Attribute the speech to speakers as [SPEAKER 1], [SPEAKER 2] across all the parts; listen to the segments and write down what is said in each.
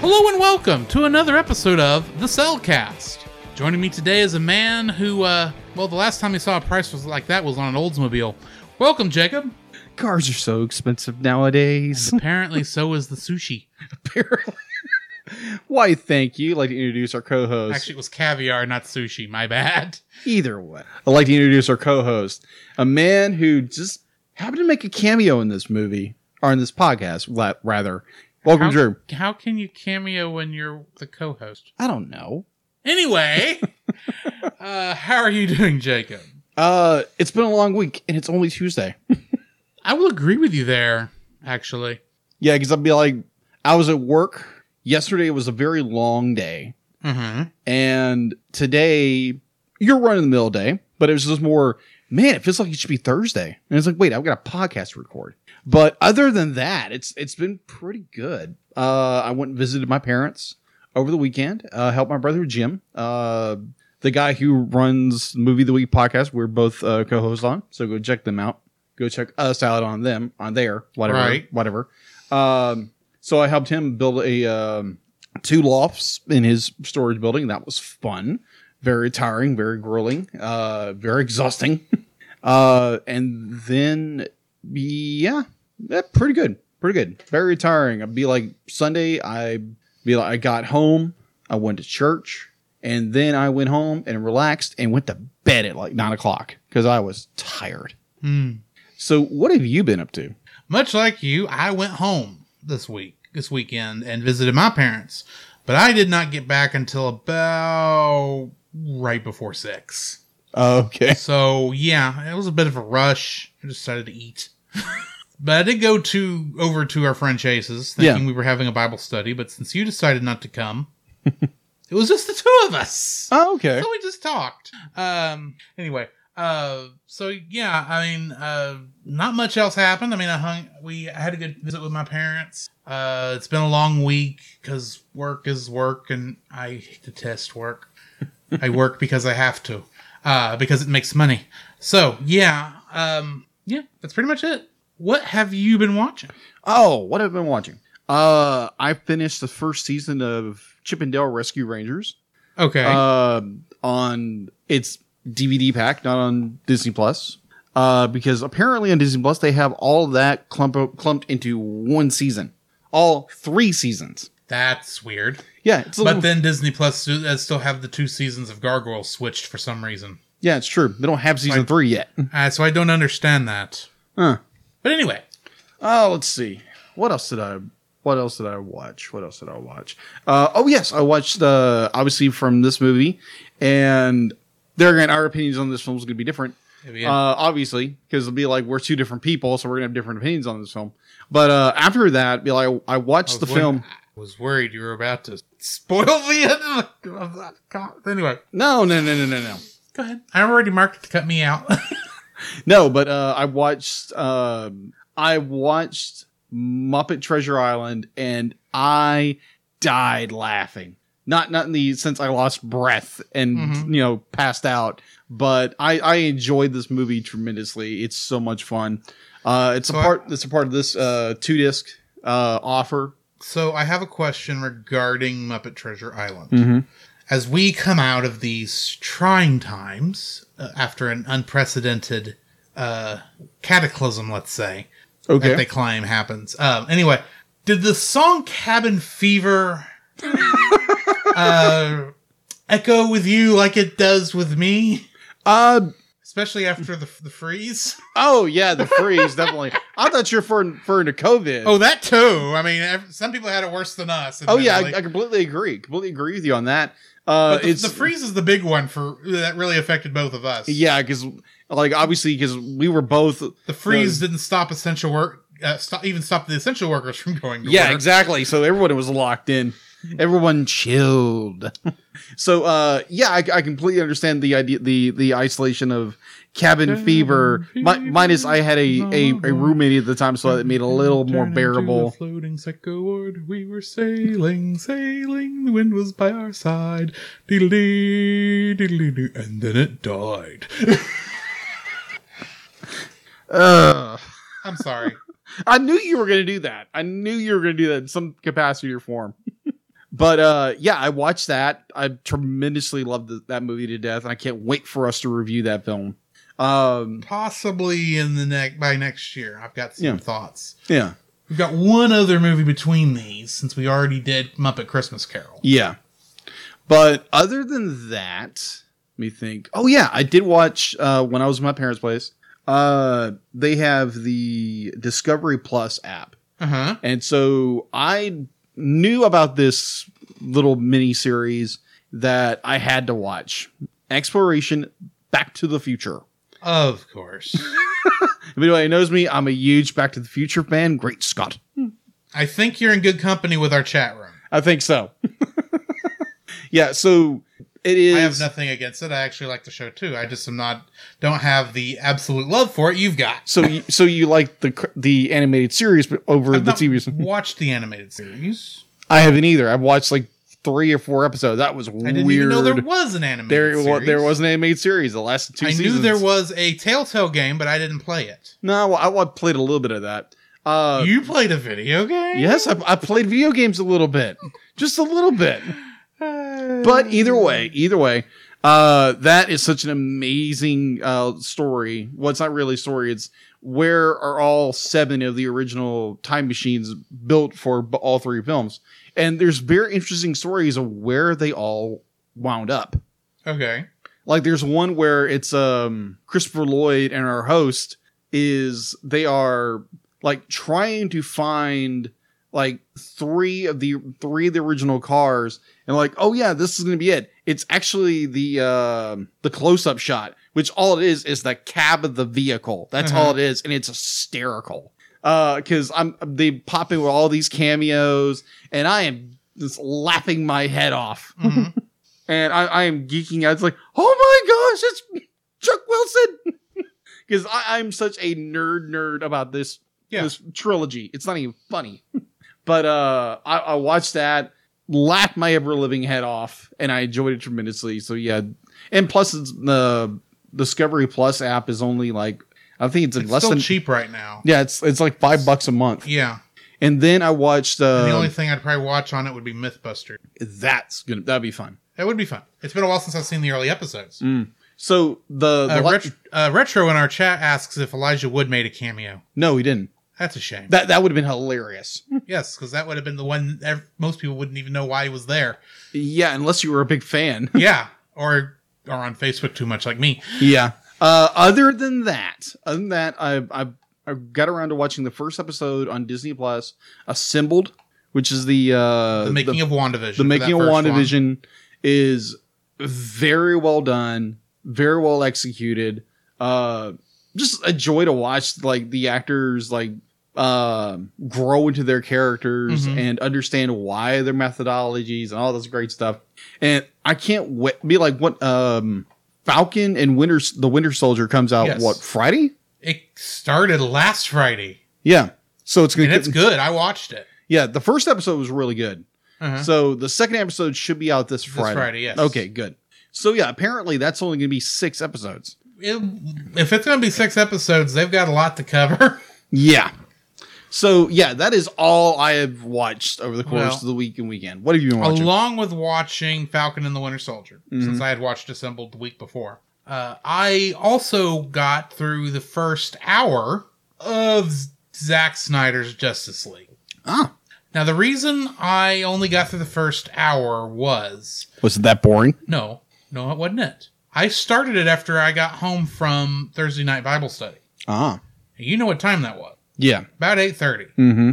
[SPEAKER 1] Hello and welcome to another episode of The Cellcast. Joining me today is a man who, uh, well, the last time he saw a price was like that was on an Oldsmobile. Welcome, Jacob.
[SPEAKER 2] Cars are so expensive nowadays.
[SPEAKER 1] Apparently, so is the sushi.
[SPEAKER 2] Apparently. Why, thank you. I'd like to introduce our co host.
[SPEAKER 1] Actually, it was caviar, not sushi. My bad.
[SPEAKER 2] either way. I'd like to introduce our co host, a man who just happened to make a cameo in this movie, or in this podcast, la- rather. Welcome,
[SPEAKER 1] How-
[SPEAKER 2] Drew.
[SPEAKER 1] How can you cameo when you're the co-host?
[SPEAKER 2] I don't know.
[SPEAKER 1] Anyway, uh, how are you doing, Jacob?
[SPEAKER 2] Uh, it's been a long week, and it's only Tuesday.
[SPEAKER 1] I will agree with you there. Actually,
[SPEAKER 2] yeah, because I'd be like, I was at work. Yesterday was a very long day.
[SPEAKER 1] mm-hmm.
[SPEAKER 2] And today, you're running the middle day, but it was just more, man, it feels like it should be Thursday. And it's like, wait, I've got a podcast to record. But other than that, it's it's been pretty good. Uh, I went and visited my parents over the weekend, uh, helped my brother Jim, uh, the guy who runs Movie of the Week podcast. We're both uh, co hosts on, so go check them out. Go check us out on them, on there, whatever,
[SPEAKER 1] Right.
[SPEAKER 2] whatever. Um, so I helped him build a. Um, two lofts in his storage building. That was fun, very tiring, very grueling, uh, very exhausting. Uh, and then, yeah, yeah, pretty good, pretty good, very tiring. I'd be like Sunday. I be like, I got home, I went to church, and then I went home and relaxed and went to bed at like nine o'clock because I was tired.
[SPEAKER 1] Hmm.
[SPEAKER 2] So, what have you been up to?
[SPEAKER 1] Much like you, I went home this week, this weekend, and visited my parents, but I did not get back until about right before six.
[SPEAKER 2] Okay,
[SPEAKER 1] So yeah, it was a bit of a rush. I decided to eat. but I did go to over to our friend Chase's, thinking
[SPEAKER 2] Yeah.
[SPEAKER 1] we were having a Bible study, but since you decided not to come, it was just the two of us.
[SPEAKER 2] Oh, okay,
[SPEAKER 1] So we just talked. Um anyway, uh so yeah, I mean uh not much else happened. I mean I hung we I had a good visit with my parents. Uh it's been a long week cuz work is work and I detest work. I work because I have to. Uh because it makes money. So, yeah, um yeah, that's pretty much it. What have you been watching?
[SPEAKER 2] Oh, what have I been watching? Uh, I finished the first season of Chippendale Rescue Rangers.
[SPEAKER 1] Okay.
[SPEAKER 2] Uh, on its DVD pack, not on Disney Plus. Uh, because apparently on Disney Plus they have all of that clump clumped into one season, all three seasons.
[SPEAKER 1] that's weird.
[SPEAKER 2] Yeah, it's a
[SPEAKER 1] But
[SPEAKER 2] little,
[SPEAKER 1] then Disney Plus do- uh, still have the two seasons of Gargoyles switched for some reason.
[SPEAKER 2] yeah, it's true. They don't have season three yet.
[SPEAKER 1] Uh, so I don't understand that.
[SPEAKER 2] Huh.
[SPEAKER 1] But anyway,
[SPEAKER 2] Oh, let's see. What else did I? What else did I watch? What else did I watch? Uh, oh yes, I watched uh, obviously from this movie, and there again, our opinions on this film is going to be different.
[SPEAKER 1] Yeah.
[SPEAKER 2] Uh, obviously, because it'll be like we're two different people, so we're gonna have different opinions on this film. But uh, after that, be like I watched the
[SPEAKER 1] was wor-
[SPEAKER 2] film.
[SPEAKER 1] I was worried you were about to spoil the end of the- of that. co- Anyway,
[SPEAKER 2] No, no, no, no, no, no.
[SPEAKER 1] go ahead. I already marked it to cut me out.
[SPEAKER 2] No, but uh, I watched um I watched Muppet Treasure Island, and I died laughing. Not not in the sense I lost breath and
[SPEAKER 1] Mhm.
[SPEAKER 2] you know passed out, but I I enjoyed this movie tremendously. It's so much fun. Uh, it's
[SPEAKER 1] So
[SPEAKER 2] a
[SPEAKER 1] I-
[SPEAKER 2] part. It's a part of this uh, two disc uh, offer.
[SPEAKER 1] so I have a question regarding Muppet Treasure Island.
[SPEAKER 2] Hmm.
[SPEAKER 1] As we come out of these trying times uh, after an unprecedented uh, cataclysm, let's say,
[SPEAKER 2] Okay.
[SPEAKER 1] that they claim happens. Um, anyway, did the song Cabin Fever uh, echo with you like it does with me?
[SPEAKER 2] Uh
[SPEAKER 1] Especially after the, the freeze?
[SPEAKER 2] oh yeah, the freeze definitely. I thought you were referring, referring to COVID.
[SPEAKER 1] Oh, that too. I mean, ev- some people had it worse than us.
[SPEAKER 2] Oh yeah, I,
[SPEAKER 1] admittedly.
[SPEAKER 2] I completely agree. Completely agree with you on that. Uh,
[SPEAKER 1] But the,
[SPEAKER 2] it's
[SPEAKER 1] the freeze is the big one for that really affected both of us.
[SPEAKER 2] yeah, because like obviously because we were both
[SPEAKER 1] the freeze didn't stop essential work, uh, stop, even stop the essential workers from going. To
[SPEAKER 2] yeah
[SPEAKER 1] work.
[SPEAKER 2] exactly. So everyone was locked in. Everyone chilled. so uh, yeah, I, I completely understand the idea the the isolation of cabin
[SPEAKER 1] Cabin
[SPEAKER 2] fever. Mi-
[SPEAKER 1] fever.
[SPEAKER 2] minus I had a, a a roommate at the time, so it made it a little more
[SPEAKER 1] Turn into a
[SPEAKER 2] bearable.
[SPEAKER 1] floating psycho ward. We were sailing, sailing. The wind was by our side. Diddly, diddly, doo. And then it died.
[SPEAKER 2] Ugh.
[SPEAKER 1] I'm sorry.
[SPEAKER 2] I knew you were going to do that. I knew you were going to do that in some capacity or form. but uh, yeah, I watched that. I tremendously loved th- that movie to death, and I can't wait for us to review that film. Um,
[SPEAKER 1] Possibly in the neck by next year. I've got some
[SPEAKER 2] Yeah.
[SPEAKER 1] thoughts.
[SPEAKER 2] yeah,
[SPEAKER 1] We've got one other movie between these since we already did Muppet Christmas Carol.
[SPEAKER 2] yeah. But other than that, let me think. Oh yeah, I did watch uh, when I was at my parents' place. Uh, they have the Discovery Plus app.
[SPEAKER 1] Uh huh.
[SPEAKER 2] And so I knew about this little mini series that I had to watch Exploration Back to the Future.
[SPEAKER 1] Of course.
[SPEAKER 2] If anybody knows me, I'm a huge Back to the Future fan. Great Scott.
[SPEAKER 1] I think you're in good company with our chat room.
[SPEAKER 2] I think so. yeah, so it is.
[SPEAKER 1] I have nothing against it. I actually like the show too. I just am not don't have the absolute love for it you've got.
[SPEAKER 2] so, you, so you like the cr- the animated series, but over
[SPEAKER 1] I've
[SPEAKER 2] the
[SPEAKER 1] not
[SPEAKER 2] TV? series?
[SPEAKER 1] watched the animated series.
[SPEAKER 2] I haven't either. I've watched like three or four episodes. That was
[SPEAKER 1] I didn't
[SPEAKER 2] weird.
[SPEAKER 1] even know there was an animated
[SPEAKER 2] there, wa-
[SPEAKER 1] series.
[SPEAKER 2] there was an animated series. The last two
[SPEAKER 1] I
[SPEAKER 2] seasons.
[SPEAKER 1] knew there was a Telltale game, but I didn't play it.
[SPEAKER 2] No, I, I played a little bit of that. Uh,
[SPEAKER 1] you played a video game?
[SPEAKER 2] yes, I, I played video games a little bit, just a little bit. But either way, either way, uh, that is such an amazing uh, story. Well, it's not really a story. It's where are all seven of the original time machines built for b- all three films, and there's very interesting stories of where they all wound up.
[SPEAKER 1] Okay.
[SPEAKER 2] Like there's one where it's um Christopher Lloyd and our host is they are like trying to find like three of the three of the original cars and like oh yeah this is gonna be it it's actually the um the close-up shot which all it is is the cab of the vehicle that's all it is and it's hysterical uh because i'm they pop in with all these cameos and i am just laughing my head off
[SPEAKER 1] Mhm.
[SPEAKER 2] and I, I am geeking out. It's like, oh my gosh, it's Chuck Wilson. Because I'm such a nerd nerd about this
[SPEAKER 1] Yeah.
[SPEAKER 2] this trilogy. It's not even funny. but uh, I, I watched that, laughed my ever living head off, and I enjoyed it tremendously. So yeah, and plus it's the Discovery Plus app is only like I think it's, like
[SPEAKER 1] It's
[SPEAKER 2] less
[SPEAKER 1] still
[SPEAKER 2] than
[SPEAKER 1] cheap right now.
[SPEAKER 2] yeah, it's it's like five bucks a month.
[SPEAKER 1] Yeah.
[SPEAKER 2] And then I watched
[SPEAKER 1] And the
[SPEAKER 2] uh,
[SPEAKER 1] only thing I'd probably watch on it would be Mythbuster.
[SPEAKER 2] that's gonna that'd be fun.
[SPEAKER 1] That would be fun. It's been a while since I've seen the early episodes.
[SPEAKER 2] So Mm, the, the
[SPEAKER 1] Uh,
[SPEAKER 2] la-
[SPEAKER 1] Ret- uh, Retro in our chat asks if Elijah Wood made a cameo.
[SPEAKER 2] no, he didn't.
[SPEAKER 1] That's a shame.
[SPEAKER 2] That that would have been hilarious.
[SPEAKER 1] yes, because that would have been the one ev- most people wouldn't even know why he was there.
[SPEAKER 2] Yeah, unless you were a big fan.
[SPEAKER 1] yeah, or or on Facebook too much like me.
[SPEAKER 2] yeah. Uh, other than that, other than that, I, I I got around to watching the first episode on Disney Plus, Assembled, which is the uh,
[SPEAKER 1] The making of WandaVision.
[SPEAKER 2] the
[SPEAKER 1] for that
[SPEAKER 2] making of
[SPEAKER 1] first one.
[SPEAKER 2] WandaVision is very well done, very well executed. Uh, just a joy to watch like the actors like uh, grow into their characters
[SPEAKER 1] Mhm.
[SPEAKER 2] and understand why their methodologies and all this great stuff. And I can't wait be like what um Falcon and Winter the Winter Soldier comes out
[SPEAKER 1] Yes.
[SPEAKER 2] what Friday?
[SPEAKER 1] It started last Friday,
[SPEAKER 2] Yeah. So it's gonna
[SPEAKER 1] and it's
[SPEAKER 2] get-
[SPEAKER 1] good. I watched it.
[SPEAKER 2] yeah, the first episode was really good.
[SPEAKER 1] Uh-huh.
[SPEAKER 2] So the second episode should be out this Friday.
[SPEAKER 1] Friday, yes.
[SPEAKER 2] Okay, good. So yeah, apparently that's only going to be six episodes.
[SPEAKER 1] It- if it's going to be six episodes, they've got a lot to cover.
[SPEAKER 2] Yeah. So yeah, that is all I have watched over the course
[SPEAKER 1] Well-
[SPEAKER 2] of the week and weekend. What have you been watching?
[SPEAKER 1] Along with watching Falcon and the Winter Soldier,
[SPEAKER 2] Mm-hmm.
[SPEAKER 1] since I had watched Assembled the week before, uh, I also got through the first hour of Zack Snyder's Justice League.
[SPEAKER 2] ah,
[SPEAKER 1] Now, the reason I only got through the first hour was
[SPEAKER 2] was it that boring?
[SPEAKER 1] no, no, it wasn't it. I started it after I got home from Thursday night Bible study.
[SPEAKER 2] Ah,
[SPEAKER 1] You know what time that was?
[SPEAKER 2] yeah.
[SPEAKER 1] About eight thirty.
[SPEAKER 2] Mm-hmm.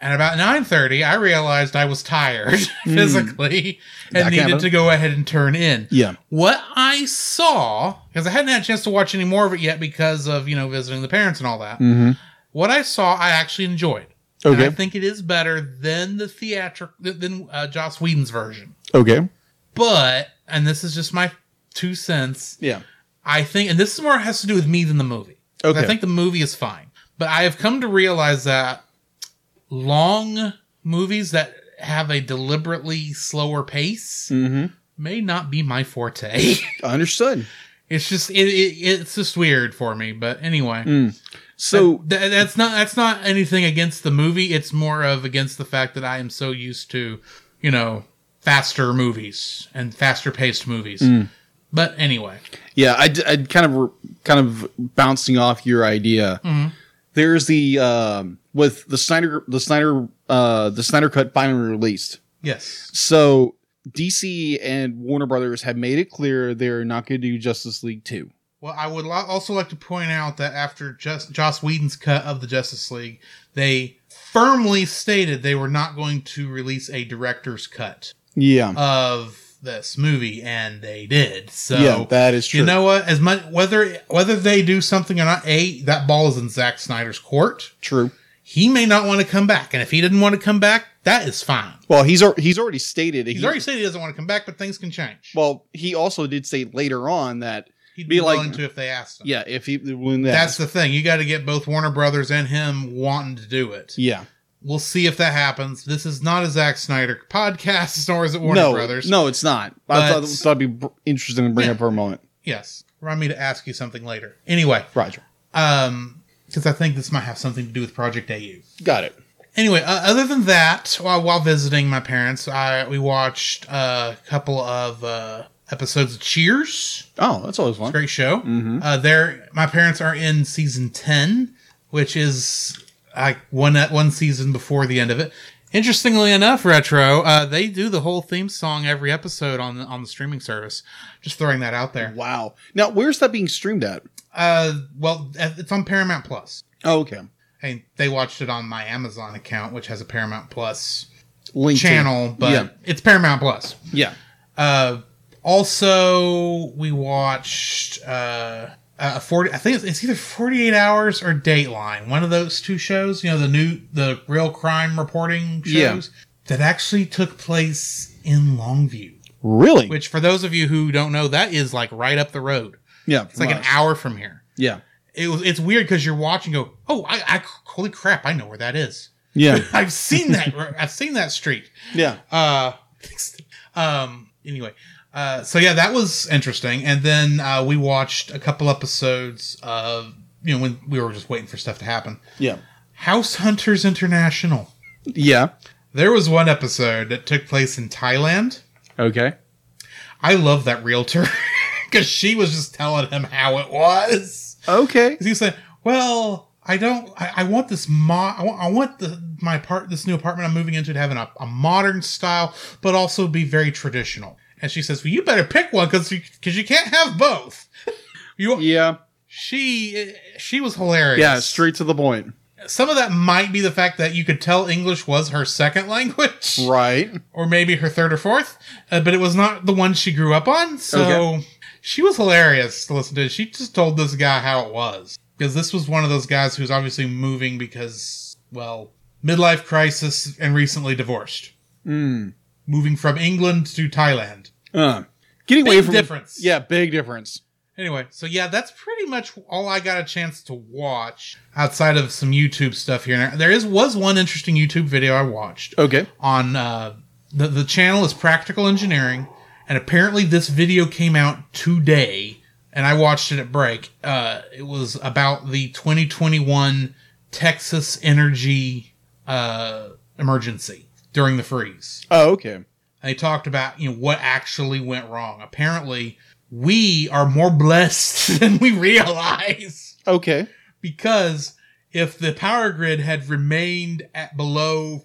[SPEAKER 1] And about nine thirty, I realized I was tired physically and
[SPEAKER 2] That
[SPEAKER 1] needed
[SPEAKER 2] kinda-
[SPEAKER 1] to go ahead and turn in.
[SPEAKER 2] Yeah.
[SPEAKER 1] What I saw, because I hadn't had a chance to watch any more of it yet because of you know visiting the parents and all that.
[SPEAKER 2] Mm-hmm.
[SPEAKER 1] What I saw, I actually enjoyed. And I
[SPEAKER 2] Okay.
[SPEAKER 1] think it is better than the theatrical than uh, Joss Whedon's version.
[SPEAKER 2] Okay.
[SPEAKER 1] But and this is just my two cents.
[SPEAKER 2] Yeah.
[SPEAKER 1] I think, and this is more has to do with me than the movie. 'Cause
[SPEAKER 2] Okay.
[SPEAKER 1] I think the movie is fine, but I have come to realize that long movies that have a deliberately slower pace
[SPEAKER 2] Mm-hmm.
[SPEAKER 1] may not be my forte.
[SPEAKER 2] Understood.
[SPEAKER 1] it's just it, it it's just weird for me. But anyway,
[SPEAKER 2] So
[SPEAKER 1] Th- th- that's not that's not anything against the movie. It's more of against the fact that I am so used to, you know, faster movies and faster paced movies.
[SPEAKER 2] Mm.
[SPEAKER 1] But anyway,
[SPEAKER 2] yeah, I, d- I kind of re- kind of bouncing off your idea. There's the um, with the Snyder the Snyder uh, the Snyder cut finally released.
[SPEAKER 1] yes,
[SPEAKER 2] So DC and Warner Brothers have made it clear they're not going to do Justice League two.
[SPEAKER 1] Well, I would lo- also like to point out that after just Joss Whedon's cut of the Justice League, they firmly stated they were not going to release a director's cut
[SPEAKER 2] Yeah.
[SPEAKER 1] of this movie, and they did. So
[SPEAKER 2] yeah, that is true.
[SPEAKER 1] you know what? As much whether whether they do something or not, a that ball is in Zack Snyder's court.
[SPEAKER 2] true.
[SPEAKER 1] He may not want to come back, and if he didn't want to come back, that is fine.
[SPEAKER 2] Well, he's al- he's already stated
[SPEAKER 1] He's
[SPEAKER 2] he-
[SPEAKER 1] already said he doesn't want to come back, but things can change.
[SPEAKER 2] Well, he also did say later on that
[SPEAKER 1] He'd
[SPEAKER 2] be
[SPEAKER 1] be,
[SPEAKER 2] like-
[SPEAKER 1] willing to if they asked him.
[SPEAKER 2] yeah, if he when that,
[SPEAKER 1] That's the thing. You got to get both Warner Brothers and him wanting to do it.
[SPEAKER 2] yeah.
[SPEAKER 1] We'll see if that happens. This is not a Zack Snyder podcast, nor is it Warner
[SPEAKER 2] no,
[SPEAKER 1] Brothers.
[SPEAKER 2] no, it's not. I
[SPEAKER 1] But-
[SPEAKER 2] thought, thought it'd be br- interesting to bring
[SPEAKER 1] Yeah.
[SPEAKER 2] up for a moment,
[SPEAKER 1] Yes. Remind me to ask you something later. Anyway,
[SPEAKER 2] Roger.
[SPEAKER 1] um, because I think this might have something to do with Project AU.
[SPEAKER 2] Got it.
[SPEAKER 1] Anyway, uh, other than that, while, while visiting my parents, I we watched uh, a couple of uh, episodes of Cheers.
[SPEAKER 2] Oh, that's always fun.
[SPEAKER 1] Great show. Uh, they're, my parents are in season 10, which is like one, one season before the end of it. Interestingly enough, Retro, uh, they do the whole theme song every episode on the, on the streaming service. Just throwing that out there.
[SPEAKER 2] Wow. Now, where's that being streamed at?
[SPEAKER 1] Uh, well, it's on Paramount Plus.
[SPEAKER 2] Oh, okay.
[SPEAKER 1] And they watched it on my Amazon account, which has a Paramount Plus
[SPEAKER 2] Link to-
[SPEAKER 1] channel, but
[SPEAKER 2] yeah,
[SPEAKER 1] it's Paramount Plus.
[SPEAKER 2] yeah.
[SPEAKER 1] Uh, also, we watched uh, a forty. I think it's, it's either Forty Eight Hours or Dateline. One of those two shows. You know, the new the real crime reporting shows
[SPEAKER 2] Yeah.
[SPEAKER 1] that actually took place in Longview.
[SPEAKER 2] Really?
[SPEAKER 1] Which, for those of you who don't know, that is like right up the road.
[SPEAKER 2] yeah,
[SPEAKER 1] It's like an hour from here.
[SPEAKER 2] Yeah,
[SPEAKER 1] It was. It's weird because you're watching. Go. Oh, I, I. Holy crap! I know where that is.
[SPEAKER 2] yeah,
[SPEAKER 1] I've seen that. I've seen that street.
[SPEAKER 2] yeah.
[SPEAKER 1] Uh, um. Anyway, uh, so yeah, that was interesting. And then uh, we watched a couple episodes of you know when we were just waiting for stuff to happen.
[SPEAKER 2] Yeah,
[SPEAKER 1] House Hunters International.
[SPEAKER 2] yeah.
[SPEAKER 1] There was one episode that took place in Thailand.
[SPEAKER 2] Okay.
[SPEAKER 1] I love that realtor because she was just telling him how it was.
[SPEAKER 2] Okay.
[SPEAKER 1] 'Cause he said, "Well, I don't. I, I want this mo. I want, I want the my part. This new apartment I'm moving into to have an, a, a modern style, but also be very traditional." And she says, "Well, you better pick one because because you, can't have both." You
[SPEAKER 2] Yeah,
[SPEAKER 1] she she was hilarious.
[SPEAKER 2] yeah. Straight to the point.
[SPEAKER 1] Some of that might be the fact that you could tell English was her second language,
[SPEAKER 2] Right.
[SPEAKER 1] or maybe her third or fourth, uh, but it was not the one she grew up on. So
[SPEAKER 2] Okay.
[SPEAKER 1] she was hilarious to listen to. She just told this guy how it was because this was one of those guys who's obviously moving because, well, midlife crisis and recently divorced,
[SPEAKER 2] Mm.
[SPEAKER 1] moving from England to Thailand.
[SPEAKER 2] Uh, getting
[SPEAKER 1] Big
[SPEAKER 2] away from
[SPEAKER 1] difference.
[SPEAKER 2] Yeah, big difference.
[SPEAKER 1] Anyway, so yeah, that's pretty much all I got a chance to watch outside of some YouTube stuff here. and there. There is was one interesting YouTube video I watched
[SPEAKER 2] Okay.
[SPEAKER 1] on uh, the the channel is Practical Engineering, and apparently this video came out today, and I watched it at break. Uh, it was about the 2021 Texas energy uh, emergency during the freeze.
[SPEAKER 2] Oh, okay.
[SPEAKER 1] And they talked about you know what actually went wrong. Apparently, we are more blessed than we realize
[SPEAKER 2] Okay.
[SPEAKER 1] because if the power grid had remained at below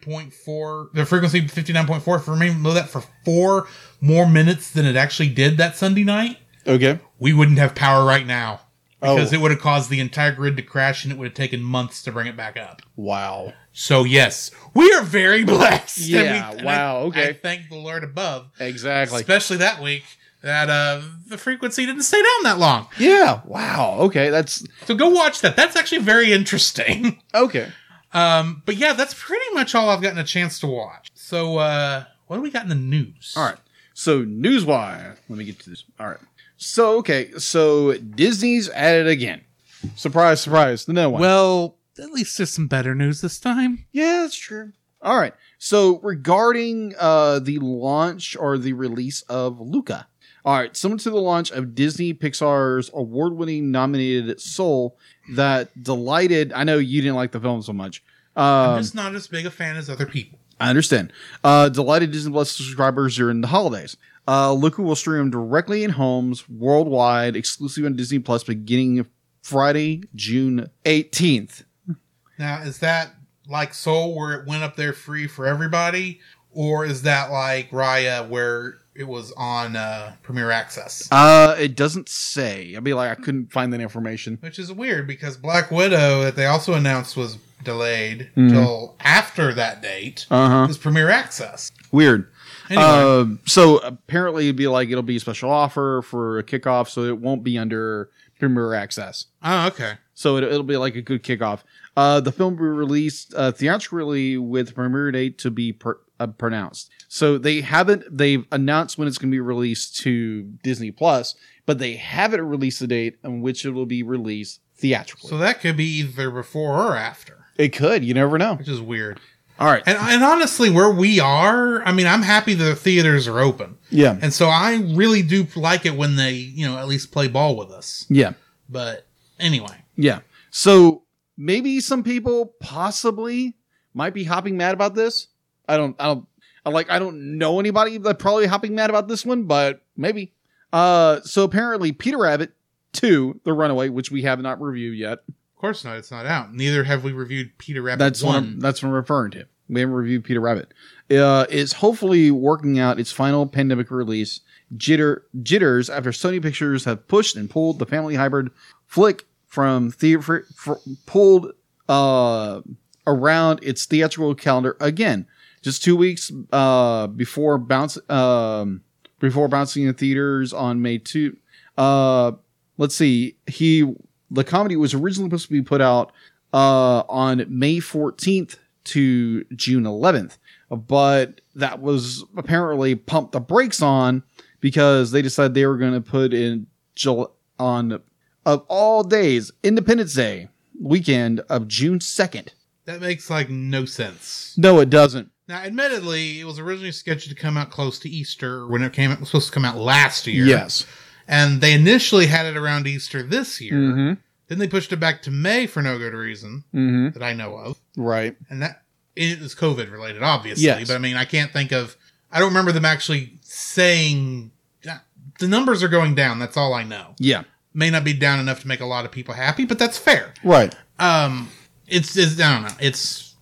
[SPEAKER 1] 59.4 the frequency 59.4 if it remained below that for four more minutes than it actually did that sunday night
[SPEAKER 2] Okay.
[SPEAKER 1] we wouldn't have power right now because
[SPEAKER 2] Oh.
[SPEAKER 1] it would have caused the entire grid to crash and it would have taken months to bring it back up.
[SPEAKER 2] Wow.
[SPEAKER 1] So yes, we are very blessed. And we-
[SPEAKER 2] Yeah,
[SPEAKER 1] and
[SPEAKER 2] wow,
[SPEAKER 1] I-
[SPEAKER 2] okay.
[SPEAKER 1] I thank the Lord above,
[SPEAKER 2] Exactly.
[SPEAKER 1] especially that week that uh, the frequency didn't stay down that long.
[SPEAKER 2] Yeah. Wow. Okay. That's
[SPEAKER 1] So go watch that. That's actually very interesting.
[SPEAKER 2] okay.
[SPEAKER 1] Um, but yeah, that's pretty much all I've gotten a chance to watch. So uh, what do we got in the news?
[SPEAKER 2] All right. So newswire. Let me get to this. All right. So okay. So Disney's at it again. Surprise, surprise. No one.
[SPEAKER 1] Well, at least there's some better news this time.
[SPEAKER 2] Yeah, that's true. All right. So regarding uh, the launch or the release of Luca. All right, similar to the launch of Disney Pixar's award-winning nominated Soul that delighted. I know you didn't like the film so much.
[SPEAKER 1] I'm
[SPEAKER 2] Um,
[SPEAKER 1] just not as big a fan as other people.
[SPEAKER 2] I understand. Uh, delighted Disney Plus subscribers during the holidays. Uh, Luca will stream directly in homes worldwide, exclusive on Disney Plus, beginning Friday, June eighteenth.
[SPEAKER 1] Now, is that like Soul where it went up there free for everybody? Or is that like Raya where it was on uh, Premier Access?
[SPEAKER 2] Uh, it doesn't say. I'd be like, I couldn't find that information.
[SPEAKER 1] Which is weird because Black Widow, that they also announced was delayed
[SPEAKER 2] Mhm.
[SPEAKER 1] till after that date,
[SPEAKER 2] Uh huh.
[SPEAKER 1] was Premier Access.
[SPEAKER 2] Weird.
[SPEAKER 1] Anyway,
[SPEAKER 2] Um, so apparently it'd be like it'll be a special offer for a kickoff, so it won't be under premier access.
[SPEAKER 1] oh, okay.
[SPEAKER 2] So it, it'll be like a good kickoff. Uh, the film will be released uh, theatrically with premiere date to be per, uh, pronounced. So they haven't they've announced when it's going to be released to Disney Plus, but they haven't released the date on which it will be released theatrically.
[SPEAKER 1] So that could be either before or after,
[SPEAKER 2] it could, you never know.
[SPEAKER 1] which is weird.
[SPEAKER 2] All right,
[SPEAKER 1] And, and honestly, where we are, I mean, I'm happy that the theaters are open.
[SPEAKER 2] yeah,
[SPEAKER 1] And so I really do like it when they, you know, at least play ball with us.
[SPEAKER 2] yeah.
[SPEAKER 1] But anyway,
[SPEAKER 2] Yeah. So maybe some people possibly might be hopping mad about this. I don't I don't I like I don't know anybody that probably hopping mad about this one, but maybe. Uh so apparently Peter Rabbit 2, The Runaway, which we have not reviewed yet.
[SPEAKER 1] of course not. It's not out. Neither have we reviewed Peter Rabbit
[SPEAKER 2] That's what I'm,
[SPEAKER 1] one.
[SPEAKER 2] that's what I'm referring to. We haven't reviewed Peter Rabbit. Uh, is hopefully working out its final pandemic release jitter jitters after Sony Pictures have pushed and pulled the family hybrid flick from theater fr- pulled uh, around its theatrical calendar again. Just two weeks uh, before bounce um, before bouncing in theaters on May two. Uh, let's see. He the comedy was originally supposed to be put out uh, on May 14th to June 11th, but that was apparently pumped the brakes on because they decided they were going to put in Jul- on of all days Independence Day weekend of June 2nd.
[SPEAKER 1] That makes like no sense.
[SPEAKER 2] No, it doesn't.
[SPEAKER 1] Now, admittedly, it was originally scheduled to come out close to Easter when it came it was supposed to come out last year.
[SPEAKER 2] Yes.
[SPEAKER 1] And they initially had it around Easter this year.
[SPEAKER 2] Mm-hmm.
[SPEAKER 1] Then they pushed it back to May for no good reason
[SPEAKER 2] Mm-hmm.
[SPEAKER 1] that I know of.
[SPEAKER 2] Right.
[SPEAKER 1] and that it was COVID related, obviously.
[SPEAKER 2] Yes.
[SPEAKER 1] But I mean, I can't think of. I don't remember them actually saying the numbers are going down. That's all I know.
[SPEAKER 2] Yeah.
[SPEAKER 1] May not be down enough to make a lot of people happy, but that's fair.
[SPEAKER 2] Right.
[SPEAKER 1] Um, it's, it's I don't know. It's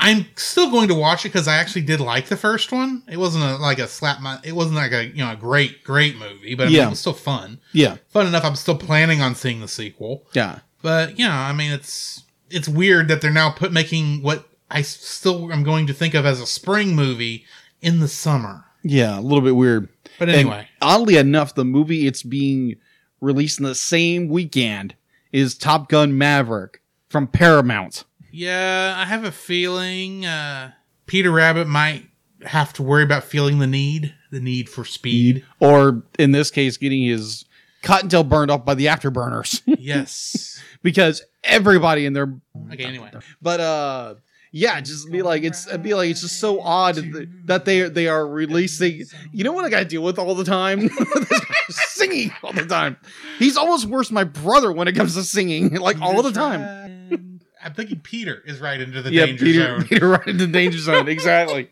[SPEAKER 1] I'm still going to watch it because I actually did like the first one. It wasn't a, like a slap my. It wasn't like a you know a great great movie, but I mean,
[SPEAKER 2] Yeah.
[SPEAKER 1] it was still fun.
[SPEAKER 2] Yeah.
[SPEAKER 1] Fun enough. I'm still planning on seeing the sequel.
[SPEAKER 2] Yeah.
[SPEAKER 1] But yeah, I mean it's it's weird that they're now put making what I s- still am going to think of as a spring movie in the summer.
[SPEAKER 2] Yeah. A little bit weird.
[SPEAKER 1] But
[SPEAKER 2] And
[SPEAKER 1] anyway,
[SPEAKER 2] oddly enough, the movie it's being released in the same weekend is Top Gun Maverick from Paramount.
[SPEAKER 1] yeah, I have a feeling uh, Peter Rabbit might have to worry about feeling the need, the need for speed.
[SPEAKER 2] Or in this case, getting his cottontail burned off by the afterburners
[SPEAKER 1] yes.
[SPEAKER 2] because everybody in there.
[SPEAKER 1] Okay. Anyway,
[SPEAKER 2] But uh, yeah, just be like it's it'd be like it's just so odd th- that they they are releasing. You know what I got to deal with all the time? singing all the time. He's almost worse than my brother when it comes to singing, like all the time.
[SPEAKER 1] time. I'm thinking Peter is right into the danger
[SPEAKER 2] Peter,
[SPEAKER 1] zone.
[SPEAKER 2] Peter right into the danger zone. Exactly.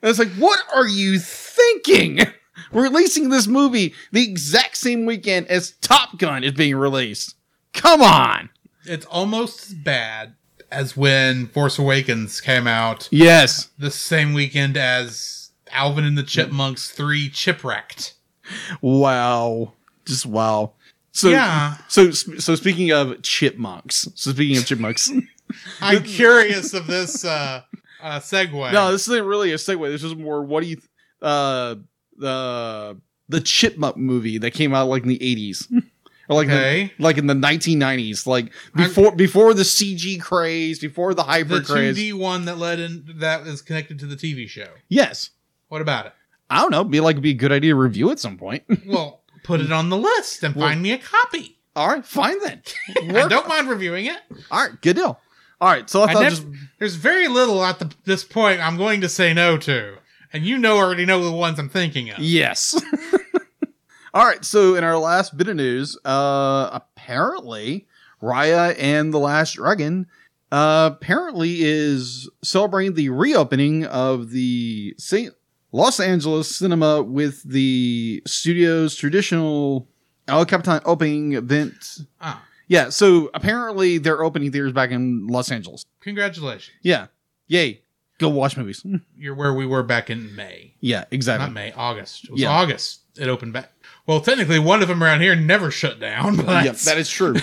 [SPEAKER 2] And it's like, what are you thinking? We're releasing this movie the exact same weekend as Top Gun is being released. Come on.
[SPEAKER 1] It's almost as bad as when Force Awakens came out
[SPEAKER 2] Yes.
[SPEAKER 1] the same weekend as Alvin and the Chipmunks 3 Chipwrecked.
[SPEAKER 2] Wow. Just wow. So
[SPEAKER 1] yeah,
[SPEAKER 2] So so speaking of chipmunks. So speaking of chipmunks.
[SPEAKER 1] I'm curious of this uh, uh, segue.
[SPEAKER 2] No, this isn't really a segue. This is more what do you th- uh the the chipmunk movie that came out like in the 80s or like
[SPEAKER 1] okay.
[SPEAKER 2] the, like in the 1990s like
[SPEAKER 1] I'm-
[SPEAKER 2] before before the CG craze, before the
[SPEAKER 1] The
[SPEAKER 2] hyper
[SPEAKER 1] two
[SPEAKER 2] craze.
[SPEAKER 1] D one that led in that is connected to the TV show.
[SPEAKER 2] yes.
[SPEAKER 1] What about it?
[SPEAKER 2] I don't know, be like be a good idea to review at some point.
[SPEAKER 1] Well, put it on the list and
[SPEAKER 2] Well-
[SPEAKER 1] find me a copy.
[SPEAKER 2] All right, fine then.
[SPEAKER 1] I
[SPEAKER 2] Work-
[SPEAKER 1] don't mind reviewing it.
[SPEAKER 2] All right, good deal. All right, so I
[SPEAKER 1] I
[SPEAKER 2] thought
[SPEAKER 1] nev-
[SPEAKER 2] just
[SPEAKER 1] There's very little at the, this point I'm going to say no to, and you know already know the ones I'm thinking of.
[SPEAKER 2] Yes. All right. So in our last bit of news, uh, apparently Raya and the Last Dragon uh, apparently is celebrating the reopening of the St. Los Angeles cinema with the studio's traditional El Capitan opening event.
[SPEAKER 1] Ah,
[SPEAKER 2] Yeah. So apparently they're opening theaters back in Los Angeles.
[SPEAKER 1] congratulations.
[SPEAKER 2] Yeah. Yay. Go watch movies.
[SPEAKER 1] You're where we were back in May.
[SPEAKER 2] Yeah.
[SPEAKER 1] Not
[SPEAKER 2] Exactly.
[SPEAKER 1] May, August. It was
[SPEAKER 2] Yeah.
[SPEAKER 1] August. It opened back. Well, technically, one of them around here never shut down, but
[SPEAKER 2] Yeah, that is true.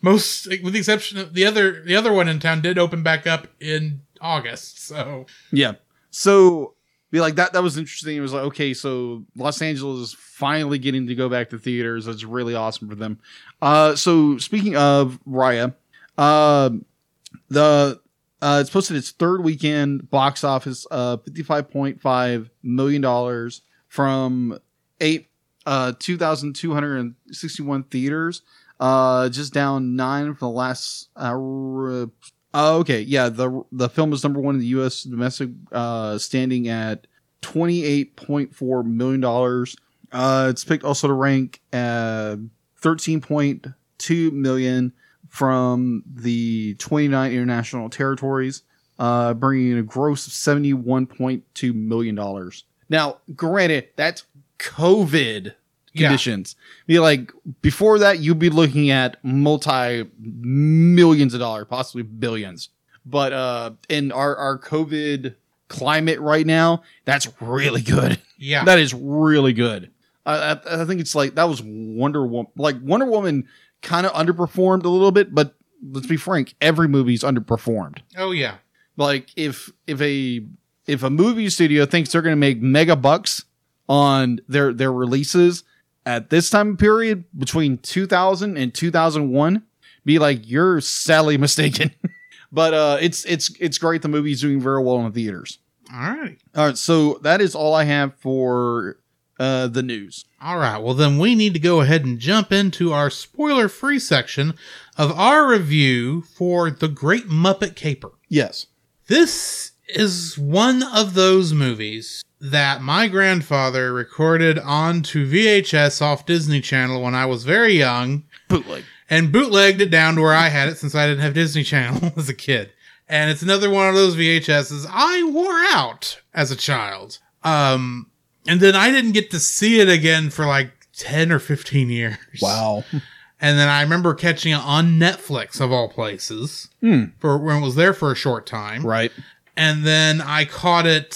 [SPEAKER 1] most, with the exception of the other, the other one in town did open back up in August. So
[SPEAKER 2] Yeah. So be like that that was interesting. It was like, okay, so Los Angeles is finally getting to go back to theaters. That's really awesome for them. Uh so speaking of Raya, uh the uh it's posted its third weekend box office uh fifty five point five million dollars from eight uh two thousand two hundred and sixty one theaters. Uh, just down nine from the last uh, Oh, okay. Yeah, the the film was number one in the U.S. domestic, uh, standing at twenty eight point four million dollars. Uh, it's picked also to rank at thirteen point two million from the twenty nine international territories, uh, bringing in a gross of seventy one point two million dollars. Now, granted, that's COVID
[SPEAKER 1] yeah,
[SPEAKER 2] conditions. Be like before that, you'd be looking at multi millions of dollars, possibly billions. But uh in our our COVID climate right now, that's really good.
[SPEAKER 1] yeah.
[SPEAKER 2] That is really good. I, I, I think it's like that was Wonder Woman. Like Wonder Woman kind of underperformed a little bit, but let's be frank, every movie's underperformed
[SPEAKER 1] oh yeah,
[SPEAKER 2] like if if a if a movie studio thinks they're going to make mega bucks on their their releases at this time period between 2000 and 2001 be like you're sadly mistaken but uh it's it's it's great the movie's doing very well in the theaters
[SPEAKER 1] all right.
[SPEAKER 2] all right so that is all i have for uh the news
[SPEAKER 1] All right, well, then we need to go ahead and jump into our spoiler free section of our review for The Great Muppet Caper.
[SPEAKER 2] yes
[SPEAKER 1] This is one of those movies that my grandfather recorded onto VHS off Disney Channel when I was very young
[SPEAKER 2] bootleg
[SPEAKER 1] and bootlegged it down to where I had it since I didn't have Disney Channel as a kid. And it's another one of those VHSs I wore out as a child. Um, and then I didn't get to see it again for like 10 or 15 years.
[SPEAKER 2] wow
[SPEAKER 1] And then I remember catching it on Netflix of all places
[SPEAKER 2] Hmm.
[SPEAKER 1] for when it was there for a short time.
[SPEAKER 2] right
[SPEAKER 1] And then I caught it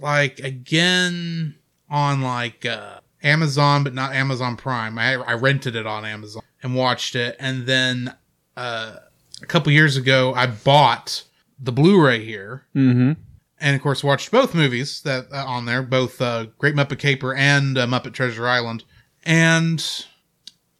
[SPEAKER 1] like again on like uh, Amazon, but not Amazon Prime. I, I rented it on Amazon and watched it. And then uh, a couple years ago, I bought the Blu-ray here,
[SPEAKER 2] mm-hmm
[SPEAKER 1] and of course watched both movies that uh, on there, both uh, Great Muppet Caper and uh, Muppet Treasure Island. And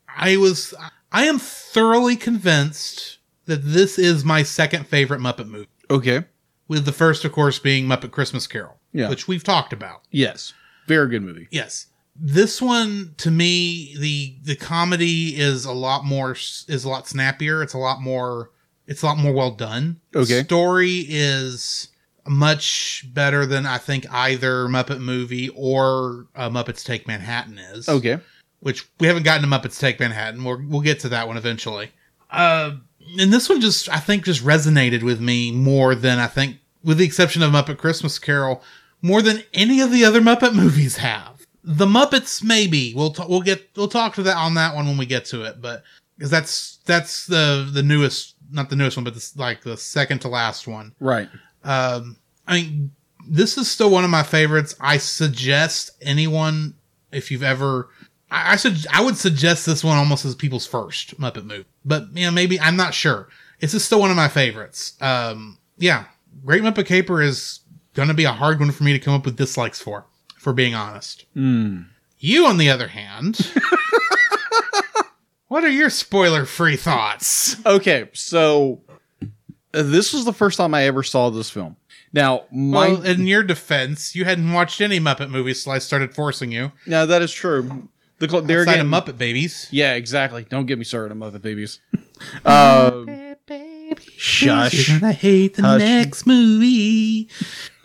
[SPEAKER 1] I was, I am thoroughly convinced that this is my second favorite Muppet movie
[SPEAKER 2] okay
[SPEAKER 1] with the first, of course, being Muppet Christmas Carol,
[SPEAKER 2] Yeah.
[SPEAKER 1] which we've talked about.
[SPEAKER 2] yes very good movie
[SPEAKER 1] Yes, this one to me, the the comedy is a lot more s- is a lot snappier. It's a lot more it's a lot more well done.
[SPEAKER 2] Okay.
[SPEAKER 1] story is much better than I think either Muppet movie or uh, Muppets Take Manhattan is
[SPEAKER 2] okay
[SPEAKER 1] which we haven't gotten to Muppets Take Manhattan. We're, we'll get to that one eventually. Uh, and this one just, I think, just resonated with me more than I think, with the exception of Muppet Christmas Carol, more than any of the other Muppet movies have. The Muppets, maybe we'll ta- we'll get we'll talk to that on that one when we get to it, but because that's that's the the newest, not the newest one, but this, like the second to last one.
[SPEAKER 2] right
[SPEAKER 1] Um, I mean, this is still one of my favorites. I suggest anyone, if you've ever I, I should I would suggest this one almost as people's first Muppet movie, but you know maybe I'm not sure. It's just still one of my favorites. Um, yeah, Great Muppet Caper is gonna be a hard one for me to come up with dislikes for, for being honest.
[SPEAKER 2] Hmm.
[SPEAKER 1] You, on the other hand, what are your spoiler-free thoughts?
[SPEAKER 2] Okay, so uh, this was the first time I ever saw this film. Now, my
[SPEAKER 1] Well, in your defense, you hadn't watched any Muppet movies, so I started forcing you.
[SPEAKER 2] now that is true. The cl- there
[SPEAKER 1] Outside
[SPEAKER 2] again,
[SPEAKER 1] of Muppet Babies.
[SPEAKER 2] Yeah, exactly. Don't get me started on Muppet Babies. uh, Shush.
[SPEAKER 1] I hate the
[SPEAKER 2] Hush.
[SPEAKER 1] next movie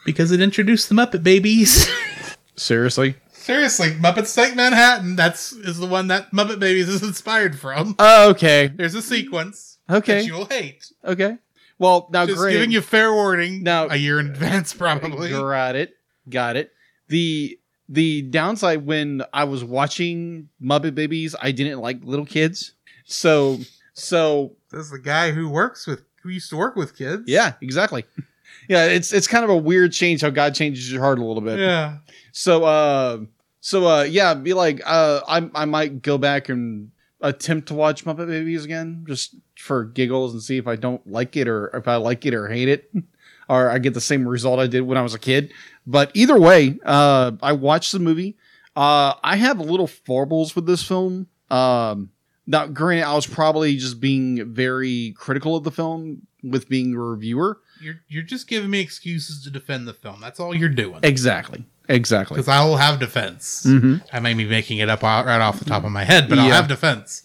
[SPEAKER 1] because it introduced the Muppet Babies.
[SPEAKER 2] seriously.
[SPEAKER 1] Seriously, Muppets Take Manhattan. That's is the one that Muppet Babies is inspired from.
[SPEAKER 2] Oh, okay.
[SPEAKER 1] There's a sequence
[SPEAKER 2] Okay.
[SPEAKER 1] that you'll hate.
[SPEAKER 2] Okay. Well, now
[SPEAKER 1] Just
[SPEAKER 2] Greg
[SPEAKER 1] giving you fair warning.
[SPEAKER 2] Now-
[SPEAKER 1] a year in advance, probably.
[SPEAKER 2] got it. Got it. The the downside when I was watching Muppet Babies, I didn't like little kids. So so
[SPEAKER 1] This is the guy who works with who used to work with kids.
[SPEAKER 2] yeah, exactly. Yeah, it's it's kind of a weird change how God changes your heart a little bit.
[SPEAKER 1] Yeah.
[SPEAKER 2] So uh so uh yeah, be like uh I I might go back and attempt to watch Muppet Babies again just for giggles and see if I don't like it or if I like it or hate it or I get the same result I did when I was a kid. But either way, uh I watched the movie. Uh I have little foibles with this film. Um now granted I was probably just being very critical of the film with being a reviewer.
[SPEAKER 1] You're you're just giving me excuses to defend the film. That's all you're doing.
[SPEAKER 2] Exactly. Exactly.
[SPEAKER 1] Because I will have defense.
[SPEAKER 2] Mm-hmm.
[SPEAKER 1] I may be making it up out- right off the top of my head, but I'll
[SPEAKER 2] Yeah.
[SPEAKER 1] have defense.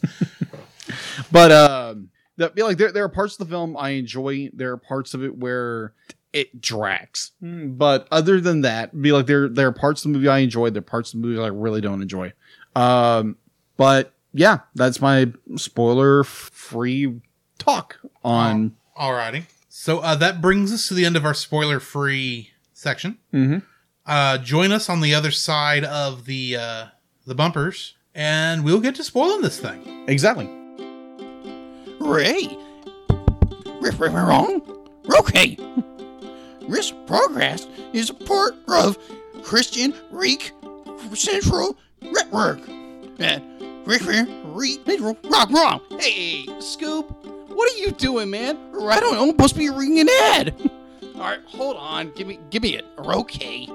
[SPEAKER 2] But um, that, yeah, like there, there are parts of the film I enjoy. There are parts of it where it drags. But other than that, be like there there are parts of the movie I enjoy. There are parts of the movie I really don't enjoy. Um, but yeah, that's my spoiler free talk on.
[SPEAKER 1] Alrighty. So uh, that brings us to the end of our spoiler free section.
[SPEAKER 2] Mhm.
[SPEAKER 1] Uh, join us on the other side of the uh, the bumpers, and we'll get to spoiling this thing.
[SPEAKER 2] Exactly.
[SPEAKER 3] Ray? Riff riff wrong? Okay. Risk Progress is a part of Christian Reek Central Network. And Rick Reek Central Rock Wrong. Hey, Scoop, what are you doing, man? I don't know. I'm supposed to be reading an ad. All right, hold on. Give me, give me it. Okay.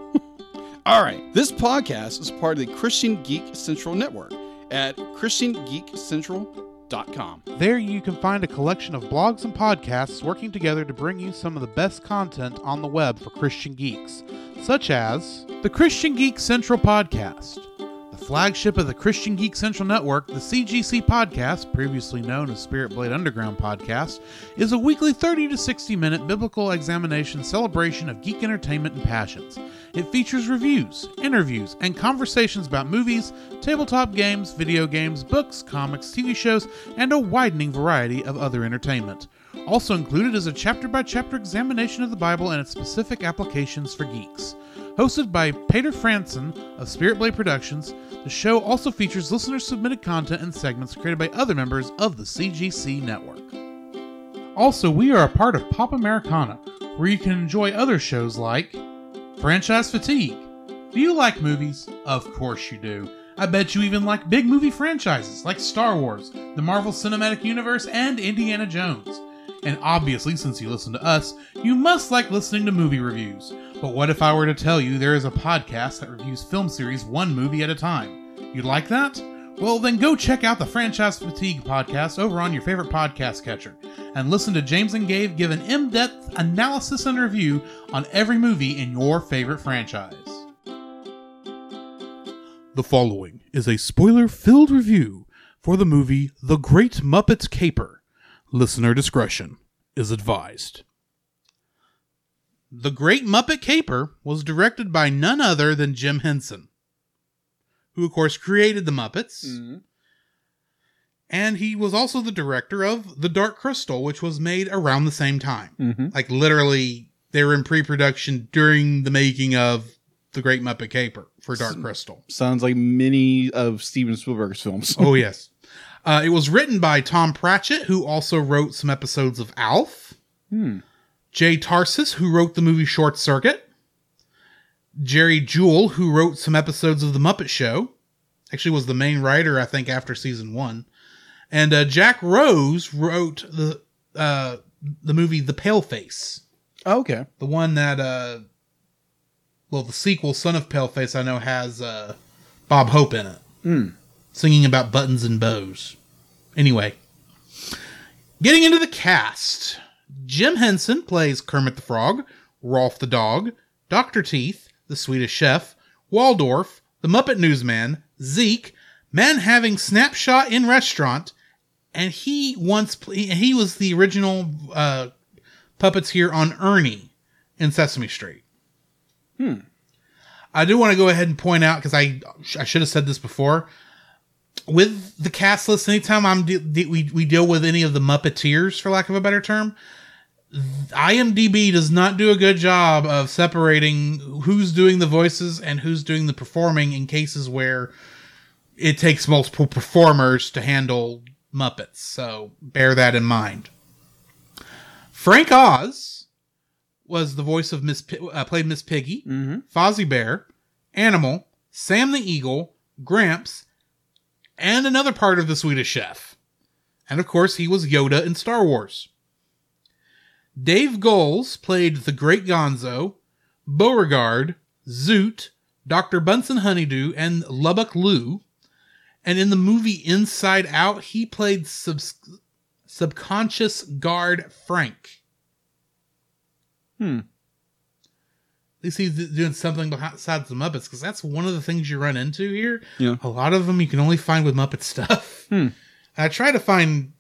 [SPEAKER 2] All right. This podcast is part of the Christian Geek Central Network at ChristianGeekCentral.com.
[SPEAKER 1] There you can find a collection of blogs and podcasts working together to bring you some of the best content on the web for Christian geeks, such as the Christian Geek Central podcast, the flagship of the Christian Geek Central Network, the CGC podcast, previously known as Spirit Blade Underground podcast, is a weekly 30 to 60 minute biblical examination celebration of geek entertainment and passions. It features reviews, interviews, and conversations about movies, tabletop games, video games, books, comics, TV shows, and a widening variety of other entertainment. Also included is a chapter by chapter examination of the Bible and its specific applications for geeks. Hosted by Peter Franson of Spirit Blade Productions, the show also features listener submitted content and segments created by other members of the CGC network. Also, we are a part of Pop Americana, where you can enjoy other shows like Franchise Fatigue. Do you like movies? Of course you do. I bet you even like big movie franchises like Star Wars, the Marvel Cinematic Universe, and Indiana Jones. And obviously, since you listen to us, you must like listening to movie reviews. But what if I were to tell you there is a podcast that reviews film series one movie at a time? You'd like that? Well, then go check out the Franchise Fatigue podcast over on your favorite podcast catcher and listen to James and Gabe give an in depth analysis and review on every movie in your favorite franchise. The following is a spoiler filled review for the movie The Great Muppet Caper. Listener discretion is advised. The Great Muppet Caper was directed by none other than Jim Henson, who, of course, created the Muppets.
[SPEAKER 2] Mm. Mm-hmm.
[SPEAKER 1] And he was also the director of The Dark Crystal, which was made around the same time.
[SPEAKER 2] Mm-hmm.
[SPEAKER 1] Like literally, they were in pre-production during the making of The Great Muppet Caper for Dark Crystal.
[SPEAKER 2] Sounds like many of Steven Spielberg's films.
[SPEAKER 1] Oh yes. Uh, it was written by Tom Pratchett, who also wrote some episodes of Alf.
[SPEAKER 2] Hmm.
[SPEAKER 1] Jay Tarsis, who wrote the movie Short Circuit. Jerry Jewell, who wrote some episodes of The Muppet Show actually was the main writer, I think, after season one. And uh, Jack Rose wrote the uh, the movie The Pale Face,
[SPEAKER 2] Okay.
[SPEAKER 1] the one that uh, well, the sequel Son of Pale Face I know has uh, Bob Hope in it, singing about buttons and bows. Anyway, getting into the cast, Jim Henson plays Kermit the Frog, Rolf the Dog, Doctor Teeth, the Swedish Chef, Waldorf, the Muppet Newsman, Zeke, man having snapshot in restaurant, and he once pl- he was the original uh, puppets here on Ernie in Sesame Street. Hmm. I do want to go ahead and point out because I I should have said this before. With the cast list, anytime I'm de- de- we we deal with any of the Muppeteers, for lack of a better term, IMDb does not do a good job of separating who's doing the voices and who's doing the performing in cases where it takes multiple performers to handle Muppets. So bear that in mind. Frank Oz was the voice of Miss P- uh, played Miss Piggy,
[SPEAKER 2] Mm-hmm.
[SPEAKER 1] Fozzie Bear, Animal, Sam the Eagle, Gramps, and another part of the Swedish Chef. And of course, he was Yoda in Star Wars. Dave Goles played the Great Gonzo, Beauregard, Zoot, Dr. Bunsen Honeydew, and Lubbock Lou. And in the movie Inside Out, he played subs- subconscious guard Frank.
[SPEAKER 2] Hmm.
[SPEAKER 1] At least he's doing something besides the Muppets, because that's one of the things you run into here.
[SPEAKER 2] Yeah.
[SPEAKER 1] A lot of them you can only find with Muppet stuff.
[SPEAKER 2] Hmm.
[SPEAKER 1] I try to find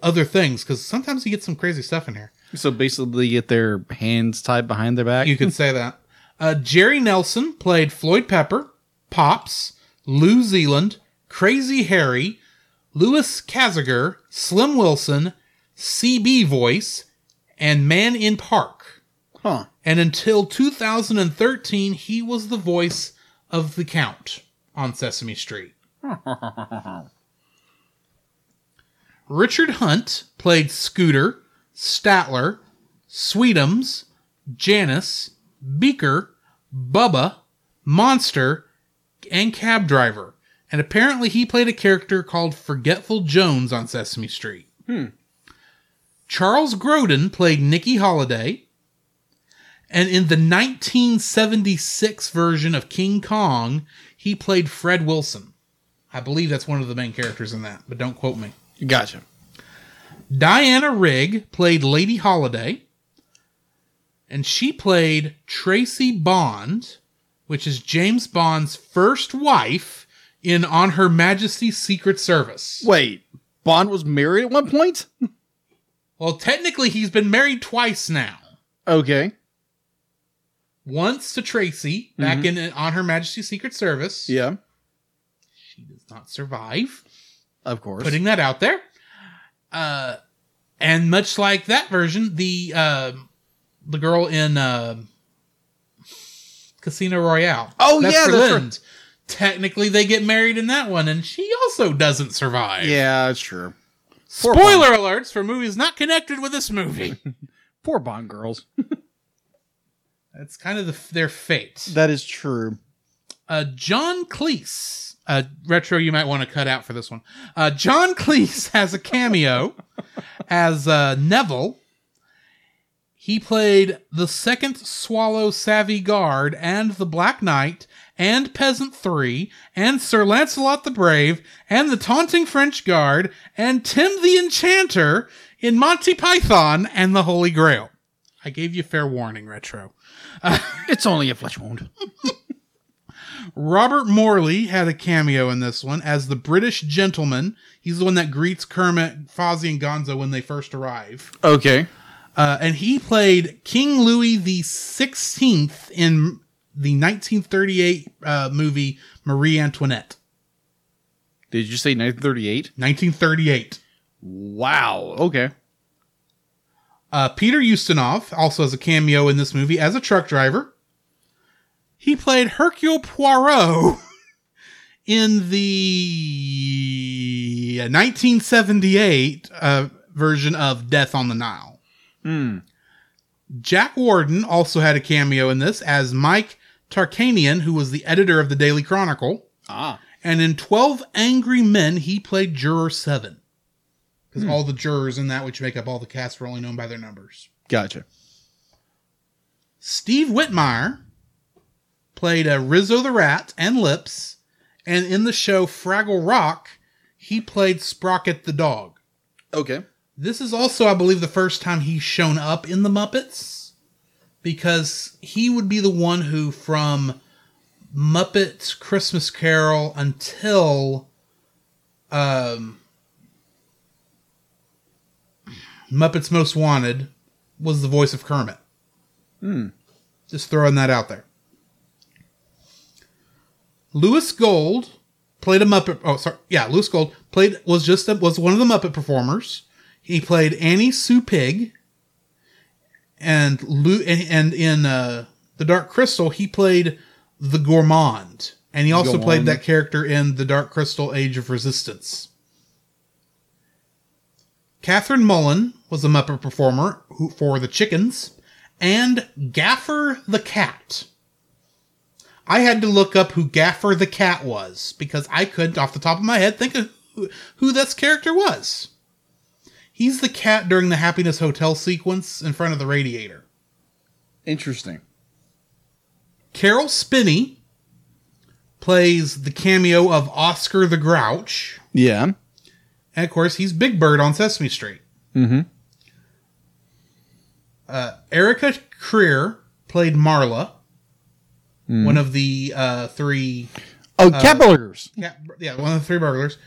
[SPEAKER 1] other things, because sometimes you get some crazy stuff in here.
[SPEAKER 2] So basically, they get their hands tied behind their back.
[SPEAKER 1] You could say that. Uh, Jerry Nelson played Floyd Pepper, Pops, Lou Zealand, Crazy Harry, Louis Kaziger, Slim Wilson, CB Voice, and Man in Park.
[SPEAKER 2] huh?
[SPEAKER 1] And until 2013, he was the voice of the Count on Sesame Street. Richard Hunt played Scooter, Statler, Sweetums, Janice, Beaker, Bubba, Monster, and Cab Driver. And apparently, he played a character called Forgetful Jones on Sesame Street. Charles Grodin played Nikki Holliday. And in the 1976 version of King Kong, he played Fred Wilson. I believe that's one of the main characters in that, but don't quote me.
[SPEAKER 2] Gotcha.
[SPEAKER 1] Diana Rigg played Lady Holiday, and she played Tracy Bond, which is James Bond's first wife in On Her Majesty's Secret Service.
[SPEAKER 2] Wait, Bond was married at one point.
[SPEAKER 1] Well, technically, he's been married twice now.
[SPEAKER 2] Okay.
[SPEAKER 1] Once to Tracy back in On Her Majesty's Secret Service.
[SPEAKER 2] Yeah.
[SPEAKER 1] She does not survive.
[SPEAKER 2] Of course.
[SPEAKER 1] putting that out there. Uh, and much like that version, the uh, the girl in uh, Casino Royale.
[SPEAKER 2] Oh, yeah,
[SPEAKER 1] for
[SPEAKER 2] that's right.
[SPEAKER 1] Lind. Technically, they get married in that one, and she also doesn't survive.
[SPEAKER 2] yeah, sure. poor
[SPEAKER 1] Spoiler alerts for movies not connected with this movie.
[SPEAKER 2] Poor Bond girls.
[SPEAKER 1] That's kind of the, their fate.
[SPEAKER 2] that is true.
[SPEAKER 1] uh, John Cleese. Uh, retro, you might want to cut out for this one. Uh, John Cleese has a cameo as uh, Neville. He played the second Swallow Savvy Guard and the Black Knight and Peasant Three and Sir Lancelot the Brave and the Taunting French Guard and Tim the Enchanter in Monty Python and the Holy Grail. I gave you fair warning, Retro.
[SPEAKER 2] It's only a flesh wound.
[SPEAKER 1] Robert Morley had a cameo in this one as the British gentleman. He's the one that greets Kermit, Fozzie, and Gonzo when they first arrive.
[SPEAKER 2] Okay.
[SPEAKER 1] Uh, and he played King Louis the Sixteenth in the 1938 uh, movie Marie Antoinette.
[SPEAKER 2] Did you say 1938?
[SPEAKER 1] 1938.
[SPEAKER 2] Wow. Okay.
[SPEAKER 1] Uh, Peter Ustinov also has a cameo in this movie as a truck driver. He played Hercule Poirot in the 1978 uh, version of Death on the Nile.
[SPEAKER 2] Hmm.
[SPEAKER 1] Jack Warden also had a cameo in this as Mike Tarkanian, who was the editor of the Daily Chronicle,
[SPEAKER 2] Ah.
[SPEAKER 1] And in 12 Angry Men, he played Juror 7. Because all the jurors in that, which make up all the cast, were only known by their numbers.
[SPEAKER 2] Gotcha.
[SPEAKER 1] Steve Whitmire played uh, Rizzo the Rat and Lips. And in the show Fraggle Rock, he played Sprocket the Dog.
[SPEAKER 2] Okay.
[SPEAKER 1] This is also, I believe, the first time he's shown up in the Muppets because he would be the one who, from Muppets Christmas Carol until um, Muppets Most Wanted, was the voice of Kermit. Just throwing that out there. Louis Gold played a Muppet. Oh, sorry. Yeah, Louis Gold played was just a, was one of the Muppet performers. He played Annie Sue Pig, and Lou and, and in uh, the Dark Crystal he played the gourmand, and he also played
[SPEAKER 2] Gourmand.
[SPEAKER 1] that character in the Dark Crystal: Age of Resistance. Catherine Mullen was a Muppet performer who, for the Chickens, and Gaffer the Cat. I had to look up who Gaffer the Cat was because I couldn't, off the top of my head, think of who, who this character was. He's the cat during the Happiness Hotel sequence in front of the radiator.
[SPEAKER 2] Interesting.
[SPEAKER 1] Carol Spinney plays the cameo of Oscar the Grouch.
[SPEAKER 2] Yeah.
[SPEAKER 1] And of course, he's Big Bird on Sesame Street.
[SPEAKER 2] Mhm.
[SPEAKER 1] Uh, Erica Creer played Marla, one of the uh, three
[SPEAKER 2] Oh, cat burglars.
[SPEAKER 1] Yeah, bur- yeah, one of the three burglars.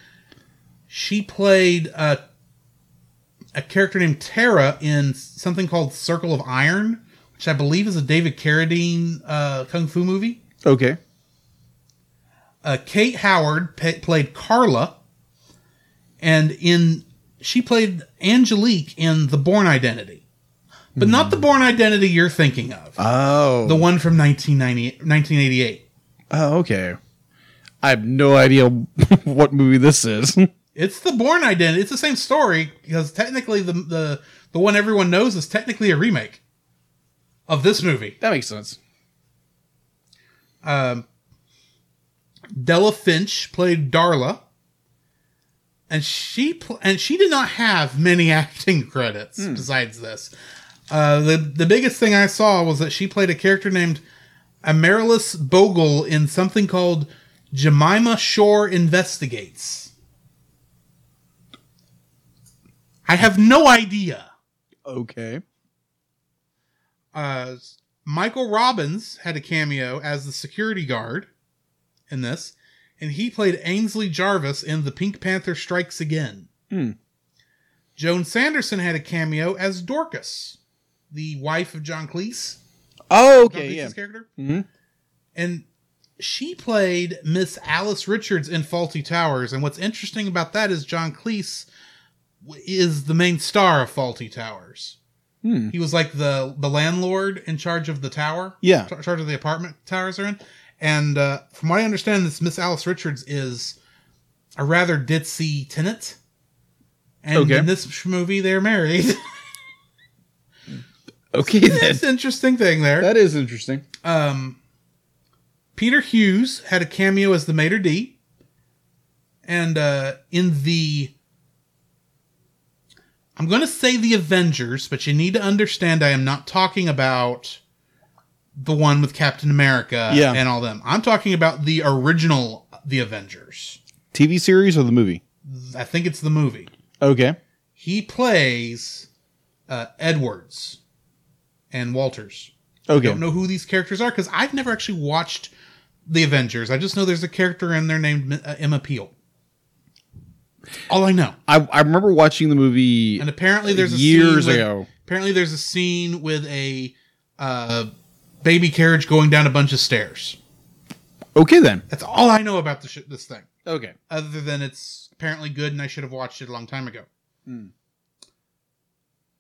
[SPEAKER 1] She played uh, a character named Tara in something called Circle of Iron, which I believe is a David Carradine uh, kung fu movie.
[SPEAKER 2] Okay.
[SPEAKER 1] Uh, Kate Howard pa played Carla, and in she played Angelique in The Born Identity, but not the Born Identity you're thinking of,
[SPEAKER 2] Oh.
[SPEAKER 1] the one from 1990 1988.
[SPEAKER 2] oh, okay. I have no idea what movie this is.
[SPEAKER 1] It's the Born Identity. It's the same story because technically the the the one everyone knows is technically a remake of this movie.
[SPEAKER 2] that makes sense.
[SPEAKER 1] Um, Della Finch played Darla, and she pl- and she did not have many acting credits besides this. Uh, the the biggest thing I saw was that she played a character named Amaryllis Bogle in something called Jemima Shore Investigates. I have no idea.
[SPEAKER 2] Okay.
[SPEAKER 1] Uh, Michael Robbins had a cameo as the security guard in this, and he played Ainsley Jarvis in The Pink Panther Strikes Again.
[SPEAKER 2] Hmm.
[SPEAKER 1] Joan Sanderson had a cameo as Dorcas, the wife of John Cleese.
[SPEAKER 2] Oh,
[SPEAKER 1] John
[SPEAKER 2] okay.
[SPEAKER 1] Cleese's
[SPEAKER 2] Yeah.
[SPEAKER 1] character.
[SPEAKER 2] Mhm.
[SPEAKER 1] And she played Miss Alice Richards in Faulty Towers. And what's interesting about that is John Cleese w- is the main star of Faulty Towers.
[SPEAKER 2] Hmm.
[SPEAKER 1] He was like the the landlord in charge of the tower.
[SPEAKER 2] Yeah.
[SPEAKER 1] in charge of the apartment towers are in. And uh, from what I understand, this Miss Alice Richards is a rather ditzy tenant. And
[SPEAKER 2] Okay.
[SPEAKER 1] in this sh- movie, they're married.
[SPEAKER 2] Okay. Then.
[SPEAKER 1] it's an interesting thing there.
[SPEAKER 2] That is interesting.
[SPEAKER 1] Um, Peter Hughes had a cameo as the Mater D, and uh, in the I'm going to say the Avengers, but you need to understand I am not talking about the one with Captain America
[SPEAKER 2] Yeah.
[SPEAKER 1] and all them. I'm talking about the original The Avengers.
[SPEAKER 2] TV series or the movie?
[SPEAKER 1] I think it's the movie.
[SPEAKER 2] Okay.
[SPEAKER 1] He plays uh, Edwards and Walters
[SPEAKER 2] Okay.
[SPEAKER 1] don't know who these characters are because I've never actually watched the Avengers. I just know there's a character in there named uh, Emma Peel. All I know.
[SPEAKER 2] I, I remember watching the movie
[SPEAKER 1] And apparently there's a
[SPEAKER 2] years
[SPEAKER 1] scene with-
[SPEAKER 2] ago.
[SPEAKER 1] apparently there's a scene with a uh, baby carriage going down a bunch of stairs.
[SPEAKER 2] Okay, then.
[SPEAKER 1] That's all I know about the sh- this thing,
[SPEAKER 2] Okay.
[SPEAKER 1] other than it's apparently good and I should have watched it a long time ago.
[SPEAKER 2] Hmm.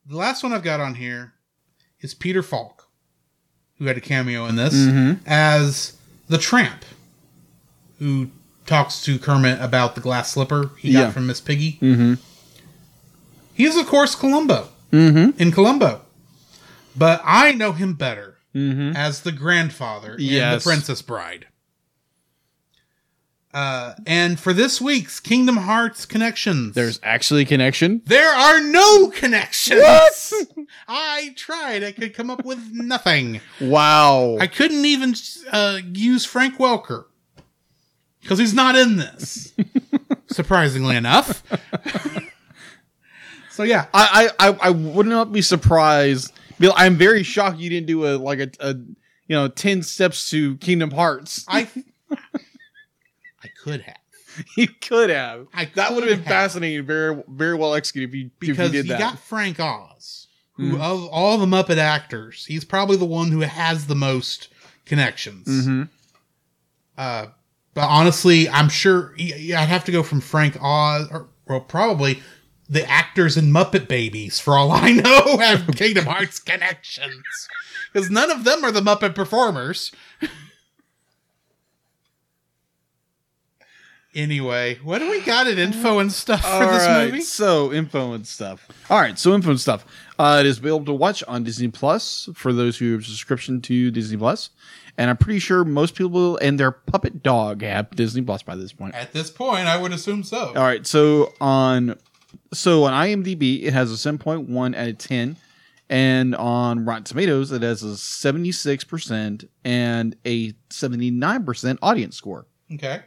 [SPEAKER 1] The last one I've got on here is Peter Falk, who had a cameo in this.
[SPEAKER 2] Mm-hmm.
[SPEAKER 1] as the tramp who talks to Kermit about the glass slipper he
[SPEAKER 2] Yeah.
[SPEAKER 1] got from Miss Piggy.
[SPEAKER 2] Mm-hmm.
[SPEAKER 1] He is, of course, Columbo
[SPEAKER 2] Mm-hmm.
[SPEAKER 1] in Columbo. But I know him better
[SPEAKER 2] Mm-hmm.
[SPEAKER 1] as the grandfather in
[SPEAKER 2] Yes.
[SPEAKER 1] The Princess Bride. Uh, and for this week's Kingdom Hearts connections,
[SPEAKER 2] There's actually a connection.
[SPEAKER 1] there are no connections.
[SPEAKER 2] What?
[SPEAKER 1] I tried. I could come up with nothing.
[SPEAKER 2] Wow.
[SPEAKER 1] I couldn't even uh, use Frank Welker because he's not in this, surprisingly enough. so yeah,
[SPEAKER 2] I, I, I, I would not be surprised. Bill, I'm very shocked you didn't do a like a, a you know ten steps to Kingdom Hearts.
[SPEAKER 1] I I could have.
[SPEAKER 2] you could have.
[SPEAKER 1] I
[SPEAKER 2] That would have
[SPEAKER 1] could
[SPEAKER 2] been fascinating. Very very well executed if you
[SPEAKER 1] because
[SPEAKER 2] if you
[SPEAKER 1] you,
[SPEAKER 2] did that.
[SPEAKER 1] got Frank Oz, who
[SPEAKER 2] Mhm.
[SPEAKER 1] of all the Muppet actors, he's probably the one who has the most connections.
[SPEAKER 2] Mhm.
[SPEAKER 1] Uh, but honestly, I'm sure y- y- I'd have to go from Frank Oz, or well, probably the actors in Muppet Babies, for all I know, have Kingdom Hearts connections. Because none of them are the Muppet performers. anyway, what do we got at info and stuff for this
[SPEAKER 2] Alright,
[SPEAKER 1] movie?
[SPEAKER 2] So info and stuff. All right, so info and stuff. Uh, it is available to watch on Disney Plus for those who have subscription to Disney Plus, and I'm pretty sure most people and their puppet dog have Disney Plus by this point.
[SPEAKER 1] At this point, I would assume so.
[SPEAKER 2] All right, so on so on IMDb it has a 7.1 out of 10, and on Rotten Tomatoes it has a 76 percent and a 79 percent audience score.
[SPEAKER 1] Okay.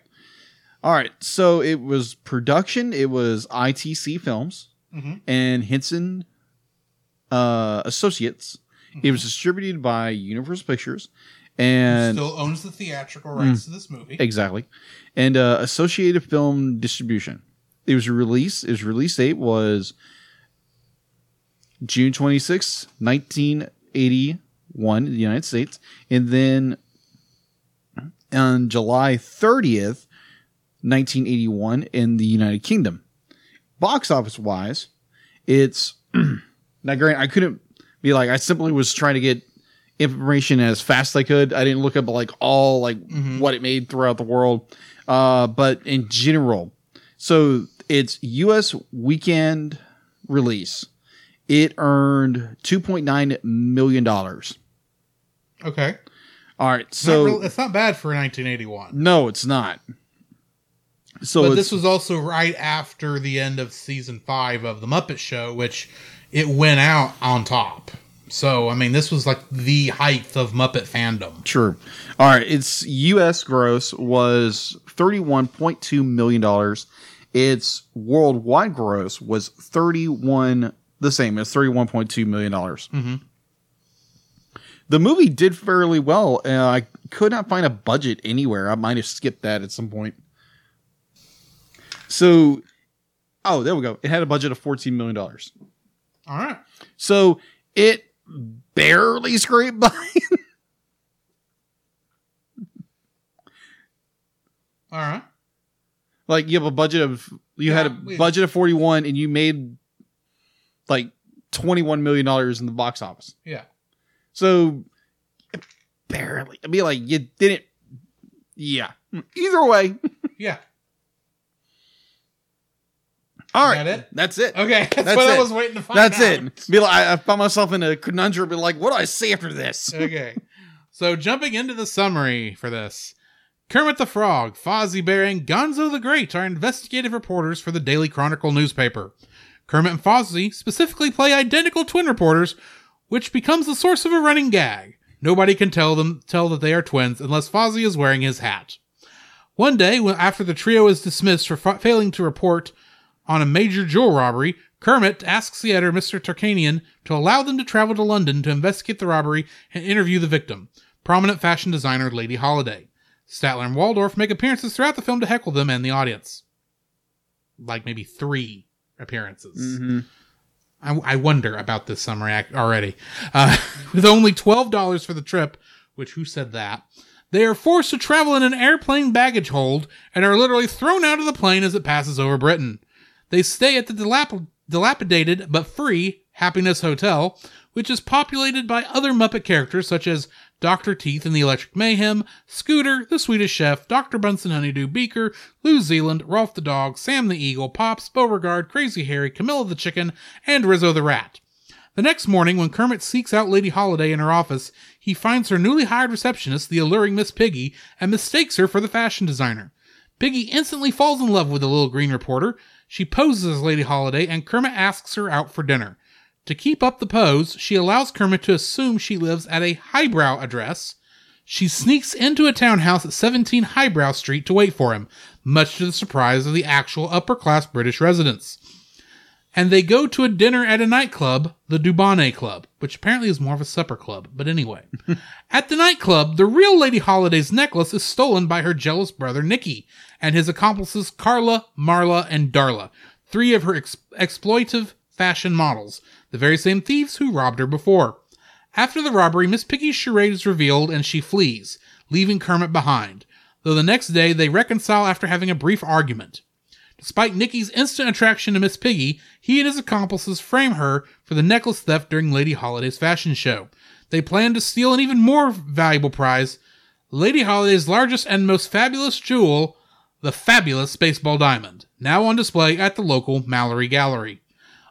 [SPEAKER 2] All right, so it was production. It was ITC Films
[SPEAKER 1] Mhm.
[SPEAKER 2] and Henson uh, Associates. It was distributed by Universal Pictures and Hmm.
[SPEAKER 1] Still owns the theatrical rights to this movie.
[SPEAKER 2] exactly, and uh, Associated Film Distribution. It was released. Its release date was June twenty sixth, nineteen eighty one, in the United States, and then on July thirtieth, 1981 in the United Kingdom. Box office wise, it's now granted I couldn't be like I simply was trying to get information as fast as I could. I didn't look up like all like what it made throughout the world. Uh but in general, so it's US weekend release. It earned 2.9 million dollars.
[SPEAKER 1] Okay.
[SPEAKER 2] All right,
[SPEAKER 1] So
[SPEAKER 2] so
[SPEAKER 1] it's not bad for 1981.
[SPEAKER 2] no, it's not. So
[SPEAKER 1] but
[SPEAKER 2] it's-
[SPEAKER 1] this was also right after the end of season five of The Muppet Show, which it went out on top. So, I mean, this was like the height of Muppet fandom.
[SPEAKER 2] True. All right. Its U.S. gross was thirty-one point two million dollars. Its worldwide gross was thirty-one, the same as thirty-one point two million dollars.
[SPEAKER 1] Mhm.
[SPEAKER 2] The movie did fairly well. Uh, I could not find a budget anywhere. I might have skipped that at some point. So, oh, there we go. It had a budget of fourteen million dollars.
[SPEAKER 1] All right.
[SPEAKER 2] So it barely scraped by.
[SPEAKER 1] All right.
[SPEAKER 2] like you have a budget of you had a
[SPEAKER 1] Yeah, we-
[SPEAKER 2] budget of 41 and you made like 21 million dollars in the box office
[SPEAKER 1] Yeah.
[SPEAKER 2] so barely i mean like you didn't yeah either way
[SPEAKER 1] Yeah.
[SPEAKER 2] all
[SPEAKER 1] That
[SPEAKER 2] right
[SPEAKER 1] it?
[SPEAKER 2] that's it
[SPEAKER 1] Okay. That's,
[SPEAKER 2] That's
[SPEAKER 1] what I
[SPEAKER 2] it.
[SPEAKER 1] was waiting to find
[SPEAKER 2] that's
[SPEAKER 1] out.
[SPEAKER 2] it be like I, I found myself in a conundrum be like what do i say after this
[SPEAKER 1] okay. So jumping into the summary for this. Kermit the Frog, Fozzie Bear, and Gonzo the Great are investigative reporters for the Daily Chronicle newspaper. Kermit and Fozzie specifically play identical twin reporters, which becomes the source of a running gag. Nobody can tell them tell that they are twins unless Fozzie is wearing his hat. One day, when after the trio is dismissed for fa- failing to report on a major jewel robbery, Kermit asks the editor, Mr. Tarkanian, to allow them to travel to London to investigate the robbery and interview the victim, prominent fashion designer Lady Holiday. Statler and Waldorf make appearances throughout the film to heckle them and the audience. Like maybe three appearances.
[SPEAKER 2] Mhm.
[SPEAKER 1] I, I wonder about this summer act already. Uh, with only $12 for the trip, which who said that? They are forced to travel in an airplane baggage hold and are literally thrown out of the plane as it passes over Britain. They stay at the dilap- dilapidated but free Happiness Hotel, which is populated by other Muppet characters such as Dr. Teeth and the Electric Mayhem, Scooter, the Swedish Chef, Dr. Bunsen Honeydew Beaker, Lou Zealand, Rolf the Dog, Sam the Eagle, Pops, Beauregard, Crazy Harry, Camilla the Chicken, and Rizzo the Rat. The next morning, when Kermit seeks out Lady Holiday in her office, he finds her newly hired receptionist, the alluring Miss Piggy, and mistakes her for the fashion designer. Biggie instantly falls in love with the little green reporter. She poses as Lady Holiday, and Kermit asks her out for dinner. To keep up the pose, she allows Kermit to assume she lives at a highbrow address. She sneaks into a townhouse at 17 Highbrow Street to wait for him, much to the surprise of the actual upper class British residents. And they go to a dinner at a nightclub, the Dubonnet Club, which apparently is more of a supper club, but anyway. at the nightclub, the real Lady Holiday's necklace is stolen by her jealous brother Nicky and his accomplices Carla, Marla, and Darla, three of her ex- exploitive fashion models, the very same thieves who robbed her before. After the robbery, Miss Piggy's charade is revealed and she flees, leaving Kermit behind, though the next day they reconcile after having a brief argument. Despite Nicky's instant attraction to Miss Piggy, he and his accomplices frame her for the necklace theft during Lady Holiday's fashion show. They plan to steal an even more valuable prize Lady Holiday's largest and most fabulous jewel, the fabulous Spaceball Diamond, now on display at the local Mallory Gallery.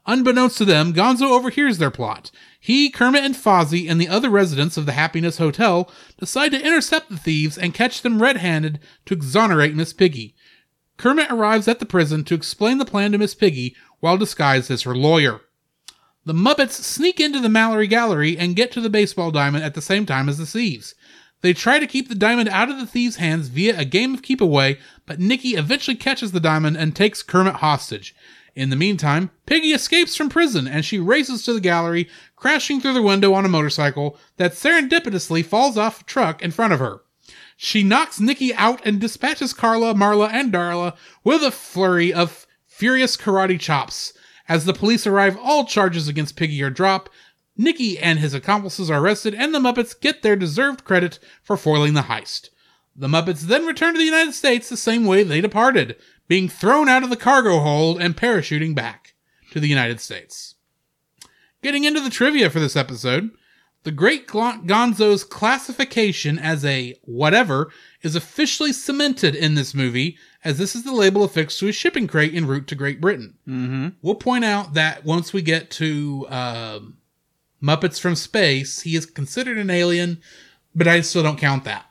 [SPEAKER 1] Unbeknownst to them, Gonzo overhears their plot. He, Kermit, and Fozzie, and the other residents of the Happiness Hotel decide to intercept the thieves and catch them red handed to exonerate Miss Piggy. Kermit arrives at the prison to explain the plan to Miss Piggy while disguised as her lawyer. The Muppets sneak into the Mallory Gallery and get to the baseball diamond at the same time as the thieves. They try to keep the diamond out of the thieves' hands via a game of keep away, but Nicky eventually catches the diamond and takes Kermit hostage. In the meantime, Piggy escapes from prison and she races to the gallery, crashing through the window on a motorcycle that serendipitously falls off a truck in front of her. She knocks Nikki out and dispatches Carla, Marla, and Darla with a flurry of furious karate chops. As the police arrive, all charges against Piggy are dropped. Nikki and his accomplices are arrested, and the Muppets get their deserved credit for foiling the heist. The Muppets then return to the United States the same way they departed, being thrown out of the cargo hold and parachuting back to the United States. Getting into the trivia for this episode, the Great Gon- Gonzo's classification as a whatever is officially cemented in this movie, as this is the label affixed to a shipping crate en route to Great Britain.
[SPEAKER 2] Mm-hmm.
[SPEAKER 1] We'll point out that once we get to um, Muppets from Space, he is considered an alien, but I still don't count that.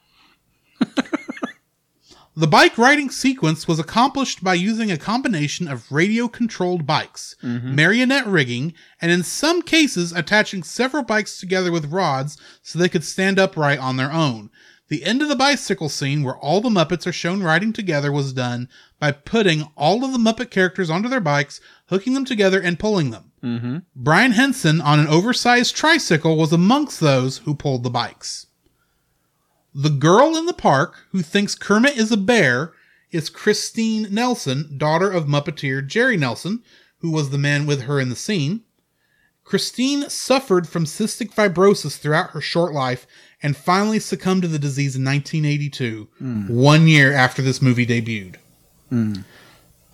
[SPEAKER 1] the bike riding sequence was accomplished by using a combination of radio controlled bikes, marionette rigging, and in some cases attaching several bikes together with rods so they could stand upright on their own. The end of the bicycle scene, where all the Muppets are shown riding together, was done by putting all of the Muppet characters onto their bikes, hooking them together, and pulling them.
[SPEAKER 2] Mm-hmm.
[SPEAKER 1] Brian Henson on an oversized tricycle was amongst those who pulled the bikes. The girl in the park who thinks Kermit is a bear is Christine Nelson, daughter of Muppeteer Jerry Nelson, who was the man with her in the scene. Christine suffered from cystic fibrosis throughout her short life and finally succumbed to the disease in 1982, one year after this movie debuted.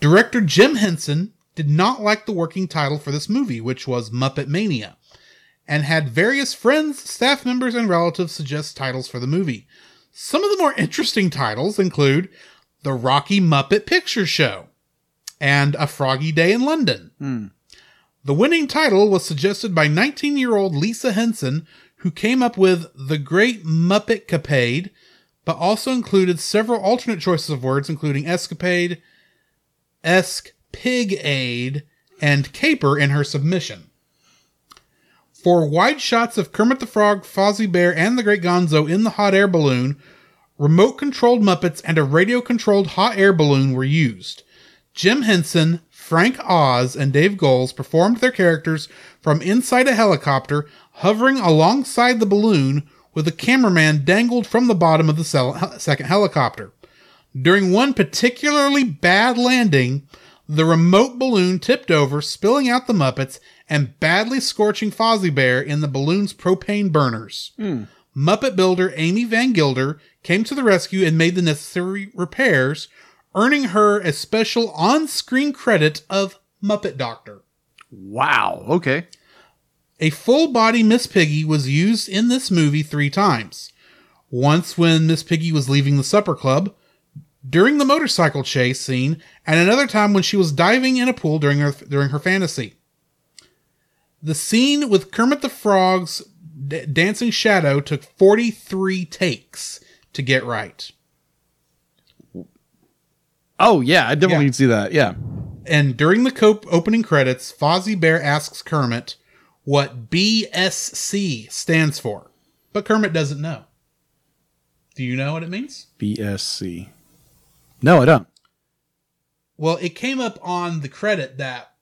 [SPEAKER 1] Director Jim Henson did not like the working title for this movie, which was Muppet Mania, and had various friends, staff members, and relatives suggest titles for the movie. Some of the more interesting titles include The Rocky Muppet Picture Show and A Froggy Day in London. The winning title was suggested by 19 year old Lisa Henson, who came up with The Great Muppet Capade, but also included several alternate choices of words, including escapade, esque pig aid and caper in her submission. For wide shots of Kermit the Frog, Fozzie Bear, and the Great Gonzo in the hot air balloon, remote controlled Muppets and a radio controlled hot air balloon were used. Jim Henson, Frank Oz, and Dave Goles performed their characters from inside a helicopter, hovering alongside the balloon with a cameraman dangled from the bottom of the sel- second helicopter. During one particularly bad landing, the remote balloon tipped over, spilling out the Muppets and badly scorching Fozzie Bear in the balloon's propane burners. Muppet builder Amy Van Gilder came to the rescue and made the necessary repairs, earning her a special on screen credit of Muppet Doctor.
[SPEAKER 2] Wow. Okay.
[SPEAKER 1] A full body Miss Piggy was used in this movie three times. Once when Miss Piggy was leaving the supper club, during the motorcycle chase scene, and another time when she was diving in a pool during her during her fantasy. The scene with Kermit the Frog's d- dancing shadow took 43 takes to get right.
[SPEAKER 2] Oh yeah, I definitely
[SPEAKER 1] Yeah.
[SPEAKER 2] see that. Yeah.
[SPEAKER 1] And during the Cope opening credits, Fozzie Bear asks Kermit what BSC stands for, but Kermit doesn't know. Do you know what it means?
[SPEAKER 2] BSC. No, I don't.
[SPEAKER 1] Well, it came up on the credit that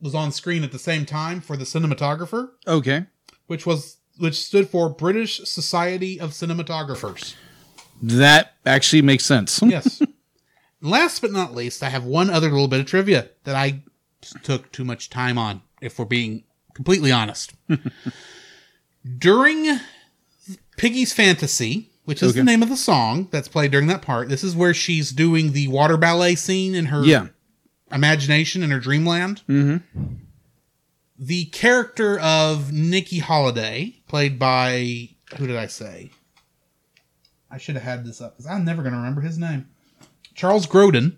[SPEAKER 1] was on screen at the same time for the cinematographer,
[SPEAKER 2] Okay.
[SPEAKER 1] which was which stood for British Society of Cinematographers.
[SPEAKER 2] That actually makes sense.
[SPEAKER 1] Yes. Last but not least, I have one other little bit of trivia that I took too much time on, if we're being completely honest. during Piggy's Fantasy, which is
[SPEAKER 2] Okay.
[SPEAKER 1] the name of the song that's played during that part, this is where she's doing the water ballet scene in her
[SPEAKER 2] Yeah.
[SPEAKER 1] imagination in her dreamland. The character of Nikki Holiday, played by who did I say? I should have had this up because I'm never going to remember his name. Charles Grodin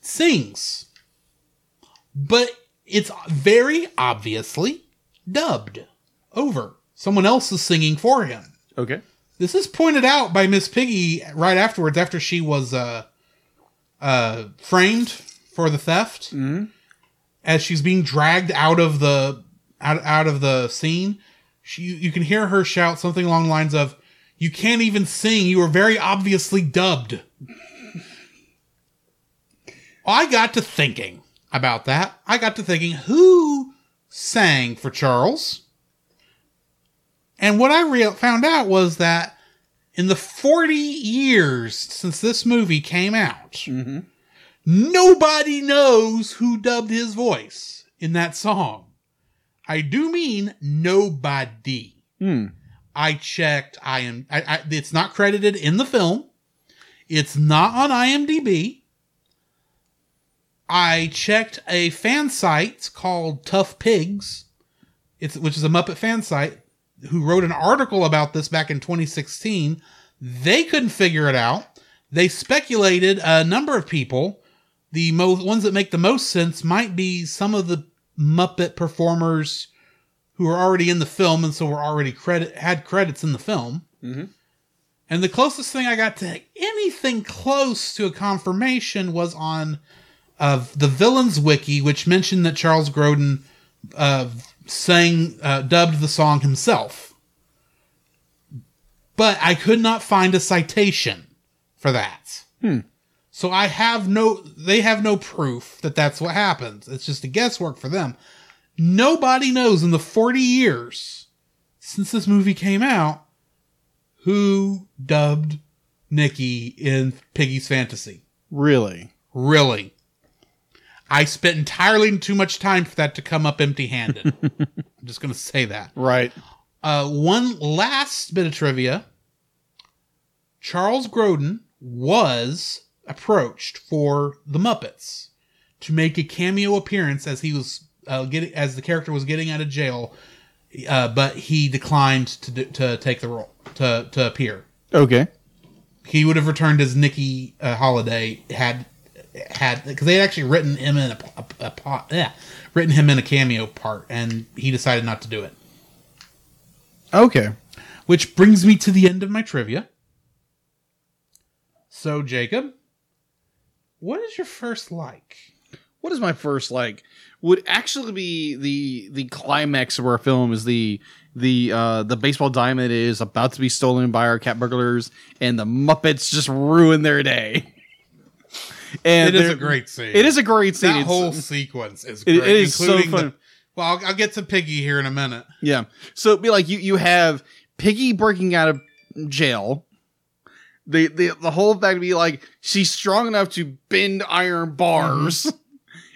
[SPEAKER 1] sings, but it's very obviously dubbed over. Someone else is singing for him.
[SPEAKER 2] Okay.
[SPEAKER 1] This is pointed out by Miss Piggy right afterwards, after she was uh, uh, framed for the theft, as she's being dragged out of the out, out of the scene. She, you, you can hear her shout something along the lines of, "You can't even sing. You were very obviously dubbed." I got to thinking about that. I got to thinking who sang for Charles. And what I real found out was that in the 40 years since this movie came out,
[SPEAKER 2] Mm-hmm.
[SPEAKER 1] nobody knows who dubbed his voice in that song. I do mean nobody.
[SPEAKER 2] Hmm.
[SPEAKER 1] I checked. I am. I, I, it's not credited in the film. It's not on IMDb. I checked a fan site called Tough Pigs, it's which is a Muppet fan site, who wrote an article about this back in 2016. They couldn't figure it out. They speculated a number of people. The mo- ones that make the most sense might be some of the Muppet performers who were already in the film and so were already credit had credits in the film.
[SPEAKER 2] Mhm.
[SPEAKER 1] And the closest thing I got to anything close to a confirmation was on of the villains wiki, which mentioned that Charles Grodin uh, sang uh, dubbed the song himself. But I could not find a citation for that. So I have no, they have no proof that that's what happens. It's just a guesswork for them. Nobody knows in the 40 years since this movie came out who dubbed Nikki in Piggy's Fantasy.
[SPEAKER 2] Really?
[SPEAKER 1] Really. I spent entirely too much time for that to come up empty handed. I'm just going to say that.
[SPEAKER 2] Right.
[SPEAKER 1] Uh, one last bit of trivia Charles Grodin was approached for the Muppets to make a cameo appearance as he was uh, getting as the character was getting out of jail, uh, but he declined to do, to take the role to to appear.
[SPEAKER 2] Okay.
[SPEAKER 1] He would have returned as Nikki uh, Holiday had had because they had actually written him in a, a, a, pot- yeah, written him in a cameo part, and he decided not to do it.
[SPEAKER 2] Okay.
[SPEAKER 1] Which brings me to the end of my trivia. So, Jacob, what is your first like?
[SPEAKER 2] What is my first like? Would actually be the the climax of our film is the the uh the baseball diamond is about to be stolen by our cat burglars and the Muppets just ruin their day. And
[SPEAKER 1] It is
[SPEAKER 2] they're-
[SPEAKER 1] a great scene.
[SPEAKER 2] It is a great scene.
[SPEAKER 1] that
[SPEAKER 2] It's-
[SPEAKER 1] whole sequence is
[SPEAKER 2] it-
[SPEAKER 1] great.
[SPEAKER 2] it is so
[SPEAKER 1] including the-
[SPEAKER 2] fun.
[SPEAKER 1] well, I'll, I'll get to Piggy here in a minute.
[SPEAKER 2] Yeah. So it'd be like you you have Piggy breaking out of jail. The the the whole fact would be like she's strong enough to bend iron bars.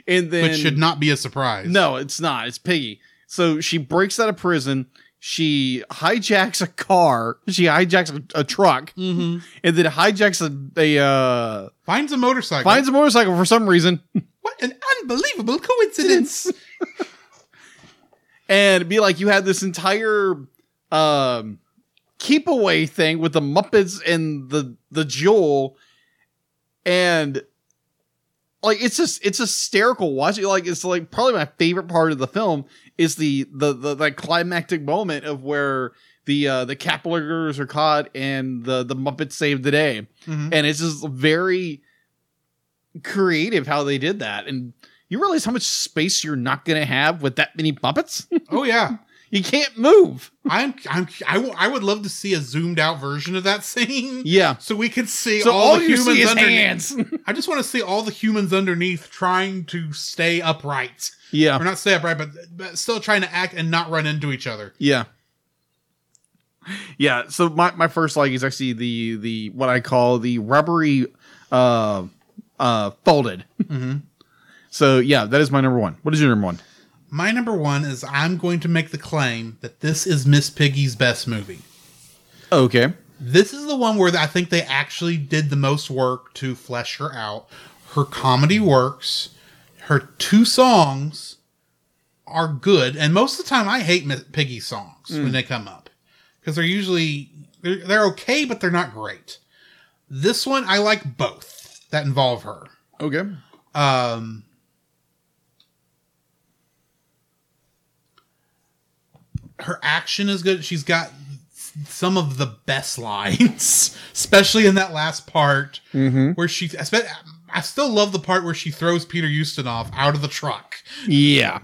[SPEAKER 2] And then
[SPEAKER 1] Which should not be a surprise.
[SPEAKER 2] No, it's not. It's Piggy. So she breaks out of prison. She hijacks a car. She hijacks a, a truck
[SPEAKER 1] Mm-hmm.
[SPEAKER 2] and then hijacks a, a uh
[SPEAKER 1] Finds a motorcycle.
[SPEAKER 2] finds a motorcycle for some reason.
[SPEAKER 1] what an unbelievable coincidence.
[SPEAKER 2] and be like you had this entire um keep away thing with the muppets and the the jewel and like it's just it's hysterical watching like it's like probably my favorite part of the film is the the the, the climactic moment of where the uh the capligers are caught and the the muppets save the day
[SPEAKER 1] Mhm.
[SPEAKER 2] and it's just very creative how they did that. And you realize how much space you're not going to have with that many puppets?
[SPEAKER 1] Oh yeah,
[SPEAKER 2] you can't move.
[SPEAKER 1] I'm I'm I, w- I would love to see a zoomed out version of that scene.
[SPEAKER 2] Yeah.
[SPEAKER 1] So we could see
[SPEAKER 2] So
[SPEAKER 1] all,
[SPEAKER 2] all
[SPEAKER 1] the
[SPEAKER 2] you
[SPEAKER 1] humans
[SPEAKER 2] see is
[SPEAKER 1] underneath.
[SPEAKER 2] hands.
[SPEAKER 1] I just want to see all the humans underneath trying to stay upright,
[SPEAKER 2] Yeah.
[SPEAKER 1] or not stay upright, but, but still trying to act and not run into each other.
[SPEAKER 2] Yeah. Yeah. So my, my first like is actually the the what I call the rubbery uh uh folded. So yeah, that is my number one. What is your number one?
[SPEAKER 1] My number one is I'm going to make the claim that this is Miss Piggy's best movie.
[SPEAKER 2] Okay.
[SPEAKER 1] This is the one where I think they actually did the most work to flesh her out. Her comedy works. Her two songs are good, and most of the time I hate Miss Piggy songs when they come up because they're usually they're, they're okay, but they're not great. This one I like both that involve her.
[SPEAKER 2] Okay.
[SPEAKER 1] Um, her action is good. She's got s- some of the best lines, especially in that last part
[SPEAKER 2] Mm. Mm-hmm.
[SPEAKER 1] where she. I, spe- I still love the part where she throws Peter Ustinov out of the truck,
[SPEAKER 2] Yeah.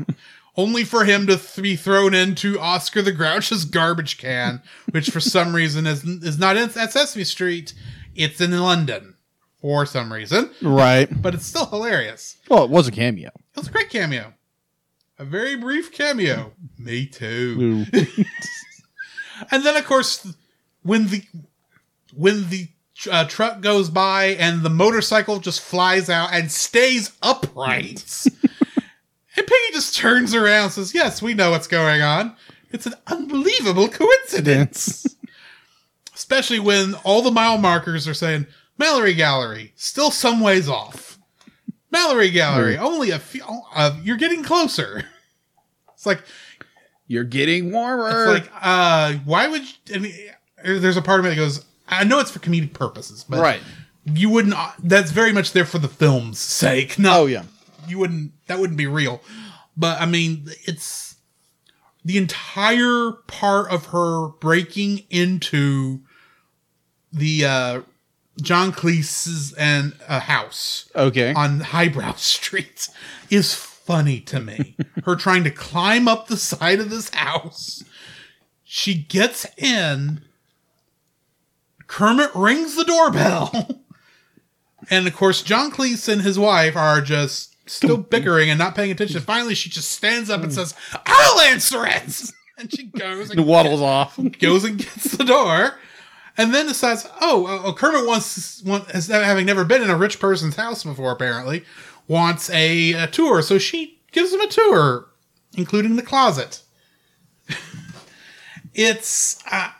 [SPEAKER 1] only for him to th- be thrown into Oscar the Grouch's garbage can, which for some reason is is not in, at Sesame Street. It's in London for some reason,
[SPEAKER 2] right.
[SPEAKER 1] but it's still hilarious.
[SPEAKER 2] Well, it was a cameo.
[SPEAKER 1] It was a great cameo. A very brief cameo. Me too. And then, of course, when the when the uh, truck goes by and the motorcycle just flies out and stays upright, and Piggy just turns around and says, "Yes, we know what's going on. It's an unbelievable coincidence." Especially when all the mile markers are saying Mallory Gallery, still some ways off. Mallory Gallery, only a few. Uh, you're getting closer. It's like
[SPEAKER 2] You're getting warmer.
[SPEAKER 1] it's like, uh, why would you, I mean? er, There's a part of me that goes, I know it's for comedic purposes, but
[SPEAKER 2] right.
[SPEAKER 1] You wouldn't. uh, That's very much there for the film's sake. No,
[SPEAKER 2] Oh yeah.
[SPEAKER 1] you wouldn't. That wouldn't be real. But I mean, it's the entire part of her breaking into the uh, John Cleese's and uh, house
[SPEAKER 2] Okay.
[SPEAKER 1] on highbrow streets is funny to me. Her trying to climb up the side of this house. She gets in. Kermit rings the doorbell. And of course, John Cleese and his wife are just still bickering and not paying attention. Finally, she just stands up and says, I'll answer it. And she goes and
[SPEAKER 2] It waddles off.
[SPEAKER 1] goes and gets the door, and then decides, oh, uh, uh, Kermit wants, wants has, having never been in a rich person's house before, apparently, wants a, a tour. So she gives him a tour, including the closet. it's, uh,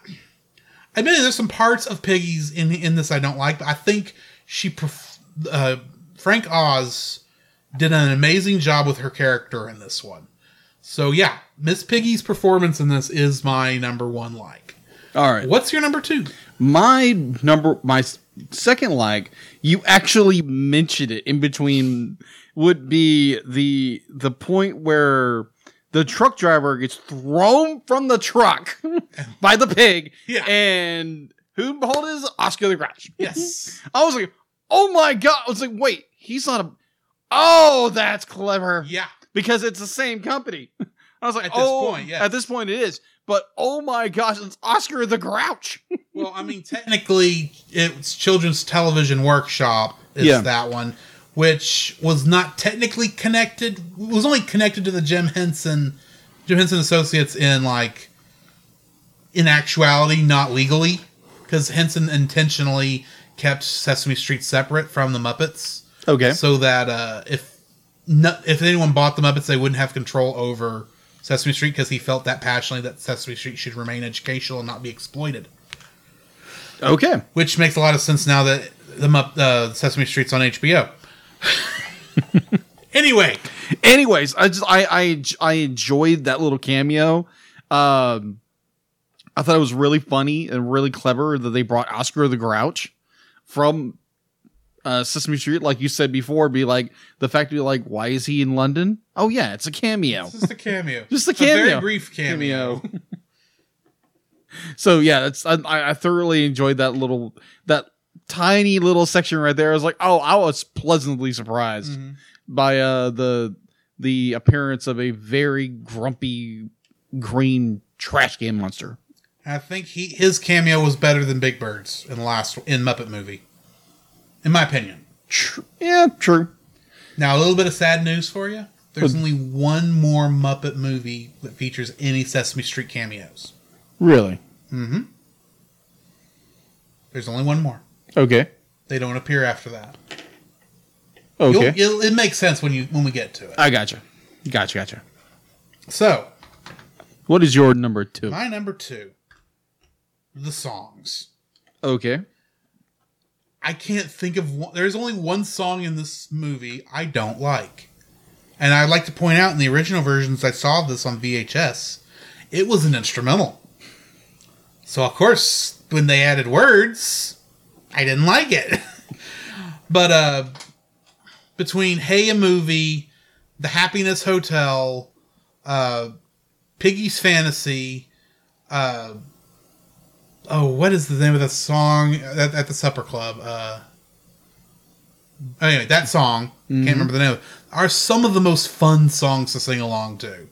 [SPEAKER 1] admittedly, there's some parts of Piggy's in in this I don't like, but I think she, pref- uh, Frank Oz, did an amazing job with her character in this one. So yeah, Miss Piggy's performance in this is my number one like.
[SPEAKER 2] All right.
[SPEAKER 1] What's your number two?
[SPEAKER 2] My number, my s- second like, you actually mentioned it in between would be the the point where the truck driver gets thrown from the truck by the pig,
[SPEAKER 1] Yeah.
[SPEAKER 2] and who behold is Oscar the Grouch.
[SPEAKER 1] Yes.
[SPEAKER 2] I was like, oh my god! I was like, wait, he's not a. Oh, that's clever
[SPEAKER 1] yeah.
[SPEAKER 2] because it's the same company. I was like,
[SPEAKER 1] At this
[SPEAKER 2] oh,
[SPEAKER 1] point, yeah.
[SPEAKER 2] at this point it is. But oh my gosh, it's Oscar the Grouch.
[SPEAKER 1] Well, I mean, technically, it's Children's Television Workshop is
[SPEAKER 2] Yeah.
[SPEAKER 1] that one, which was not technically connected. Was only connected to the Jim Henson, Jim Henson Associates in like, in actuality, not legally, because Henson intentionally kept Sesame Street separate from the Muppets.
[SPEAKER 2] Okay.
[SPEAKER 1] so that uh, if no, if anyone bought the Muppets, they wouldn't have control over Sesame Street because he felt that passionately that Sesame Street should remain educational and not be exploited,
[SPEAKER 2] Okay.
[SPEAKER 1] which makes a lot of sense now that the Mupp- uh, Sesame Street's on HBO. anyway,
[SPEAKER 2] Anyways, I just I I I enjoyed that little cameo. Um I thought it was really funny and really clever that they brought Oscar the Grouch from uh Sesame Street like you said before be like the fact to be like why is he in London? Oh yeah, it's a cameo.
[SPEAKER 1] just a cameo,
[SPEAKER 2] Just a
[SPEAKER 1] a
[SPEAKER 2] cameo.
[SPEAKER 1] very brief cameo.
[SPEAKER 2] so yeah, that's I I thoroughly enjoyed that little that tiny little section right there. I was like, oh, I was pleasantly surprised
[SPEAKER 1] Mhm.
[SPEAKER 2] by uh, the the appearance of a very grumpy green trash can monster.
[SPEAKER 1] I think he his cameo was better than Big Bird's in the last in Muppet movie, in my opinion.
[SPEAKER 2] Tr- yeah, true.
[SPEAKER 1] Now a little bit of sad news for you. There's only one more Muppet movie that features any Sesame Street cameos.
[SPEAKER 2] Really?
[SPEAKER 1] Mm-hmm. There's only one more.
[SPEAKER 2] Okay.
[SPEAKER 1] They don't appear after that. You'll-
[SPEAKER 2] Okay.
[SPEAKER 1] you'll- it makes sense when you when we get to it.
[SPEAKER 2] I gotcha. Gotcha. Gotcha.
[SPEAKER 1] So
[SPEAKER 2] What is your number two?
[SPEAKER 1] my number two, the songs.
[SPEAKER 2] Okay.
[SPEAKER 1] I can't think of one. There's only one song in this movie I don't like. And I'd like to point out in the original versions I saw of this on VHS, it was an instrumental. So, of course, when they added words, I didn't like it. but uh, between Hey a Movie, The Happiness Hotel, uh, Piggy's Fantasy, uh, oh, what is the name of the song at, at the supper club? Uh, oh, anyway, that song
[SPEAKER 2] Mm-hmm.
[SPEAKER 1] can't remember the name. Of, it, are some of the most fun songs to sing along to,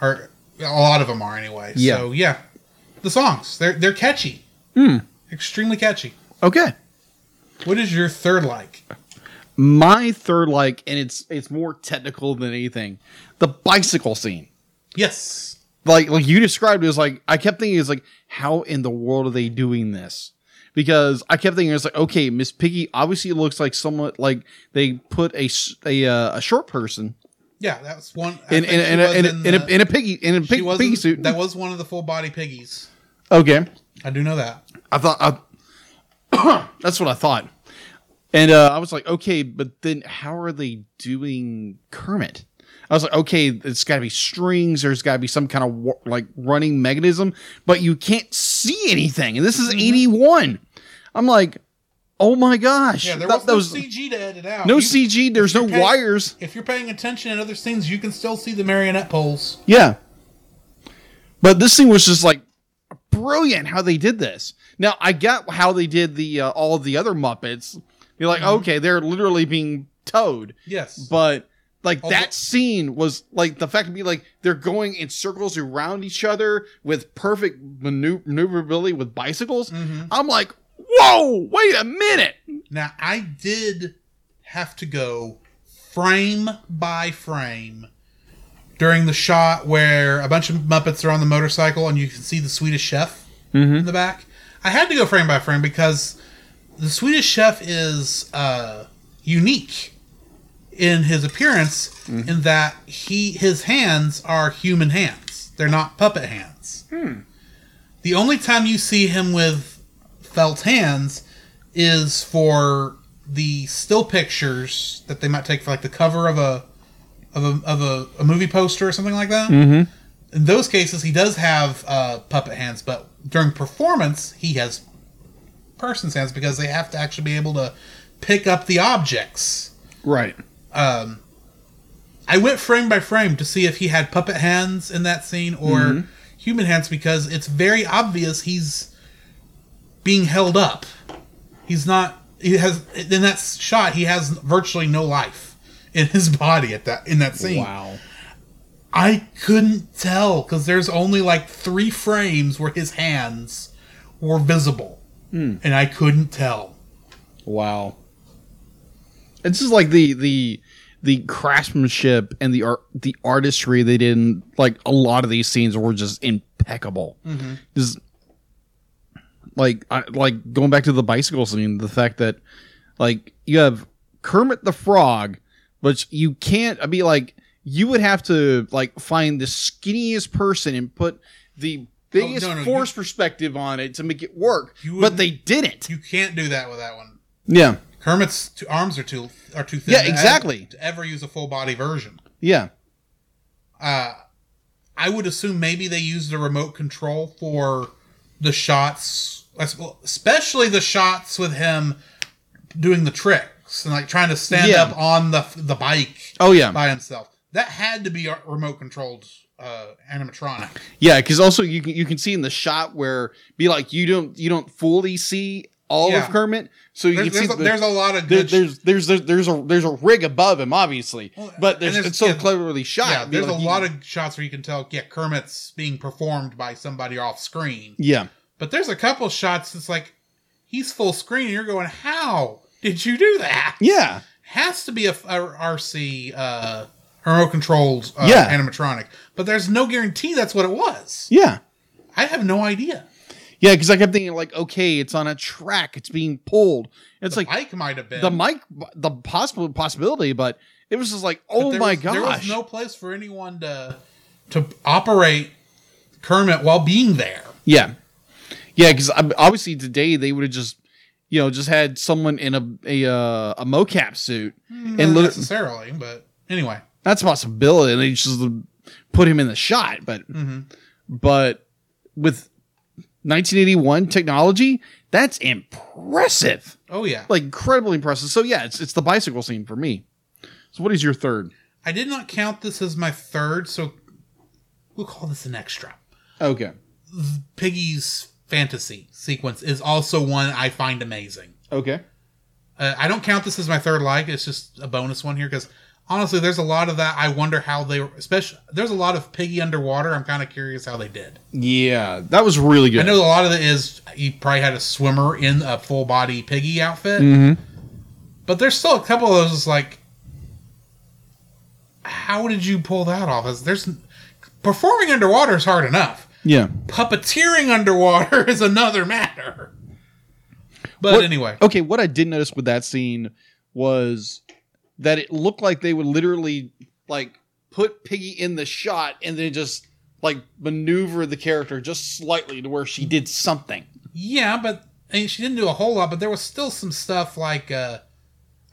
[SPEAKER 1] or a lot of them are anyway.
[SPEAKER 2] Yeah.
[SPEAKER 1] So yeah, the songs they're they're catchy,
[SPEAKER 2] Hmm.
[SPEAKER 1] extremely catchy.
[SPEAKER 2] Okay.
[SPEAKER 1] What is your third like?
[SPEAKER 2] My third like, and it's it's more technical than anything. The bicycle scene.
[SPEAKER 1] Yes,
[SPEAKER 2] like like you described it was like I kept thinking it's like how in the world are they doing this? Because I kept thinking it's like okay, Miss Piggy obviously looks like somewhat like they put a s- a, uh, a short person
[SPEAKER 1] yeah, that was one. I
[SPEAKER 2] in
[SPEAKER 1] think
[SPEAKER 2] in,
[SPEAKER 1] she
[SPEAKER 2] in,
[SPEAKER 1] was
[SPEAKER 2] a, in,
[SPEAKER 1] in
[SPEAKER 2] a, in, a,
[SPEAKER 1] the-
[SPEAKER 2] in a piggy in a
[SPEAKER 1] she
[SPEAKER 2] pig,
[SPEAKER 1] was
[SPEAKER 2] piggy
[SPEAKER 1] in-
[SPEAKER 2] suit.
[SPEAKER 1] That was one of the full body piggies.
[SPEAKER 2] okay,
[SPEAKER 1] I do know that.
[SPEAKER 2] I thought I, that's what I thought, and uh, I was like okay, but then how are they doing Kermit? I was like, okay, it's got to be strings. There's got to be some kind of wa- like running mechanism, but you can't see anything. And this is
[SPEAKER 1] Mm-hmm.
[SPEAKER 2] '81. I'm like, oh my gosh,
[SPEAKER 1] Yeah, there was,
[SPEAKER 2] that, that was
[SPEAKER 1] no CG to edit out.
[SPEAKER 2] no
[SPEAKER 1] You-
[SPEAKER 2] CG. There's no
[SPEAKER 1] Okay.
[SPEAKER 2] wires.
[SPEAKER 1] If you're paying attention in other scenes, you can still see the marionette poles.
[SPEAKER 2] Yeah, but this thing was just like brilliant how they did this. Now I got how they did the uh, all the other Muppets. You're like, okay, they're literally being towed.
[SPEAKER 1] Yes.
[SPEAKER 2] but like
[SPEAKER 1] Oh,
[SPEAKER 2] that
[SPEAKER 1] but-
[SPEAKER 2] scene was like the fact to be like they're going in circles around each other with perfect manu- maneuverability with bicycles.
[SPEAKER 1] Mhm.
[SPEAKER 2] I'm like, whoa, wait a minute.
[SPEAKER 1] Now, I did have to go frame by frame during the shot where a bunch of Muppets are on the motorcycle and you can see the Swedish chef in the back. I had to go frame by frame because the Swedish chef is uh, unique in his appearance in that he his hands are human hands. They're not puppet hands. The only time you see him with felt hands is for the still pictures that they might take for like the cover of a of a, of a, a movie poster or something like that. In those cases, he does have uh, puppet hands, but during performance, he has person's hands because they have to actually be able to pick up the objects.
[SPEAKER 2] Right.
[SPEAKER 1] I went frame by frame to see if he had puppet hands in that scene or
[SPEAKER 2] Mm-hmm.
[SPEAKER 1] human hands because it's very obvious he's being held up. He's not. He has in that shot. He has virtually no life in his body at that in that scene. I couldn't tell because there's only like three frames where his hands were visible,
[SPEAKER 2] Hmm.
[SPEAKER 1] and I couldn't tell.
[SPEAKER 2] Wow. It's just like the the the craftsmanship and the art the artistry they did in like a lot of these scenes were just impeccable.
[SPEAKER 1] Mm-hmm.
[SPEAKER 2] Just like I, like going back to the bicycle scene, the fact that like you have Kermit the Frog, but you can't. I mean, like you would have to like find the skinniest person and put the biggest
[SPEAKER 1] Oh, no, you-
[SPEAKER 2] force perspective on it to make it work,
[SPEAKER 1] You
[SPEAKER 2] but
[SPEAKER 1] wouldn't-
[SPEAKER 2] they didn't.
[SPEAKER 1] You can't do that with that one.
[SPEAKER 2] yeah.
[SPEAKER 1] Kermit's two, arms are too are too thin.
[SPEAKER 2] Yeah,
[SPEAKER 1] to ever-
[SPEAKER 2] exactly.
[SPEAKER 1] To ever use a full body version,
[SPEAKER 2] Yeah.
[SPEAKER 1] uh, I would assume maybe they used a remote control for the shots, especially the shots with him doing the tricks and like trying to stand
[SPEAKER 2] Yeah.
[SPEAKER 1] up on the the bike
[SPEAKER 2] Oh yeah.
[SPEAKER 1] by himself. That had to be a remote controlled uh, animatronic.
[SPEAKER 2] Yeah, because also you can you can see in the shot where be like you don't you don't fully see all
[SPEAKER 1] Yeah.
[SPEAKER 2] of Kermit. So you
[SPEAKER 1] There's,
[SPEAKER 2] can see
[SPEAKER 1] there's, a,
[SPEAKER 2] the-
[SPEAKER 1] there's a lot of
[SPEAKER 2] there,
[SPEAKER 1] good. sh-
[SPEAKER 2] there's there's there's there's a there's a rig above him, obviously,
[SPEAKER 1] Well,
[SPEAKER 2] but
[SPEAKER 1] and
[SPEAKER 2] there's,
[SPEAKER 1] there's-
[SPEAKER 2] it's so
[SPEAKER 1] yeah.
[SPEAKER 2] cleverly shot.
[SPEAKER 1] yeah,
[SPEAKER 2] Be
[SPEAKER 1] there's
[SPEAKER 2] like,
[SPEAKER 1] a
[SPEAKER 2] you-
[SPEAKER 1] lot of shots where you can tell. Yeah, Kermit's being performed by somebody off screen.
[SPEAKER 2] yeah,
[SPEAKER 1] But there's a couple shots that's like he's full screen, and you're going, "How did you do that?"
[SPEAKER 2] yeah,
[SPEAKER 1] Has to be a, a RC uh, remote controlled uh,
[SPEAKER 2] Yeah.
[SPEAKER 1] animatronic, but there's no guarantee that's what it was.
[SPEAKER 2] yeah,
[SPEAKER 1] I have no idea.
[SPEAKER 2] yeah. Because I kept thinking like, okay, it's on a track, it's being pulled. It's
[SPEAKER 1] the
[SPEAKER 2] like
[SPEAKER 1] bike might have been
[SPEAKER 2] the mic, the possible possibility, but it was just like, oh
[SPEAKER 1] But there
[SPEAKER 2] my
[SPEAKER 1] was-
[SPEAKER 2] gosh,
[SPEAKER 1] there was no place for anyone to to operate Kermit while being there.
[SPEAKER 2] Yeah, yeah, because obviously today they would have just, you know, just had someone in a a uh, a mocap suit,
[SPEAKER 1] Not
[SPEAKER 2] and lit-
[SPEAKER 1] necessarily, but anyway,
[SPEAKER 2] that's a possibility, and they just put him in the shot. But but with 1981 technology, that's impressive,
[SPEAKER 1] oh yeah,
[SPEAKER 2] like incredibly impressive. So yeah, it's it's the bicycle scene for me. So what is your third?
[SPEAKER 1] I did not count this as my third, so we'll call this an extra.
[SPEAKER 2] Okay,
[SPEAKER 1] Piggy's fantasy sequence is also one I find amazing.
[SPEAKER 2] okay,
[SPEAKER 1] Uh, I don't count this as my third like; it's just a bonus one here because honestly, there's a lot of that. I wonder how they, especially there's a lot of Piggy underwater. I'm kind of curious how they did.
[SPEAKER 2] yeah, that was really good.
[SPEAKER 1] I know a lot of it is he probably had a swimmer in a full body piggy outfit,
[SPEAKER 2] Mm-hmm.
[SPEAKER 1] but there's still a couple of those like, how did you pull that off? Is There's performing underwater is hard enough.
[SPEAKER 2] yeah.
[SPEAKER 1] Puppeteering underwater is another matter. But
[SPEAKER 2] What-
[SPEAKER 1] anyway,
[SPEAKER 2] Okay, what I did notice with that scene was that it looked like they would literally like put Piggy in the shot and then just like maneuver the character just slightly to where she did something.
[SPEAKER 1] yeah, but and she didn't do a whole lot, but there was still some stuff like. uh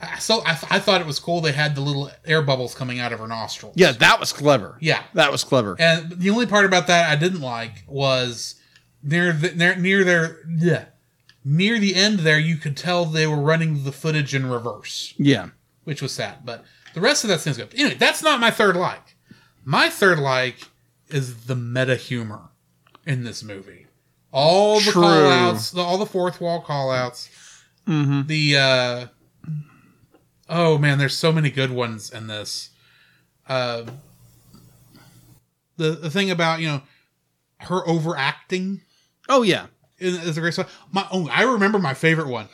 [SPEAKER 1] I- so I, I thought it was cool they had the little air bubbles coming out of her nostrils.
[SPEAKER 2] Yeah, that was clever.
[SPEAKER 1] Yeah.
[SPEAKER 2] That was clever.
[SPEAKER 1] And the only part about that I didn't like was near the, near near their bleh. near the end there you could tell they were running the footage in reverse,
[SPEAKER 2] Yeah.
[SPEAKER 1] which was sad. But the rest of that scene's good. Anyway, that's not my third like. My third like is the meta humor in this movie. All the
[SPEAKER 2] True.
[SPEAKER 1] call outs, the, all the fourth wall call outs.
[SPEAKER 2] Mm-hmm.
[SPEAKER 1] The uh oh man, there's so many good ones in this. Uh the, the thing about you know her overacting
[SPEAKER 2] Oh yeah.
[SPEAKER 1] is, is a great stuff. My oh, I remember my favorite one.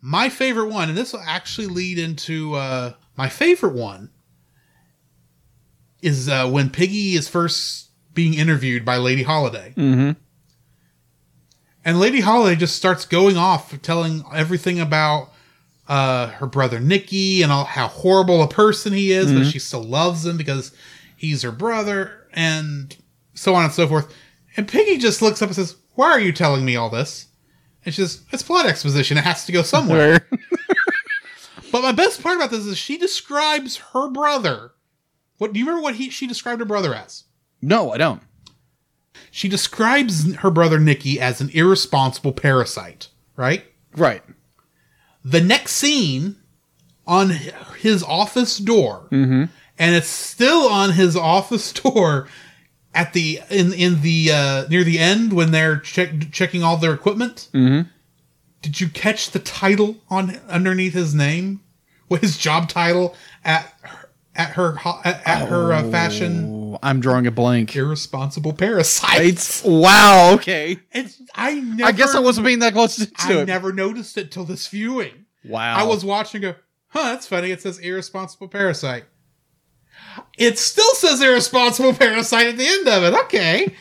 [SPEAKER 1] My favorite one, and this will actually lead into uh, my favorite one, is uh, when Piggy is first being interviewed by Lady Holiday,
[SPEAKER 2] Mhm.
[SPEAKER 1] and Lady Holiday just starts going off, telling everything about uh, her brother Nicky and all, how horrible a person he is, but she still loves him because he's her brother, and so on and so forth. And Piggy just looks up and says, "Why are you telling me all this?" And she says, "It's plot exposition. It has to go somewhere."
[SPEAKER 2] Where?
[SPEAKER 1] But my best part about this is she describes her brother. What do you remember? What he she described her brother as?
[SPEAKER 2] No, I don't.
[SPEAKER 1] She describes her brother Nikki as an irresponsible parasite. Right.
[SPEAKER 2] Right.
[SPEAKER 1] The next scene on his office door,
[SPEAKER 2] Mm-hmm.
[SPEAKER 1] and it's still on his office door at the in in the uh, near the end when they're check, checking all their equipment.
[SPEAKER 2] Mm-hmm.
[SPEAKER 1] Did you catch the title on underneath his name? What his job title at her- at her ho- at, at her uh, fashion
[SPEAKER 2] Oh, I'm drawing a blank.
[SPEAKER 1] irresponsible parasites?
[SPEAKER 2] It's wow, okay.
[SPEAKER 1] It's I never
[SPEAKER 2] I guess I wasn't being that close to
[SPEAKER 1] I
[SPEAKER 2] it.
[SPEAKER 1] never noticed it till this viewing.
[SPEAKER 2] wow.
[SPEAKER 1] I was watching and go, huh, that's funny. It says irresponsible parasite. It still says irresponsible parasite at the end of it. Okay.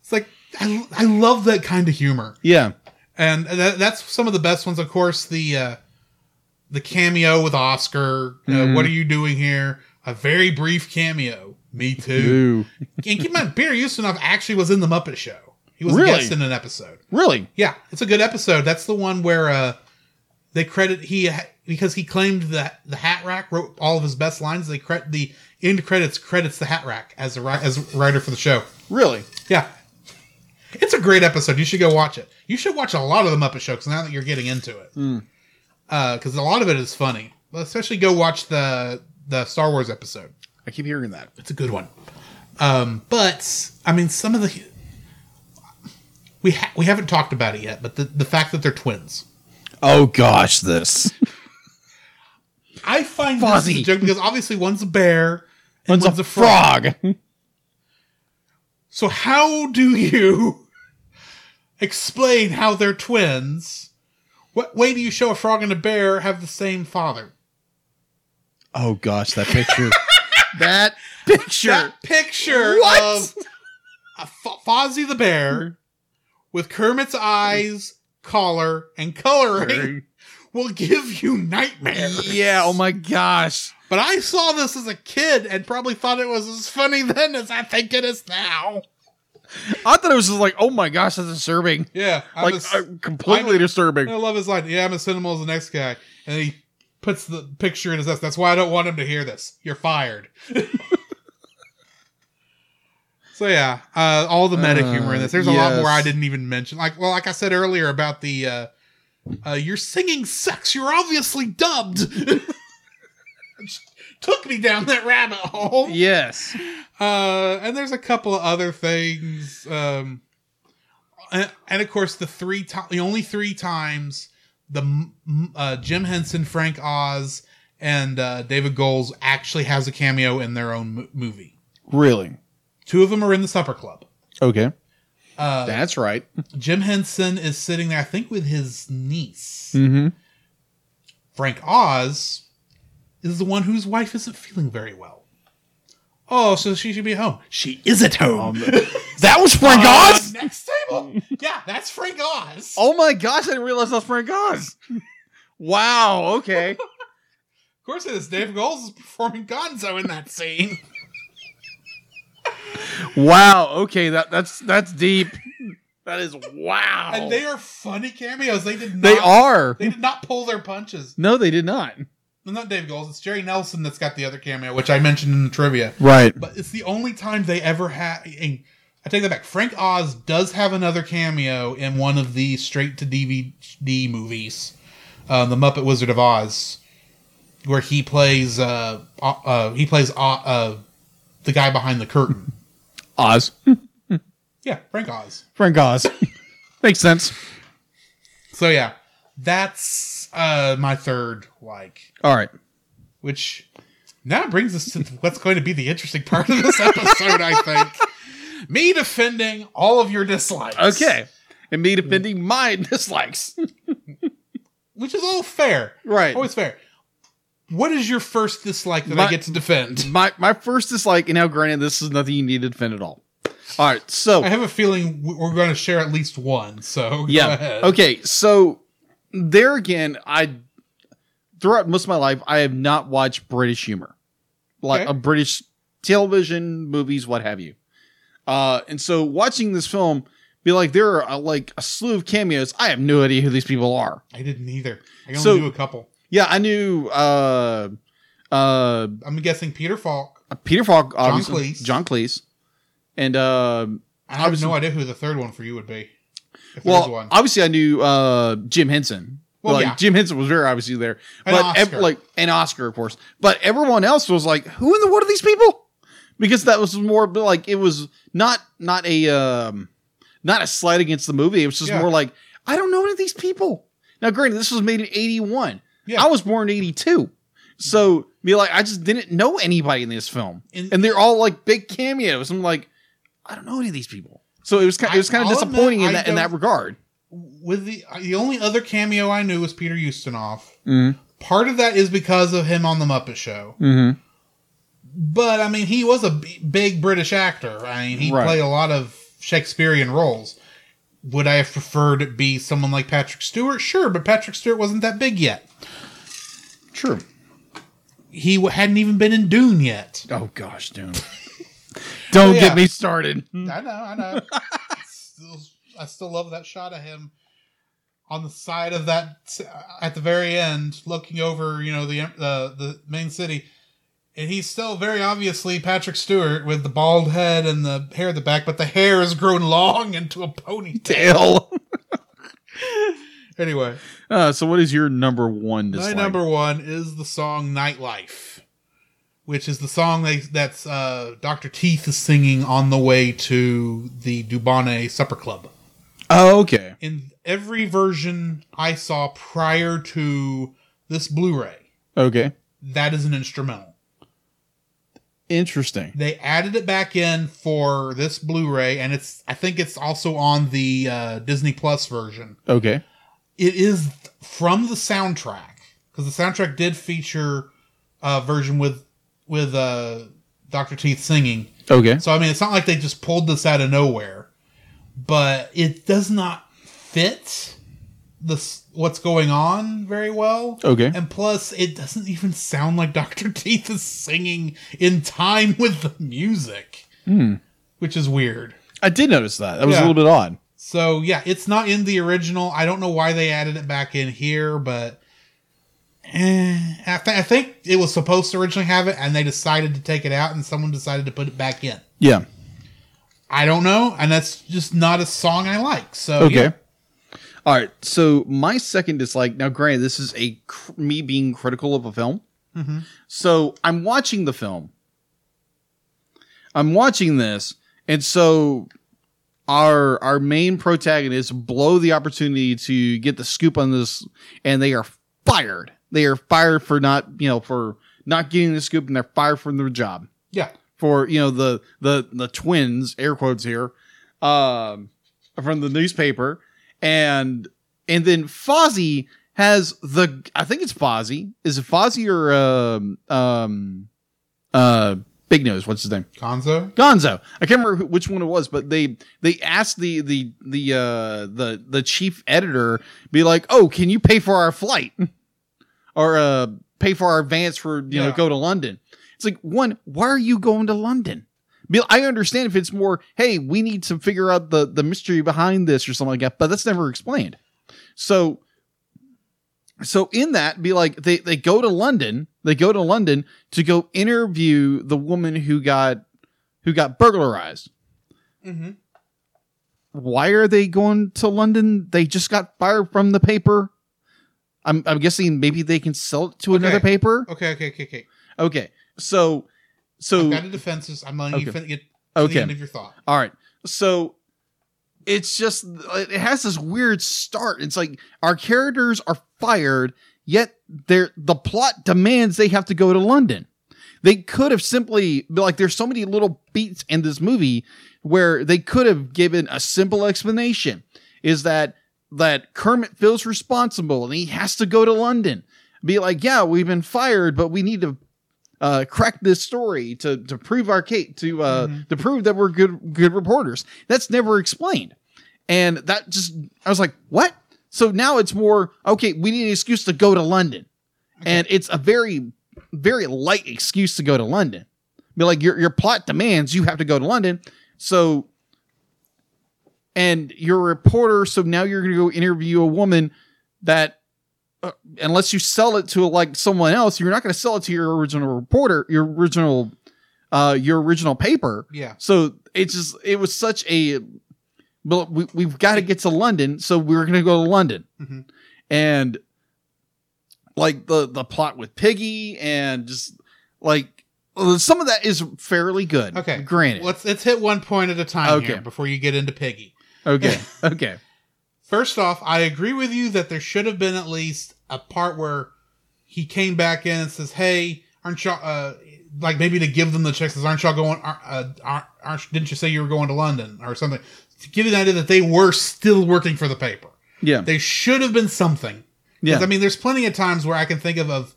[SPEAKER 1] It's like, I, I love that kind of humor.
[SPEAKER 2] Yeah.
[SPEAKER 1] And tha- that's some of the best ones. Of course, the, uh, the cameo with Oscar. Uh, what are you doing here? A very brief cameo. Me too.
[SPEAKER 2] Ooh.
[SPEAKER 1] and keep in mind, Peter Ustinov actually was in the Muppet Show. He was a
[SPEAKER 2] Really?
[SPEAKER 1] guest in an episode.
[SPEAKER 2] Really?
[SPEAKER 1] Yeah, it's a good episode. That's the one where uh, they credit he because he claimed that the Hat Rack wrote all of his best lines. They credit the end credits credits the Hat Rack as a ri- as a writer for the show.
[SPEAKER 2] Really?
[SPEAKER 1] Yeah, it's a great episode. You should go watch it. You should watch a lot of the Muppet Show 'cause now that you're getting into it, because a lot of it is funny. Well, Especially go watch the the Star Wars episode.
[SPEAKER 2] I keep hearing that.
[SPEAKER 1] It's a good one. Um, but I mean, some of the we ha- we haven't talked about it yet, but the, the fact that they're twins.
[SPEAKER 2] Oh gosh, this.
[SPEAKER 1] I find
[SPEAKER 2] Fuzzy.
[SPEAKER 1] this is a joke because obviously one's a bear and
[SPEAKER 2] One's, a, frog.
[SPEAKER 1] So how do you explain how they're twins? What way do you show a frog and a bear have the same father?
[SPEAKER 2] Oh gosh, that picture. that picture.
[SPEAKER 1] That picture
[SPEAKER 2] What?
[SPEAKER 1] of a F- Fozzie the bear with Kermit's eyes, collar, and coloring will give you nightmares.
[SPEAKER 2] yeah. Oh my gosh.
[SPEAKER 1] But I saw this as a kid and probably thought it was as funny then as I think it is now.
[SPEAKER 2] I thought it was just like, oh my gosh, that's disturbing.
[SPEAKER 1] Yeah, I'm
[SPEAKER 2] like
[SPEAKER 1] a s-
[SPEAKER 2] uh, completely
[SPEAKER 1] I'm-
[SPEAKER 2] disturbing.
[SPEAKER 1] I love his line. Yeah, I'm as cynical as the next guy, and he puts the picture in his desk. That's why I don't want him to hear this. You're fired. so yeah, uh, all the meta
[SPEAKER 2] Uh,
[SPEAKER 1] humor in this. There's a lot more
[SPEAKER 2] yes.
[SPEAKER 1] I didn't even mention. Like, well, like I said earlier about the. Uh, uh, you're singing sex. You're obviously dubbed. Which Took me down that rabbit hole.
[SPEAKER 2] Yes.
[SPEAKER 1] Uh, and there's a couple of other things. Um, and, and of course, the three to- the only three times the m- m- uh, Jim Henson, Frank Oz, and uh, David Goles actually has a cameo in their own mo- movie.
[SPEAKER 2] Really.
[SPEAKER 1] Two of them are in the Supper Club.
[SPEAKER 2] Okay.
[SPEAKER 1] Uh,
[SPEAKER 2] That's right.
[SPEAKER 1] Jim Henson is sitting there, I think, with his niece.
[SPEAKER 2] Mm-hmm.
[SPEAKER 1] Frank Oz is the one whose wife isn't feeling very well. Oh, so she should be home. She is at home.
[SPEAKER 2] That was Frank
[SPEAKER 1] Uh,
[SPEAKER 2] Oz.
[SPEAKER 1] next table. Yeah, that's Frank Oz.
[SPEAKER 2] Oh my gosh, I didn't realize that's Frank Oz. wow. Okay.
[SPEAKER 1] Of course it is. Dave Goles is performing Gonzo in that scene.
[SPEAKER 2] Wow. Okay. That that's that's deep. That is wow.
[SPEAKER 1] And they are funny cameos. They did not
[SPEAKER 2] They are.
[SPEAKER 1] they did not pull their punches.
[SPEAKER 2] No, they did not.
[SPEAKER 1] No, not Dave Goles, it's Jerry Nelson that's got the other cameo, which I mentioned in the trivia.
[SPEAKER 2] Right.
[SPEAKER 1] But it's the only time they ever had I take that back. Frank Oz does have another cameo in one of the straight to DVD movies, uh, The Muppet Wizard of Oz, where he plays uh, uh, uh, he plays uh, uh, the guy behind the curtain.
[SPEAKER 2] Oz.
[SPEAKER 1] Yeah, Frank Oz.
[SPEAKER 2] Frank Oz. Makes sense.
[SPEAKER 1] So yeah, that's uh my third like,
[SPEAKER 2] All right.
[SPEAKER 1] which now brings us to what's going to be the interesting part of this episode, I think. Me defending all of your dislikes.
[SPEAKER 2] Okay. And me defending my dislikes.
[SPEAKER 1] Which is all fair.
[SPEAKER 2] Right.
[SPEAKER 1] Always fair. What is your first dislike that I
[SPEAKER 2] My-
[SPEAKER 1] get to defend?
[SPEAKER 2] My my first dislike, and now granted, this is nothing you need to defend at all. All right. So
[SPEAKER 1] I have a feeling we- we're going to share at least one. So go
[SPEAKER 2] yeah.
[SPEAKER 1] ahead.
[SPEAKER 2] Okay. So there again, I throughout most of my life, I have not watched British humor, like
[SPEAKER 1] Okay.
[SPEAKER 2] a British television, movies, what have you. Uh, and so watching this film, be like there are uh, like a slew of cameos. I have no idea who these people are.
[SPEAKER 1] I didn't either. I only
[SPEAKER 2] So-
[SPEAKER 1] knew a couple.
[SPEAKER 2] Yeah, I knew uh, uh,
[SPEAKER 1] I'm guessing Peter Falk.
[SPEAKER 2] Peter Falk, obviously,
[SPEAKER 1] Cleese.
[SPEAKER 2] John Cleese, and uh,
[SPEAKER 1] I have
[SPEAKER 2] Obviously-
[SPEAKER 1] no idea who the third one for you would be. If there was
[SPEAKER 2] well,
[SPEAKER 1] one.
[SPEAKER 2] obviously I knew uh, Jim Henson.
[SPEAKER 1] Well,
[SPEAKER 2] like
[SPEAKER 1] yeah.
[SPEAKER 2] Jim Henson was very obviously there,
[SPEAKER 1] An
[SPEAKER 2] but ev-
[SPEAKER 1] Oscar.
[SPEAKER 2] like an Oscar, of course. But everyone else was like, "Who in the world are these people?" Because that was more but, like it was not not a um, not a slight against the movie. It was just
[SPEAKER 1] Yeah.
[SPEAKER 2] more like I don't know any of these people. Now, granted, this was made in '81.
[SPEAKER 1] Yeah.
[SPEAKER 2] I was born in '82, so be like, I just didn't know anybody in this film,
[SPEAKER 1] In-
[SPEAKER 2] and they're all like big cameos. I'm like, I don't know any of these people. So it was kind, it was
[SPEAKER 1] I-
[SPEAKER 2] kind of
[SPEAKER 1] I'll admit,
[SPEAKER 2] disappointing
[SPEAKER 1] I
[SPEAKER 2] in that in that
[SPEAKER 1] don't-
[SPEAKER 2] regard.
[SPEAKER 1] with the uh, the only other cameo I knew was Peter Ustinov.
[SPEAKER 2] Mhm.
[SPEAKER 1] Part of that is because of him on the Muppet Show,
[SPEAKER 2] Mm-hmm.
[SPEAKER 1] but I mean he was a b- big British actor. I mean he
[SPEAKER 2] Right.
[SPEAKER 1] played a lot of Shakespearean roles. Would I have preferred it be someone like Patrick Stewart? Sure, but Patrick Stewart wasn't that big yet.
[SPEAKER 2] True.
[SPEAKER 1] He w- hadn't even been in Dune yet.
[SPEAKER 2] Oh gosh, dude. Don't
[SPEAKER 1] Yeah.
[SPEAKER 2] get me started.
[SPEAKER 1] I know, I know. still, I still love that shot of him on the side of that at the very end, looking over, you know, the uh, the main city, and he's still very obviously Patrick Stewart with the bald head and the hair at the back, but the hair has grown long into a ponytail.
[SPEAKER 2] Dale.
[SPEAKER 1] Anyway,
[SPEAKER 2] Uh, so what is your number one
[SPEAKER 1] my
[SPEAKER 2] dislike?
[SPEAKER 1] number one is the song "Nightlife." Which is the song they, that's uh, Dr. Teeth is singing on the way to the Dubonnet Supper Club.
[SPEAKER 2] Oh, okay.
[SPEAKER 1] and every version I saw prior to this Blu-ray.
[SPEAKER 2] Okay.
[SPEAKER 1] That is an instrumental.
[SPEAKER 2] Interesting.
[SPEAKER 1] They added it back in for this Blu-ray, and it's I think it's also on the uh, Disney Plus version.
[SPEAKER 2] Okay.
[SPEAKER 1] It is from the soundtrack because the soundtrack did feature a version with with uh, Dr. Teeth singing.
[SPEAKER 2] Okay.
[SPEAKER 1] So I mean, it's not like they just pulled this out of nowhere, but it does not fit this what's going on very well.
[SPEAKER 2] Okay.
[SPEAKER 1] And plus, it doesn't even sound like Doctor Teeth is singing in time with the music, which is weird.
[SPEAKER 2] I did notice that. That was
[SPEAKER 1] Yeah.
[SPEAKER 2] a little bit odd.
[SPEAKER 1] So yeah, it's not in the original. I don't know why they added it back in here, but eh, I, th- I think it was supposed to originally have it, and they decided to take it out, and someone decided to put it back in.
[SPEAKER 2] Yeah.
[SPEAKER 1] I don't know, and that's just not a song I like. So
[SPEAKER 2] Okay.
[SPEAKER 1] yeah.
[SPEAKER 2] Oh, All right. So my second dislike. Now, granted, this is a cr- me being critical of a film.
[SPEAKER 1] Mm-hmm.
[SPEAKER 2] So I'm watching the film. I'm watching this, and so our our main protagonists blow the opportunity to get the scoop on this, and they are fired. They are fired for not you know for not getting the scoop, and they're fired from their job
[SPEAKER 1] yeah,
[SPEAKER 2] for you know the the the twins air quotes here um from the newspaper and and then Fozzie has the I think it's Fozzie is it Fozzie or um um uh Big Nose what's his name
[SPEAKER 1] Gonzo.
[SPEAKER 2] Gonzo. I can't remember who, which one it was, but they they asked the the the uh, the the chief editor be like, "Oh, can you pay for our flight or uh, pay for our advance for you know
[SPEAKER 1] Yeah.
[SPEAKER 2] go to London?" It's like one, why are you going to London? Be- I understand if it's more, hey, we need to figure out the the mystery behind this or something like that, but that's never explained. So so in that be like they they go to london they go to london to go interview the woman who got who got burglarized
[SPEAKER 1] Mm-hmm.
[SPEAKER 2] why are they going to london they just got fired from the paper i'm, I'm guessing maybe they can sell it to another
[SPEAKER 1] Okay.
[SPEAKER 2] paper
[SPEAKER 1] Okay, okay, okay, okay.
[SPEAKER 2] okay so
[SPEAKER 1] I've
[SPEAKER 2] so
[SPEAKER 1] got a defenses. I'm letting you
[SPEAKER 2] Okay.
[SPEAKER 1] fin- get to the
[SPEAKER 2] okay
[SPEAKER 1] end of your thought.
[SPEAKER 2] All right. So it's just it has this weird start. It's like our characters are fired, yet they're the plot demands they have to go to London. They could have simply like there's so many little beats in this movie where they could have given a simple explanation is that that Kermit feels responsible and he has to go to London. Be like, yeah, we've been fired, but we need to uh, crack this story to to prove our case to uh, to prove that we're good good reporters. That's never explained, and that just I was like, what? So now it's more okay. We need an excuse to go to London, and it's a very very light excuse to go to London. Be like your your plot demands you have to go to London, so and you're a reporter. So now you're going to go interview a woman that uh, unless you sell it to like someone else, you're not going to sell it to your original reporter, your original, uh, your original paper.
[SPEAKER 1] Yeah,
[SPEAKER 2] So it's just it was such a, but we we've got to get to London, so we're going to go to London,
[SPEAKER 1] Mhm.
[SPEAKER 2] and like the the plot with Piggy and just like uh, some of that is fairly good.
[SPEAKER 1] Okay.
[SPEAKER 2] granted.
[SPEAKER 1] let's let's hit one point at a time
[SPEAKER 2] Okay.
[SPEAKER 1] here before you get into Piggy.
[SPEAKER 2] Okay, okay,
[SPEAKER 1] First off, I agree with you that there should have been at least a part where he came back in and says, "Hey, aren't y'all uh, like maybe to give them the check? Says, aren't y'all going? ar- Uh, aren't, aren't didn't you say you were going to London or something? To give you the idea that they were still working for the paper.
[SPEAKER 2] yeah,
[SPEAKER 1] They should have been something.
[SPEAKER 2] yeah.
[SPEAKER 1] 'Cause, I mean, there's plenty of times where I can think of, of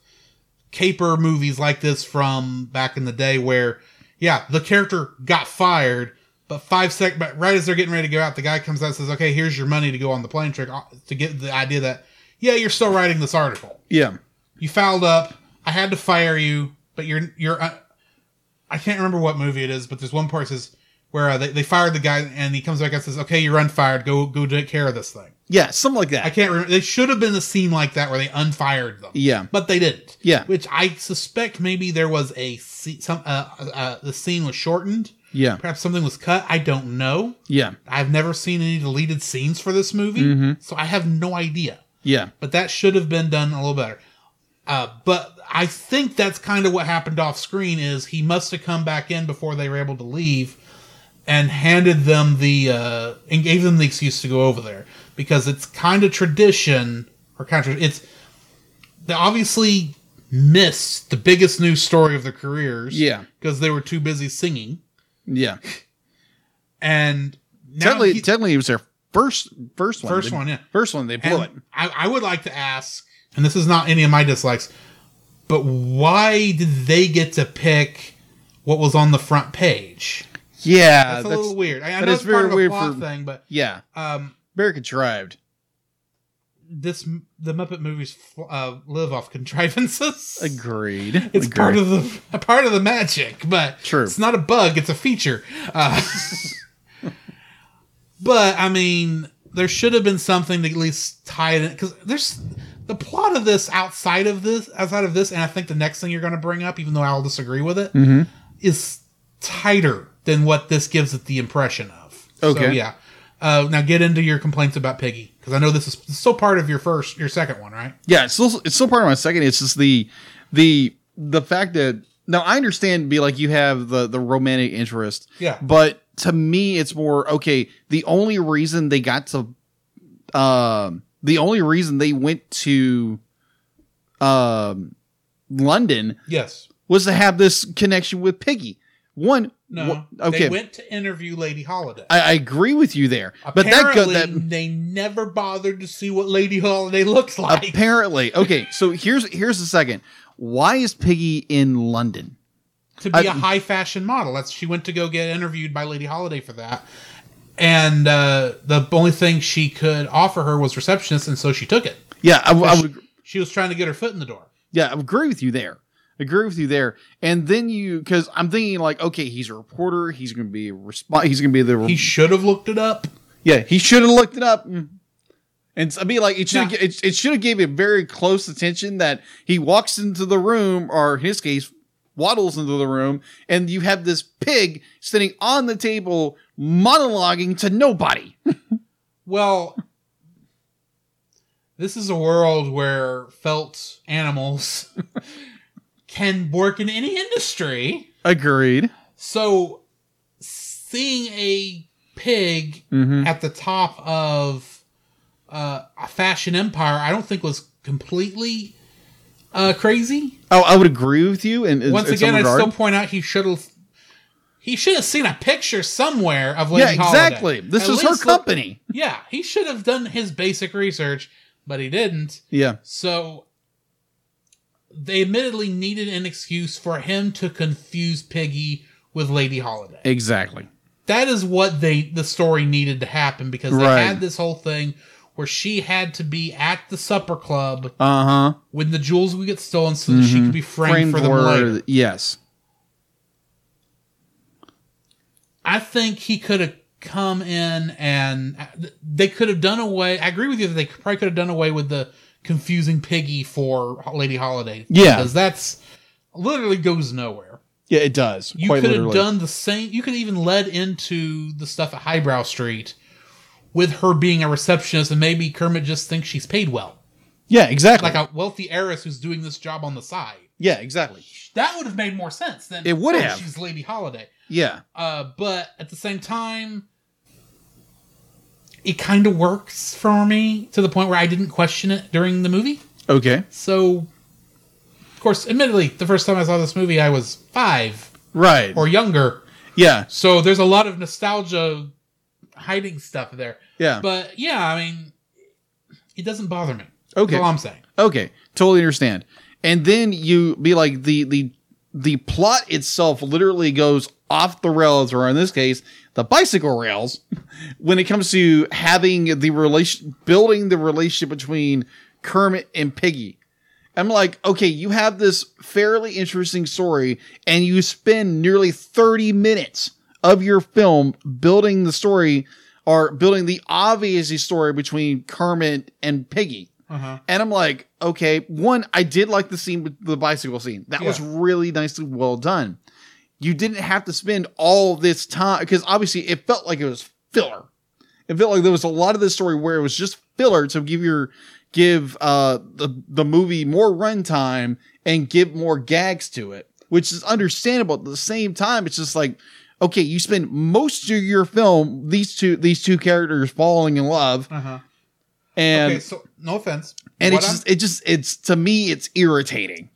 [SPEAKER 1] caper movies like this from back in the day where, yeah, the character got fired, but five sec, but right as they're getting ready to go out, the guy comes out and says, okay, here's your money to go on the plane trick uh, to get the idea that, yeah, you're still writing this article.
[SPEAKER 2] yeah.
[SPEAKER 1] You fouled up. I had to fire you, but you're, you're, uh, I can't remember what movie it is, but there's one part that says where uh, they, they fired the guy and he comes back and says, okay, you're unfired. Go, go take care of this thing.
[SPEAKER 2] Yeah, something like
[SPEAKER 1] I
[SPEAKER 2] that.
[SPEAKER 1] can't remember. There should have been a scene like that where they unfired them.
[SPEAKER 2] Yeah.
[SPEAKER 1] but they didn't.
[SPEAKER 2] Yeah.
[SPEAKER 1] which I suspect maybe there was a se- some uh, uh, the scene was shortened.
[SPEAKER 2] Yeah,
[SPEAKER 1] Perhaps something was cut. I don't know.
[SPEAKER 2] yeah,
[SPEAKER 1] I've never seen any deleted scenes for this movie,
[SPEAKER 2] Mm-hmm.
[SPEAKER 1] so I have no idea.
[SPEAKER 2] yeah.
[SPEAKER 1] But that should have been done a little better. Uh, but I think that's kind of what happened off screen. Is he must have come back in before they were able to leave, and handed them the uh, and gave them the excuse to go over there because it's kind of tradition or kind of it's they obviously missed the biggest news story of their careers.
[SPEAKER 2] Yeah.
[SPEAKER 1] because they were too busy singing
[SPEAKER 2] Yeah.
[SPEAKER 1] and now
[SPEAKER 2] Technically,
[SPEAKER 1] he-
[SPEAKER 2] technically, it was their first first one.
[SPEAKER 1] First
[SPEAKER 2] They-
[SPEAKER 1] one, yeah.
[SPEAKER 2] First one they blew it.
[SPEAKER 1] and I, I would like to ask, and this is not any of my dislikes, but why did they get to pick what was on the front page?
[SPEAKER 2] Yeah,
[SPEAKER 1] That's
[SPEAKER 2] Uh, that's,
[SPEAKER 1] a little weird. I, I
[SPEAKER 2] that
[SPEAKER 1] know
[SPEAKER 2] is
[SPEAKER 1] it's part
[SPEAKER 2] very
[SPEAKER 1] of a
[SPEAKER 2] weird
[SPEAKER 1] plot
[SPEAKER 2] for-
[SPEAKER 1] thing, but
[SPEAKER 2] yeah,
[SPEAKER 1] um,
[SPEAKER 2] very contrived.
[SPEAKER 1] this the Muppet movies fl- uh, live off contrivances.
[SPEAKER 2] Agreed.
[SPEAKER 1] It's
[SPEAKER 2] Agreed.
[SPEAKER 1] part of the a part of the magic, but
[SPEAKER 2] True.
[SPEAKER 1] it's not a bug; it's a feature. Uh, but I mean, there should have been something to at least tie it in because there's the plot of this outside of this, outside of this, and I think the next thing you're going to bring up, even though I'll disagree with it, is
[SPEAKER 2] Mm-hmm.
[SPEAKER 1] tighter than what this gives it the impression of. so,
[SPEAKER 2] Okay.
[SPEAKER 1] yeah. Uh, now get into your complaints about Piggy because I know this is still part of your first, your second one, right?
[SPEAKER 2] yeah. It's still it's still part of my second. It's just the the the fact that now I understand be like you have the the romantic interest.
[SPEAKER 1] Yeah.
[SPEAKER 2] But to me, it's more okay. The only reason they got to, um, the only reason they went to, um, London
[SPEAKER 1] Yes.
[SPEAKER 2] was to have this connection with Piggy. One,
[SPEAKER 1] No.
[SPEAKER 2] wh- okay.
[SPEAKER 1] They went to interview Lady Holiday.
[SPEAKER 2] I, I agree with you there, but that
[SPEAKER 1] Apparently,
[SPEAKER 2] go, that
[SPEAKER 1] they never bothered to see what Lady Holiday looks like.
[SPEAKER 2] apparently okay. So here's here's the second. Why is Piggy in London?
[SPEAKER 1] to be a
[SPEAKER 2] I-
[SPEAKER 1] high fashion model. That's she went to go get interviewed by Lady Holiday for that, and uh, the only thing she could offer her was receptionist, and so she took it.
[SPEAKER 2] Yeah, I, w- I would.
[SPEAKER 1] She was trying to get her foot in the door.
[SPEAKER 2] Yeah, I agree with you there. Agree with you there. And then you because I'm thinking like, okay, he's a reporter. He's going to be resp- He's going to be the.
[SPEAKER 1] He should have looked it up.
[SPEAKER 2] yeah, he should have looked it up. Mm. And I mean, like it should
[SPEAKER 1] Nah.
[SPEAKER 2] have it, it should have gave it very close attention that he walks into the room, or in his case, waddles into the room, and you have this pig sitting on the table monologuing to nobody.
[SPEAKER 1] Well, this is a world where felt animals can work in any industry.
[SPEAKER 2] Agreed.
[SPEAKER 1] So seeing a pig
[SPEAKER 2] Mm-hmm.
[SPEAKER 1] at the top of uh, a fashion empire, I don't think was completely uh, crazy.
[SPEAKER 2] Oh, I would agree with you. And
[SPEAKER 1] Once again, I still point out he should have he should have seen a picture somewhere of Lady
[SPEAKER 2] yeah,
[SPEAKER 1] Holiday.
[SPEAKER 2] exactly. This
[SPEAKER 1] At
[SPEAKER 2] is her
[SPEAKER 1] least look-
[SPEAKER 2] company.
[SPEAKER 1] yeah, he should have done his basic research, but he didn't.
[SPEAKER 2] yeah,
[SPEAKER 1] So they admittedly needed an excuse for him to confuse Piggy with Lady Holiday.
[SPEAKER 2] exactly.
[SPEAKER 1] that is what they the story needed to happen because they
[SPEAKER 2] Right.
[SPEAKER 1] had this whole thing where she had to be at the supper club
[SPEAKER 2] Uh huh.
[SPEAKER 1] when the jewels would get stolen so that she
[SPEAKER 2] Mm-hmm.
[SPEAKER 1] could be framed, for them later.
[SPEAKER 2] yes.
[SPEAKER 1] I think he could have come in and they could have done away. I agree with you that they probably could have done away with the confusing Piggy for Lady Holiday.
[SPEAKER 2] Yeah.
[SPEAKER 1] because that's literally goes nowhere.
[SPEAKER 2] Yeah, it does.
[SPEAKER 1] You
[SPEAKER 2] quite
[SPEAKER 1] could have
[SPEAKER 2] literally.
[SPEAKER 1] done the same. You could even led into the stuff at Highbrow Street with her being a receptionist, and maybe Kermit just thinks she's paid well,
[SPEAKER 2] Yeah, exactly.
[SPEAKER 1] like a wealthy heiress who's doing this job on the side.
[SPEAKER 2] yeah, exactly.
[SPEAKER 1] That would have made more sense than
[SPEAKER 2] It would
[SPEAKER 1] "Oh,
[SPEAKER 2] have."
[SPEAKER 1] She's Lady Holiday,
[SPEAKER 2] Yeah.
[SPEAKER 1] uh, but at the same time, it kind of works for me to the point where I didn't question it during the movie.
[SPEAKER 2] Okay.
[SPEAKER 1] So, of course, admittedly, the first time I saw this movie, I was five
[SPEAKER 2] Right.
[SPEAKER 1] or younger.
[SPEAKER 2] yeah.
[SPEAKER 1] So there's a lot of nostalgia hiding stuff there.
[SPEAKER 2] Yeah.
[SPEAKER 1] But yeah, I mean, it doesn't bother me.
[SPEAKER 2] Okay.
[SPEAKER 1] That's all I'm saying.
[SPEAKER 2] Okay. Totally understand. And then you be like the the the plot itself literally goes off the rails, or in this case, the bicycle rails, when it comes to having the relation, building the relationship between Kermit and Piggy. I'm like, okay, you have this fairly interesting story, and you spend nearly 30 minutes of your film building the story or building the obvious story between Kermit and Piggy.
[SPEAKER 1] Uh-huh.
[SPEAKER 2] And I'm like, okay, one, I did like the scene with the bicycle scene. That was
[SPEAKER 1] Yeah.
[SPEAKER 2] really nicely well done. You didn't have to spend all this time because obviously it felt like it was filler. It felt like there was a lot of this story where it was just filler to give your give uh the the movie more runtime and give more gags to it, which is understandable. At the same time, it's just like, okay, you spend most of your film these two these two characters falling in love,
[SPEAKER 1] Uh-huh.
[SPEAKER 2] and
[SPEAKER 1] okay, so no offense.
[SPEAKER 2] and
[SPEAKER 1] what
[SPEAKER 2] it's
[SPEAKER 1] I'm-
[SPEAKER 2] just it just it's to me it's irritating.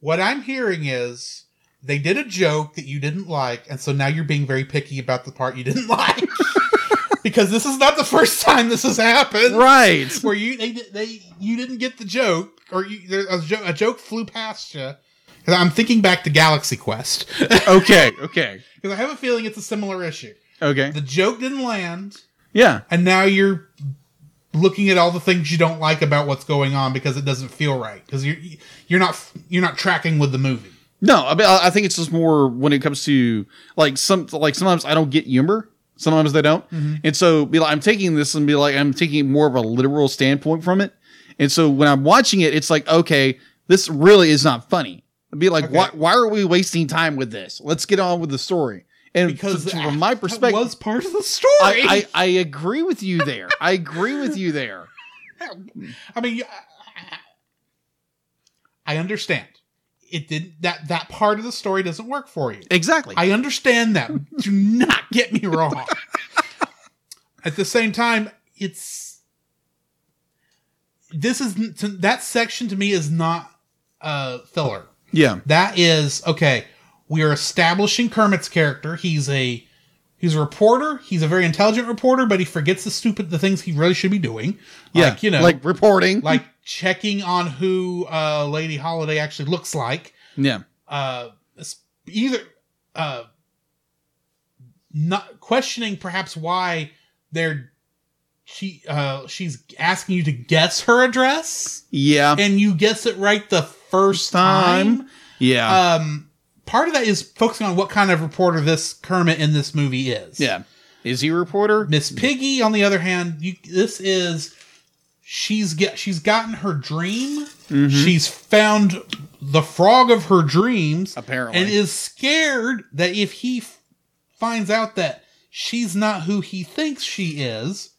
[SPEAKER 1] What I'm hearing is they did a joke that you didn't like, and so now you're being very picky about the part you didn't like. because this is not the first time this has happened.
[SPEAKER 2] Right.
[SPEAKER 1] Where you they they you didn't get the joke, or you, there, a, joke, a joke flew past you. 'Cause I'm thinking back to Galaxy Quest because
[SPEAKER 2] Okay. Okay.
[SPEAKER 1] I have a feeling it's a similar issue.
[SPEAKER 2] Okay.
[SPEAKER 1] The joke didn't land,
[SPEAKER 2] Yeah.
[SPEAKER 1] and now you're looking at all the things you don't like about what's going on because it doesn't feel right because you're you're not you're not tracking with the movie.
[SPEAKER 2] No, I mean, I I think it's just more when it comes to like some like sometimes I don't get humor. Sometimes they don't, and so be like, I'm taking this and be like I'm taking more of a literal standpoint from it, and so when I'm watching it, it's like okay, this really is not funny. I'd be like,
[SPEAKER 1] Okay.
[SPEAKER 2] why why are we wasting time with this? Let's get on with the story. And
[SPEAKER 1] because
[SPEAKER 2] because
[SPEAKER 1] that-
[SPEAKER 2] from my
[SPEAKER 1] that
[SPEAKER 2] perspective,
[SPEAKER 1] was part of the story.
[SPEAKER 2] I, I I agree with you there. I agree with you there.
[SPEAKER 1] I mean, you- I understand. It didn't that that part of the story doesn't work for you.
[SPEAKER 2] Exactly.
[SPEAKER 1] I understand that. Do not get me wrong. At the same time, it's this is to, that section to me is not uh filler.
[SPEAKER 2] yeah.
[SPEAKER 1] That is okay. We are establishing Kermit's character. He's a he's a reporter. He's a very intelligent reporter, but he forgets the stupid the things he really should be doing.
[SPEAKER 2] Yeah.
[SPEAKER 1] like, you know, like
[SPEAKER 2] like reporting.
[SPEAKER 1] like checking on who uh, Lady Holiday actually looks like.
[SPEAKER 2] yeah.
[SPEAKER 1] Uh, s- either uh, not questioning perhaps why they're she uh, she's asking you to guess her address,
[SPEAKER 2] Yeah.
[SPEAKER 1] and you guess it right the first
[SPEAKER 2] Time.
[SPEAKER 1] time
[SPEAKER 2] Yeah.
[SPEAKER 1] um part of that is focusing on what kind of reporter this Kermit in this movie is.
[SPEAKER 2] yeah. Is he a reporter?
[SPEAKER 1] Miss Piggy, on the other hand, you, this is she's get she's gotten her dream.
[SPEAKER 2] Mm-hmm.
[SPEAKER 1] She's found the frog of her dreams,
[SPEAKER 2] Apparently.
[SPEAKER 1] and is scared that if he f- finds out that she's not who he thinks she is,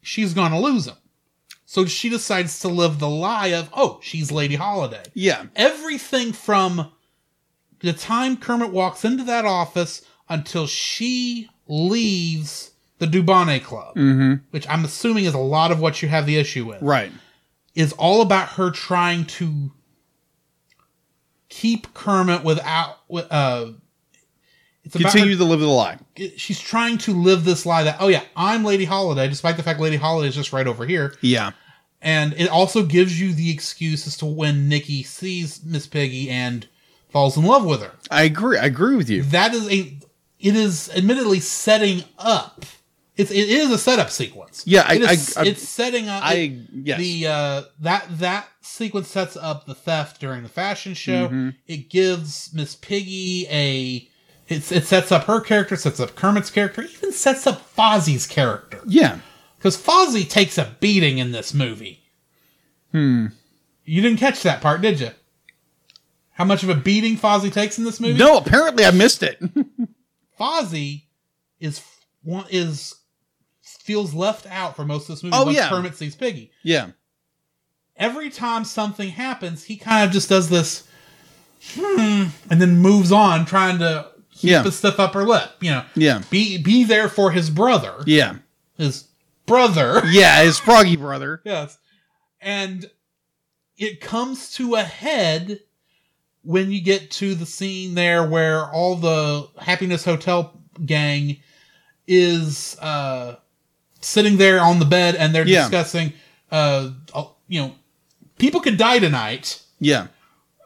[SPEAKER 1] she's gonna lose him. So she decides to live the lie of oh, she's Lady Holiday.
[SPEAKER 2] Yeah.
[SPEAKER 1] everything from the time Kermit walks into that office until she leaves the Dubonnet Club,
[SPEAKER 2] Mm-hmm.
[SPEAKER 1] which I'm assuming is a lot of what you have the issue with,
[SPEAKER 2] Right.
[SPEAKER 1] is all about her trying to keep Kermit without. with- Uh, it's about
[SPEAKER 2] Continue to live the lie.
[SPEAKER 1] her, she's trying to live this lie that oh yeah I'm Lady Holiday, despite the fact Lady Holiday is just right over here.
[SPEAKER 2] Yeah.
[SPEAKER 1] And it also gives you the excuse as to when Nikki sees Miss Piggy and falls in love with her.
[SPEAKER 2] I agree. I agree with you.
[SPEAKER 1] That is a it is admittedly setting up. It's it is a setup sequence.
[SPEAKER 2] Yeah, I-
[SPEAKER 1] It is-
[SPEAKER 2] I- I-
[SPEAKER 1] it's setting up
[SPEAKER 2] I yes.
[SPEAKER 1] the uh that that sequence sets up the theft during the fashion show.
[SPEAKER 2] Mm-hmm.
[SPEAKER 1] It gives Miss Piggy a it's, it sets up her character, sets up Kermit's character, even sets up Fozzie's character.
[SPEAKER 2] yeah.
[SPEAKER 1] Because Fozzie takes a beating in this movie. Hmm. You didn't catch that part, did you? How much of a beating Fozzie takes in this movie?
[SPEAKER 2] No, apparently I missed it.
[SPEAKER 1] Fozzie is one is feels left out for most of this movie.
[SPEAKER 2] Oh,
[SPEAKER 1] once
[SPEAKER 2] yeah.
[SPEAKER 1] Kermit sees Piggy.
[SPEAKER 2] yeah.
[SPEAKER 1] Every time something happens, he kind of just does this, hmm, and then moves on, trying to keep
[SPEAKER 2] Yeah.
[SPEAKER 1] his stuff upper lip. You know,
[SPEAKER 2] Yeah.
[SPEAKER 1] be be there for his brother,
[SPEAKER 2] Yeah.
[SPEAKER 1] his brother.
[SPEAKER 2] Yeah, his froggy brother.
[SPEAKER 1] Yes. And it comes to a head when you get to the scene there where all the Happiness Hotel gang is uh, sitting there on the bed and they're
[SPEAKER 2] Yeah.
[SPEAKER 1] discussing, uh, uh, you know, people could die tonight.
[SPEAKER 2] Yeah.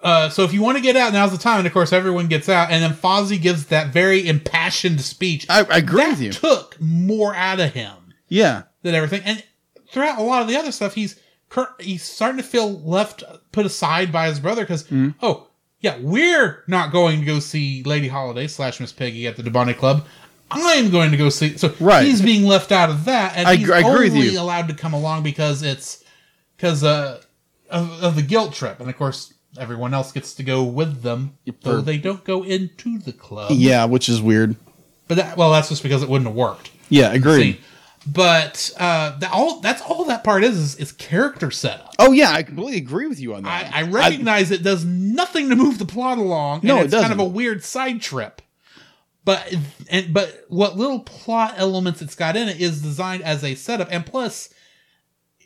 [SPEAKER 1] Uh, so if you want to get out, now's the time. And of course, everyone gets out. And then Fozzie gives that very impassioned speech.
[SPEAKER 2] I, I agree with you.
[SPEAKER 1] Took more out of him
[SPEAKER 2] Yeah.
[SPEAKER 1] than everything. And throughout a lot of the other stuff, he's cur- he's starting to feel left put aside by his brother because
[SPEAKER 2] Mm-hmm.
[SPEAKER 1] oh yeah, we're not going to go see Lady Holiday slash Miss Piggy at the Debonnet Club. I'm going to go see. So
[SPEAKER 2] Right.
[SPEAKER 1] he's being left out of that, and
[SPEAKER 2] I
[SPEAKER 1] he's
[SPEAKER 2] gr- I agree with
[SPEAKER 1] only
[SPEAKER 2] you.
[SPEAKER 1] allowed to come along because it's because uh, of, of the guilt trip, and of course everyone else gets to go with them, though
[SPEAKER 2] For-
[SPEAKER 1] they don't go into the club.
[SPEAKER 2] Yeah, which is weird.
[SPEAKER 1] But that, well, that's just because it wouldn't have worked
[SPEAKER 2] Yeah, agree.
[SPEAKER 1] scene. But uh, that all that's all that part is is, is character setup.
[SPEAKER 2] Oh yeah, I completely agree with you on that.
[SPEAKER 1] I, I recognize it does nothing to move the plot along.
[SPEAKER 2] No,
[SPEAKER 1] and
[SPEAKER 2] it
[SPEAKER 1] it's kind of
[SPEAKER 2] doesn't.
[SPEAKER 1] a weird side trip. but and but what little plot elements it's got in it is designed as a setup, and plus,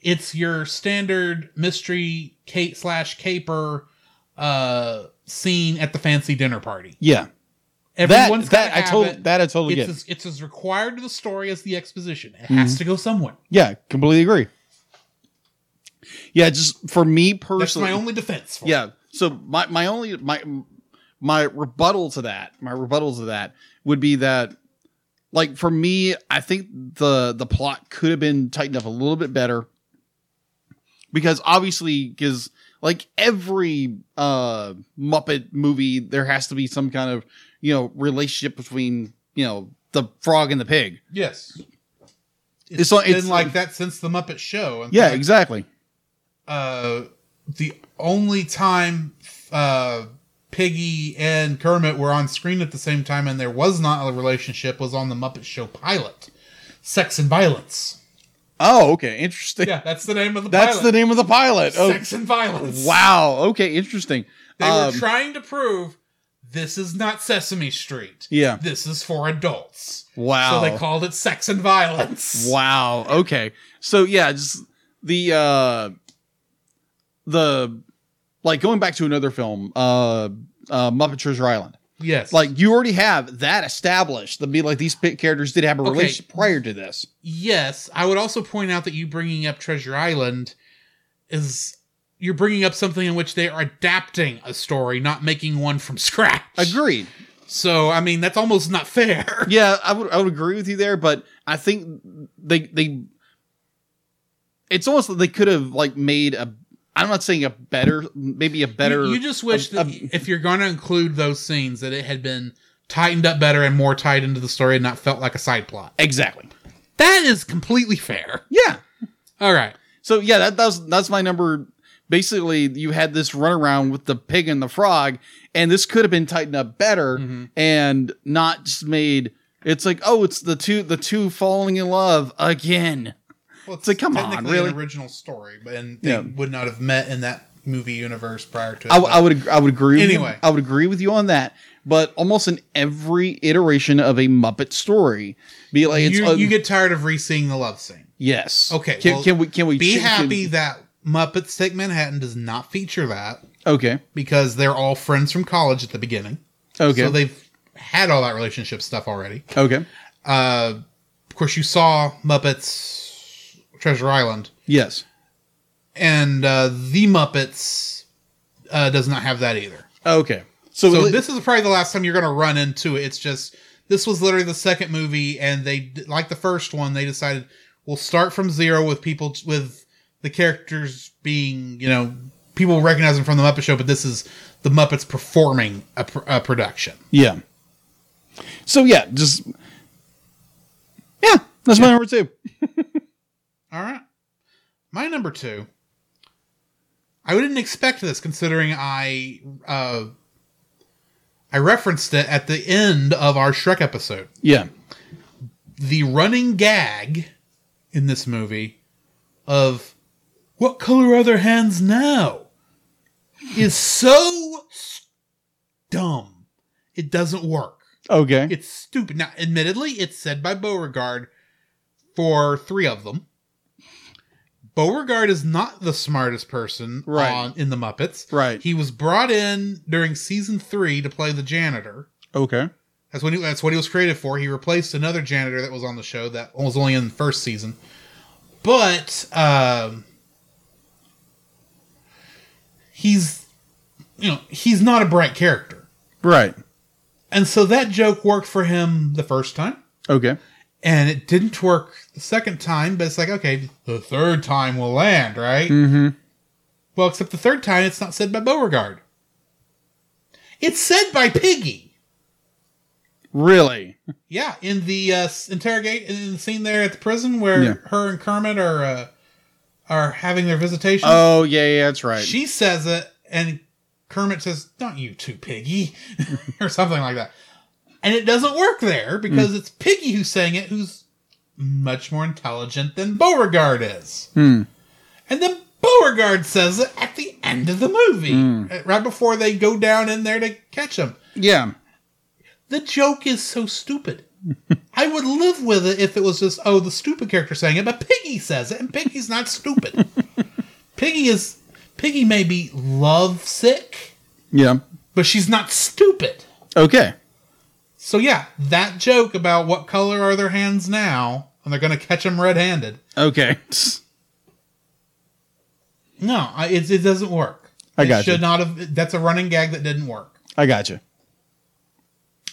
[SPEAKER 1] it's your standard mystery Kate slash caper uh scene at the fancy dinner party.
[SPEAKER 2] Yeah.
[SPEAKER 1] Everyone's
[SPEAKER 2] that that
[SPEAKER 1] gotta
[SPEAKER 2] I
[SPEAKER 1] have
[SPEAKER 2] totally
[SPEAKER 1] it.
[SPEAKER 2] that I totally
[SPEAKER 1] It's
[SPEAKER 2] get. Mm-hmm.
[SPEAKER 1] as, it's as required to the story as the exposition. It has to go somewhere.
[SPEAKER 2] yeah, completely agree. Yeah, just for me
[SPEAKER 1] That's
[SPEAKER 2] personally.
[SPEAKER 1] my only defense. For it.
[SPEAKER 2] yeah. So my my only my my rebuttal to that, my rebuttal to that would be that like for me, I think the the plot could have been tightened up a little bit better. Because obviously cuz like every uh Muppet movie there has to be some kind of, you know, relationship between, you know, the frog and the pig.
[SPEAKER 1] Yes. It's,
[SPEAKER 2] It's like-
[SPEAKER 1] been
[SPEAKER 2] it's-
[SPEAKER 1] like that since the Muppet Show. In
[SPEAKER 2] Yeah,
[SPEAKER 1] fact,
[SPEAKER 2] exactly.
[SPEAKER 1] uh, the only time uh, Piggy and Kermit were on screen at the same time, and there was not a relationship, was on the Muppet Show pilot, "Sex and Violence."
[SPEAKER 2] Oh, okay, interesting.
[SPEAKER 1] Yeah, that's the name of the.
[SPEAKER 2] That's the
[SPEAKER 1] pilot.
[SPEAKER 2] name of the pilot. Oh,
[SPEAKER 1] "Sex and Violence."
[SPEAKER 2] wow. Okay, interesting.
[SPEAKER 1] They
[SPEAKER 2] Um,
[SPEAKER 1] were trying to prove this is not Sesame Street.
[SPEAKER 2] Yeah.
[SPEAKER 1] This is for adults.
[SPEAKER 2] Wow.
[SPEAKER 1] So they called it Sex and Violence.
[SPEAKER 2] Wow. Okay. So yeah, just the uh the like going back to another film, uh uh Muppet Treasure Island.
[SPEAKER 1] Yes.
[SPEAKER 2] Like you already have that established. The be like these pit characters did have a
[SPEAKER 1] Okay.
[SPEAKER 2] relationship prior to this.
[SPEAKER 1] Yes, I would also point out that you bringing up Treasure Island is you're bringing up something in which they are adapting a story, not making one from scratch.
[SPEAKER 2] Agreed.
[SPEAKER 1] So, I mean, that's almost not fair.
[SPEAKER 2] Yeah, I would I would agree with you there, but I think they they it's almost like they could have like made a I'm not saying a better maybe a better
[SPEAKER 1] You, you just wish
[SPEAKER 2] a-
[SPEAKER 1] that
[SPEAKER 2] a-
[SPEAKER 1] if you're going to include those scenes, that it had been tightened up better and more tied into the story, and not felt like a side plot.
[SPEAKER 2] exactly.
[SPEAKER 1] That is completely fair.
[SPEAKER 2] Yeah.
[SPEAKER 1] All right.
[SPEAKER 2] So yeah, that that's that's my number. Basically, you had this runaround with the pig and the frog, and this could have been tightened up better
[SPEAKER 1] Mm-hmm.
[SPEAKER 2] and not just made. It's like, oh, it's the two the two falling in love again.
[SPEAKER 1] Well, it's
[SPEAKER 2] like, come on,
[SPEAKER 1] technically
[SPEAKER 2] really?
[SPEAKER 1] an original story, but and they
[SPEAKER 2] Yeah.
[SPEAKER 1] would not have met in that movie universe prior to. it,
[SPEAKER 2] I,
[SPEAKER 1] but-
[SPEAKER 2] I would ag- I would agree. with
[SPEAKER 1] Anyway.
[SPEAKER 2] you, I would agree with you on that. But almost in every iteration of a Muppet story, be it like it's
[SPEAKER 1] you,
[SPEAKER 2] uh,
[SPEAKER 1] you get tired of reseeing the love scene.
[SPEAKER 2] yes.
[SPEAKER 1] Okay,
[SPEAKER 2] Can,
[SPEAKER 1] well,
[SPEAKER 2] can we can we
[SPEAKER 1] Be
[SPEAKER 2] can-
[SPEAKER 1] happy that Muppets Take Manhattan does not feature that
[SPEAKER 2] Okay.
[SPEAKER 1] because they're all friends from college at the beginning.
[SPEAKER 2] Okay.
[SPEAKER 1] So they've had all that relationship stuff already.
[SPEAKER 2] okay.
[SPEAKER 1] Uh, of course, you saw Muppets Treasure Island,
[SPEAKER 2] Yes.
[SPEAKER 1] and uh, The Muppets uh, does not have that either.
[SPEAKER 2] Okay. So,
[SPEAKER 1] So
[SPEAKER 2] li-
[SPEAKER 1] this is probably the last time you're going to run into it. It's just this was literally the second movie, and they d- like the first one. They decided we'll start from zero with people with the characters being you know people recognize them from the Muppet Show, but this is the Muppets performing a, pr- a production.
[SPEAKER 2] Yeah. So yeah, just yeah, that's my number two.
[SPEAKER 1] All right, my number two. I didn't expect this, considering I uh, I referenced it at the end of our Shrek episode.
[SPEAKER 2] Yeah.
[SPEAKER 1] the running gag in this movie of what color are their hands now is so s- dumb. It doesn't work.
[SPEAKER 2] Okay.
[SPEAKER 1] It's stupid. Now, admittedly, it's said by Beauregard for three of them. Beauregard is not the smartest person
[SPEAKER 2] Right.
[SPEAKER 1] on, in the Muppets.
[SPEAKER 2] Right.
[SPEAKER 1] He was brought in during season three to play the janitor.
[SPEAKER 2] Okay.
[SPEAKER 1] That's when he, that's what he was created for. He replaced another janitor that was on the show that was only in the first season. But um, he's you know he's not a bright character,
[SPEAKER 2] Right.
[SPEAKER 1] and so that joke worked for him the first time,
[SPEAKER 2] Okay.
[SPEAKER 1] and it didn't work the second time. But it's like okay, the third time will land, right?
[SPEAKER 2] Mm-hmm.
[SPEAKER 1] Well, except the third time it's not said by Beauregard. It's said by Piggy.
[SPEAKER 2] Really?
[SPEAKER 1] Yeah, in the uh, interrogate in the scene there at the prison where
[SPEAKER 2] Yeah.
[SPEAKER 1] her and Kermit are uh, are having their visitation.
[SPEAKER 2] Oh yeah, yeah, that's right.
[SPEAKER 1] she says it, and Kermit says, "Don't you too, Piggy," or something like that. And it doesn't work there
[SPEAKER 2] Hmm.
[SPEAKER 1] because it's Piggy who's saying it, who's much more intelligent than Beauregard is.
[SPEAKER 2] Hmm.
[SPEAKER 1] And then Beauregard says it at the
[SPEAKER 2] Hmm.
[SPEAKER 1] end of the movie, right before they go down in there to catch him.
[SPEAKER 2] Yeah.
[SPEAKER 1] The joke is so stupid. I would live with it if it was just, oh, the stupid character saying it, but Piggy says it, and Piggy's not stupid. Piggy is, Piggy may be lovesick,
[SPEAKER 2] Yeah.
[SPEAKER 1] but she's not stupid.
[SPEAKER 2] Okay.
[SPEAKER 1] So yeah, that joke about what color are their hands now, and they're gonna catch them red-handed.
[SPEAKER 2] Okay.
[SPEAKER 1] No, I, it, it doesn't work.
[SPEAKER 2] I
[SPEAKER 1] It
[SPEAKER 2] gotcha.
[SPEAKER 1] Should not have. That's a running gag that didn't work,
[SPEAKER 2] I got you.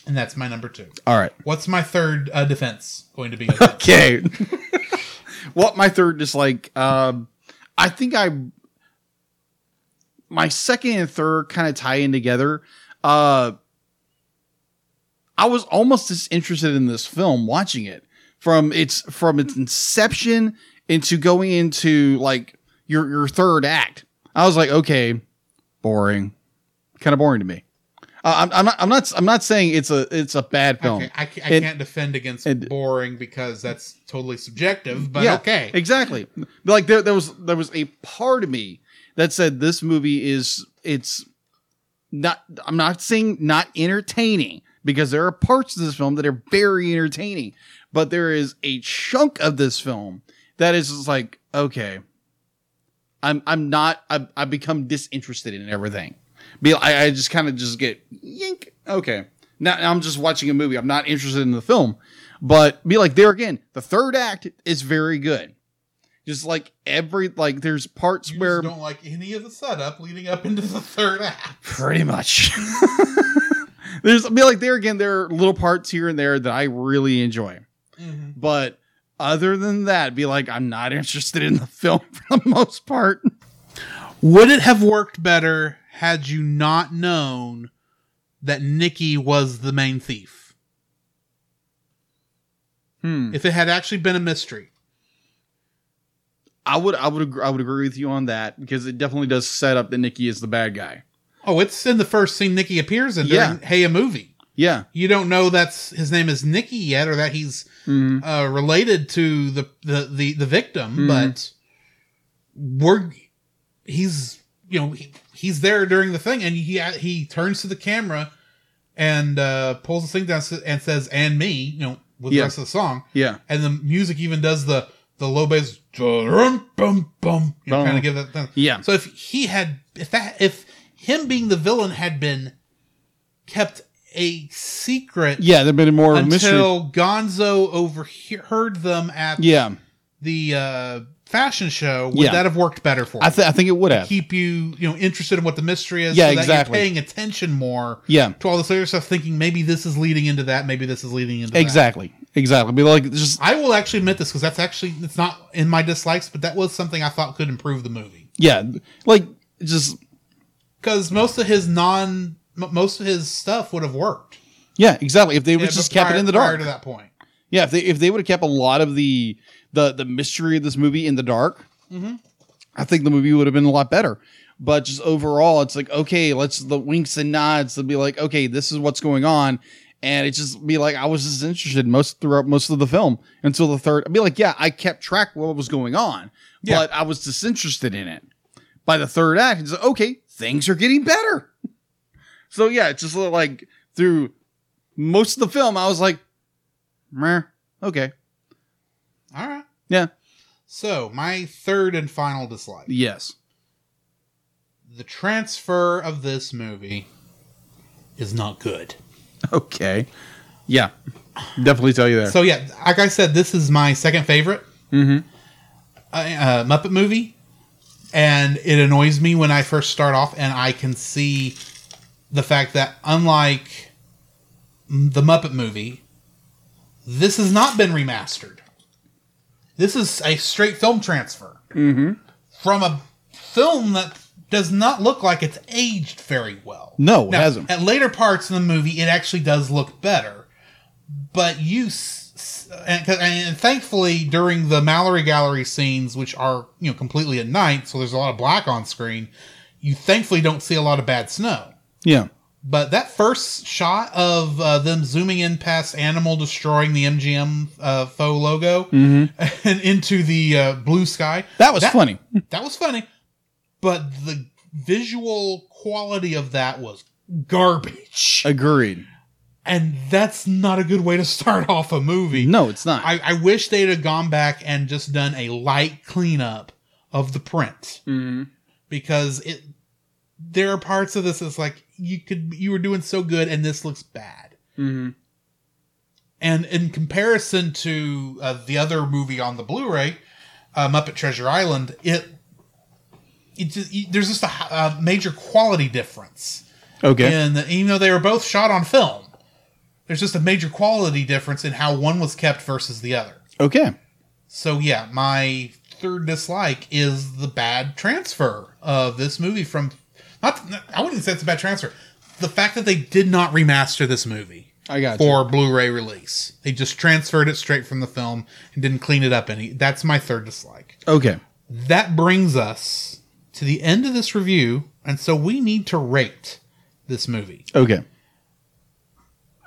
[SPEAKER 1] and that's my number two.
[SPEAKER 2] All right.
[SPEAKER 1] What's my third uh, defense going to be?
[SPEAKER 2] Okay. well, my third is like um I think I my second and third kind of tie in together. Uh I was almost as interested in this film watching it from its from its inception into going into like your your third act. I was like, okay, boring, kind of boring to me. Uh, I'm, I'm not I'm not I'm not saying it's a it's a bad film.
[SPEAKER 1] Okay, I, ca- I
[SPEAKER 2] And-
[SPEAKER 1] can't defend against
[SPEAKER 2] and-
[SPEAKER 1] boring because that's totally subjective. But okay,
[SPEAKER 2] Exactly. But, Like there, there was there was a part of me that said this movie is it's not I'm not saying not entertaining because there are parts of this film that are very entertaining, but there is a chunk of this film that is just like, okay, I'm I'm not I I become disinterested in everything. Be I, I just kind of just get yink. Okay. Now now I'm just watching a movie. I'm not interested in the film. But be like there again, the third act is very good. Just like every like there's parts
[SPEAKER 1] you
[SPEAKER 2] where
[SPEAKER 1] just don't like any of the setup leading up into the third act.
[SPEAKER 2] pretty much. there's I mean like there again, there are little parts here and there that I really enjoy.
[SPEAKER 1] Mhm.
[SPEAKER 2] But other than that, be like, I'm not interested in the film for the most part.
[SPEAKER 1] Would it have worked better had you not known that Nikki was the main thief?
[SPEAKER 2] Hmm.
[SPEAKER 1] If it had actually been a mystery,
[SPEAKER 2] I would I would agree, I would agree with you on that because it definitely does set up that Nikki is the bad guy.
[SPEAKER 1] Oh, it's in the first scene Nikki appears in
[SPEAKER 2] Yeah.
[SPEAKER 1] during Hey a movie.
[SPEAKER 2] Yeah.
[SPEAKER 1] You don't know that's his name is Nikki yet, or that he's
[SPEAKER 2] Mm-hmm.
[SPEAKER 1] uh, related to the the the, the victim. But we're he's you know he, he's there during the thing, and he he turns to the camera and uh, pulls the thing down and says, "And me," you know, with
[SPEAKER 2] Yeah.
[SPEAKER 1] the rest of the song,
[SPEAKER 2] Yeah.
[SPEAKER 1] and the music even does the the low bass drum bum bum you know,
[SPEAKER 2] Bum.
[SPEAKER 1] kind of give that thing.
[SPEAKER 2] Yeah.
[SPEAKER 1] So if he had if that if him being the villain had been kept a secret
[SPEAKER 2] Yeah, there'd been more mystery.
[SPEAKER 1] until Gonzo overheard them at
[SPEAKER 2] Yeah.
[SPEAKER 1] the uh, fashion show, would
[SPEAKER 2] Yeah.
[SPEAKER 1] that have worked better for
[SPEAKER 2] I
[SPEAKER 1] you?
[SPEAKER 2] th- I think it would have.
[SPEAKER 1] Keep you you know interested in what the mystery is.
[SPEAKER 2] Yeah,
[SPEAKER 1] that
[SPEAKER 2] exactly.
[SPEAKER 1] You're paying attention more
[SPEAKER 2] Yeah.
[SPEAKER 1] to all this other stuff, thinking maybe this is leading into that, maybe this is leading into that.
[SPEAKER 2] Exactly. Exactly. Be like just
[SPEAKER 1] I will actually admit this because that's actually it's not in my dislikes, but that was something I thought could improve the movie
[SPEAKER 2] yeah, like just
[SPEAKER 1] because most of his non m- most of his stuff would have worked.
[SPEAKER 2] yeah, exactly. If they would
[SPEAKER 1] Yeah,
[SPEAKER 2] just
[SPEAKER 1] but
[SPEAKER 2] kept it
[SPEAKER 1] prior-
[SPEAKER 2] in the
[SPEAKER 1] prior
[SPEAKER 2] dark.
[SPEAKER 1] to that point.
[SPEAKER 2] Yeah, if they if they would have kept a lot of the the the mystery of this movie in the dark, I think the movie would have been a lot better. But just overall, it's like okay, let's the winks and nods to be like okay, this is what's going on, and it just be like I was just interested most throughout most of the film until the third. I'd be like, yeah, I kept track of what was going on,
[SPEAKER 1] Yeah.
[SPEAKER 2] but I was disinterested in it. By the third act, it's like, okay, things are getting better. So yeah, it's just like through most of the film, I was like, meh, okay,
[SPEAKER 1] All right.
[SPEAKER 2] yeah,
[SPEAKER 1] So my third and final dislike:
[SPEAKER 2] yes,
[SPEAKER 1] the transfer of this movie is not good.
[SPEAKER 2] okay, yeah, definitely tell you there.
[SPEAKER 1] So yeah, like I said, this is my second favorite uh, uh, Muppet movie, and it annoys me when I first start off, and I can see the fact that unlike the Muppet movie, this has not been remastered. This is a straight film transfer from a film that does not look like it's aged very well.
[SPEAKER 2] No, it hasn't.
[SPEAKER 1] At later parts in the movie, it actually does look better but you s- s- and, 'cause- and thankfully during the Mallory gallery scenes, which are you know completely at night, so there's a lot of black on screen. You thankfully don't see a lot of bad snow.
[SPEAKER 2] yeah,
[SPEAKER 1] But that first shot of uh, them zooming in past Animal destroying the MGM uh, faux logo and into the uh, blue sky
[SPEAKER 2] Mm-hmm. that was funny.
[SPEAKER 1] that was funny. But the visual quality of that was garbage
[SPEAKER 2] Agreed.
[SPEAKER 1] And that's not a good way to start off a movie.
[SPEAKER 2] No, it's not.
[SPEAKER 1] I, I wish they'd have gone back and just done a light cleanup of the print
[SPEAKER 2] Mhm.
[SPEAKER 1] because it there are parts of this that's like you could you were doing so good and this looks bad.
[SPEAKER 2] Mhm.
[SPEAKER 1] And in comparison to uh, the other movie on the Blu-ray, um, up at Treasure Island, it it just, you- there's just a h- a major quality difference.
[SPEAKER 2] Okay.
[SPEAKER 1] And even though they were both shot on film, there's just a major quality difference in how one was kept versus the other.
[SPEAKER 2] Okay.
[SPEAKER 1] So yeah, my third dislike is the bad transfer of this movie from not not- I wouldn't say it's a bad transfer. The fact that they did not remaster this movie
[SPEAKER 2] I got you.
[SPEAKER 1] for Blu-ray release. They just transferred it straight from the film and didn't clean it up any. That's my third dislike.
[SPEAKER 2] Okay.
[SPEAKER 1] That brings us to the end of this review, and so we need to rate this movie.
[SPEAKER 2] Okay.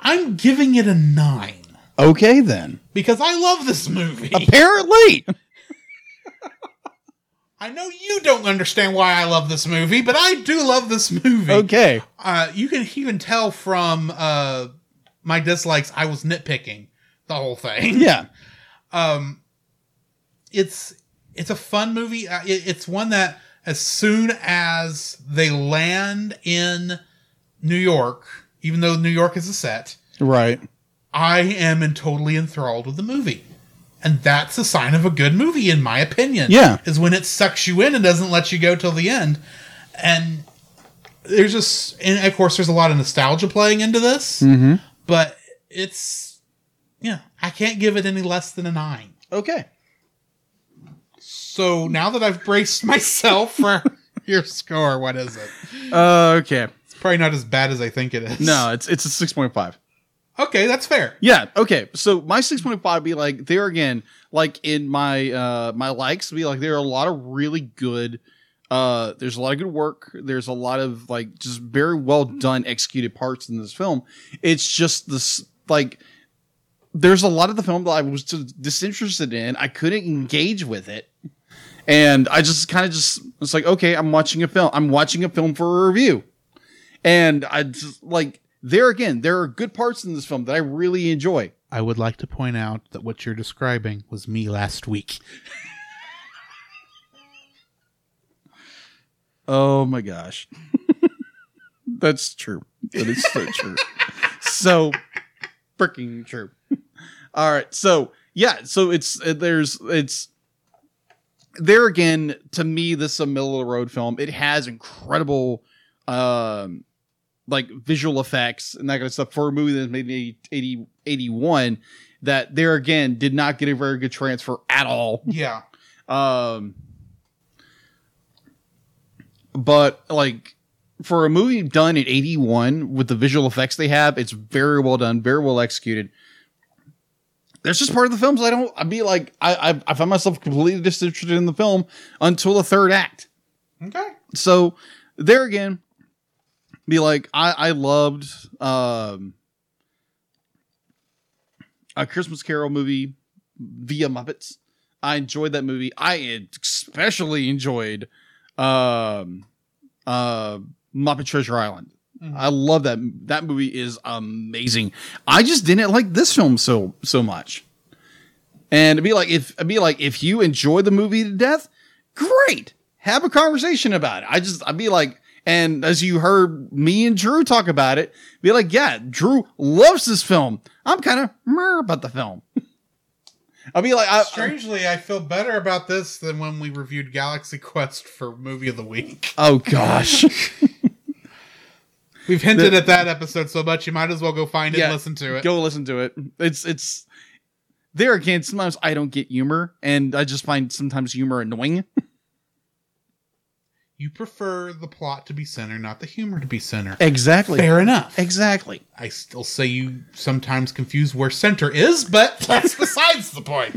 [SPEAKER 1] I'm giving it a 9
[SPEAKER 2] Okay then.
[SPEAKER 1] because I love this movie.
[SPEAKER 2] Apparently.
[SPEAKER 1] I know you don't understand why I love this movie, but I do love this movie.
[SPEAKER 2] Okay.
[SPEAKER 1] Uh, you can even tell from uh, my dislikes, I was nitpicking the whole thing.
[SPEAKER 2] Yeah.
[SPEAKER 1] Um, it's it's a fun movie. Uh, it- it's one that as soon as they land in New York, even though New York is a set,
[SPEAKER 2] Right.
[SPEAKER 1] I am in totally enthralled with the movie. And that's a sign of a good movie, in my opinion.
[SPEAKER 2] Yeah.
[SPEAKER 1] Is when it sucks you in and doesn't let you go till the end. And there's just, and of course, there's a lot of nostalgia playing into this,
[SPEAKER 2] Hmm. Mm-hmm.
[SPEAKER 1] but it's, yeah, I can't give it any less than a nine.
[SPEAKER 2] Okay.
[SPEAKER 1] So now that I've braced myself for your score, what is it?
[SPEAKER 2] Uh, okay.
[SPEAKER 1] It's probably not as bad as I think it is.
[SPEAKER 2] No, it's it's a six point five.
[SPEAKER 1] Okay, that's fair.
[SPEAKER 2] Yeah. Okay. So my six point five be like there again, like in my uh my likes be like there are a lot of really good. Uh, there's a lot of good work. There's a lot of like just very well done executed parts in this film. It's just this like there's a lot of the film that I was just disinterested in. I couldn't engage with it, and I just kind of just it's like okay, I'm watching a film. I'm watching a film for a review. And I just like there again, there are good parts in this film that I really enjoy.
[SPEAKER 1] I would like to point out that what you're describing was me last week.
[SPEAKER 2] Oh my gosh. That's true. That is so true. so freaking true. All right. So, yeah, so it's uh, there's it's there again to me this is a middle of the road film. It has incredible um like visual effects and that kind of stuff for a movie that's made in 80, 80 81 that there again did not get a very good transfer at all.
[SPEAKER 1] Yeah.
[SPEAKER 2] Um, but like for a movie done in '81 with the visual effects they have, it's very well done, very well executed. That's just part of the films. I don't. I'd be like, I, I I find myself completely disinterested in the film until the third act.
[SPEAKER 1] Okay.
[SPEAKER 2] So there again, be like, I I loved um a Christmas Carol movie via Muppets. I enjoyed that movie. I especially enjoyed um uh Muppet Treasure Island.
[SPEAKER 1] Mhm.
[SPEAKER 2] I love that that movie is amazing. I just didn't like this film so so much. And it'd be like if it'd be like if you enjoy the movie to death, great. Have a conversation about it. I just I'd be like and as you heard me and Drew talk about it, be like, yeah, Drew loves this film. I'm kind of meh about the film. I'll be like, I,
[SPEAKER 1] Strangely, I feel better about this than when we reviewed Galaxy Quest for Movie of the Week.
[SPEAKER 2] oh gosh.
[SPEAKER 1] We've hinted at that episode so much, you might as well go find it
[SPEAKER 2] Yeah.
[SPEAKER 1] and listen to it.
[SPEAKER 2] Go listen to it. It's it's there again. Sometimes I don't get humor, and I just find sometimes humor annoying.
[SPEAKER 1] You prefer the plot to be center, not the humor to be center.
[SPEAKER 2] Exactly.
[SPEAKER 1] Fair enough.
[SPEAKER 2] Exactly.
[SPEAKER 1] I still say you sometimes confuse where center is, but that's besides the point.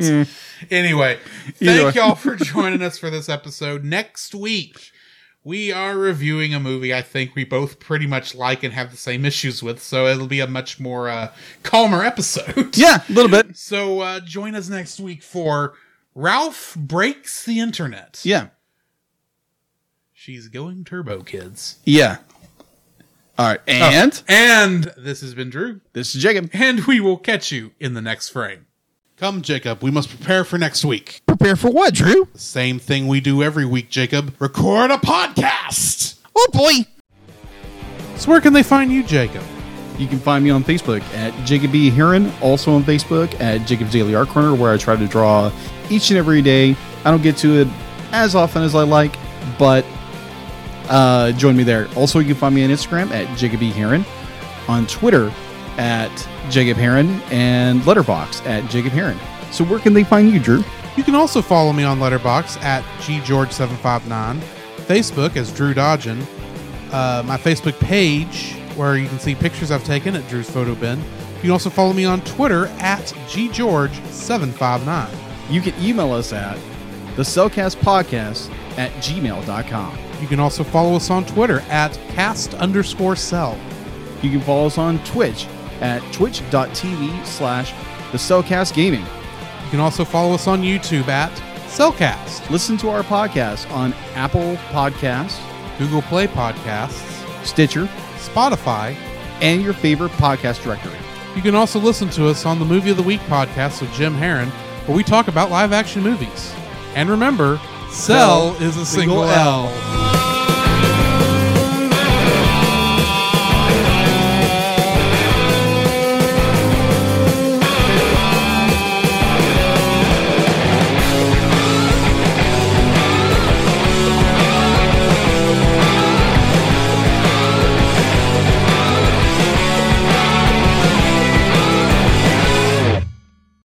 [SPEAKER 1] Anyway,
[SPEAKER 2] Hmm. Either way.
[SPEAKER 1] thank y'all for joining us for this episode. Next week, we are reviewing a movie I think we both pretty much like and have the same issues with, so it'll be a much more uh, calmer episode.
[SPEAKER 2] Yeah, a little bit.
[SPEAKER 1] So uh, join us next week for Ralph Breaks the Internet.
[SPEAKER 2] Yeah.
[SPEAKER 1] She's going turbo, kids.
[SPEAKER 2] Yeah. All right. And
[SPEAKER 1] And this has been Drew,
[SPEAKER 2] this is Jacob.
[SPEAKER 1] and we will catch you in the next frame. Come, Jacob, we must prepare for next week.
[SPEAKER 3] Prepare for what, Drew?
[SPEAKER 1] The same thing we do every week, Jacob record a podcast.
[SPEAKER 3] Oh boy!
[SPEAKER 1] So, where can they find you, Jacob?
[SPEAKER 2] You can find me on Facebook at Jacob B. Heron, also on Facebook at Jacob's Daily Art Corner, where I try to draw each and every day. I don't get to it as often as I like, but uh, join me there. Also, you can find me on Instagram at Jacob B. Heron, on Twitter at Jacob Heron, and Letterbox at Jacob Heron. So, where can they find you, Drew?
[SPEAKER 1] You can also follow me on Letterbox at ggeorge759, Facebook as Drew Dodgen, uh, my Facebook page where you can see pictures I've taken at Drew's Photo Bin. You can also follow me on Twitter at ggeorge759.
[SPEAKER 2] You can email us at the Cellcast Podcast at gmail.com.
[SPEAKER 1] You can also follow us on Twitter at cast underscore cell.
[SPEAKER 2] You can follow us on Twitch at twitch.tv slash the Cellcast Gaming.
[SPEAKER 1] You can also follow us on YouTube at Cellcast,
[SPEAKER 2] Listen to our podcast on Apple Podcasts,
[SPEAKER 1] Google Play Podcasts,
[SPEAKER 2] Stitcher,
[SPEAKER 1] Spotify.
[SPEAKER 2] and your favorite podcast directory.
[SPEAKER 1] You can also listen to us on the Movie of the Week podcast with Jim Heron, where we talk about live action movies. And remember, Cell is a single, L.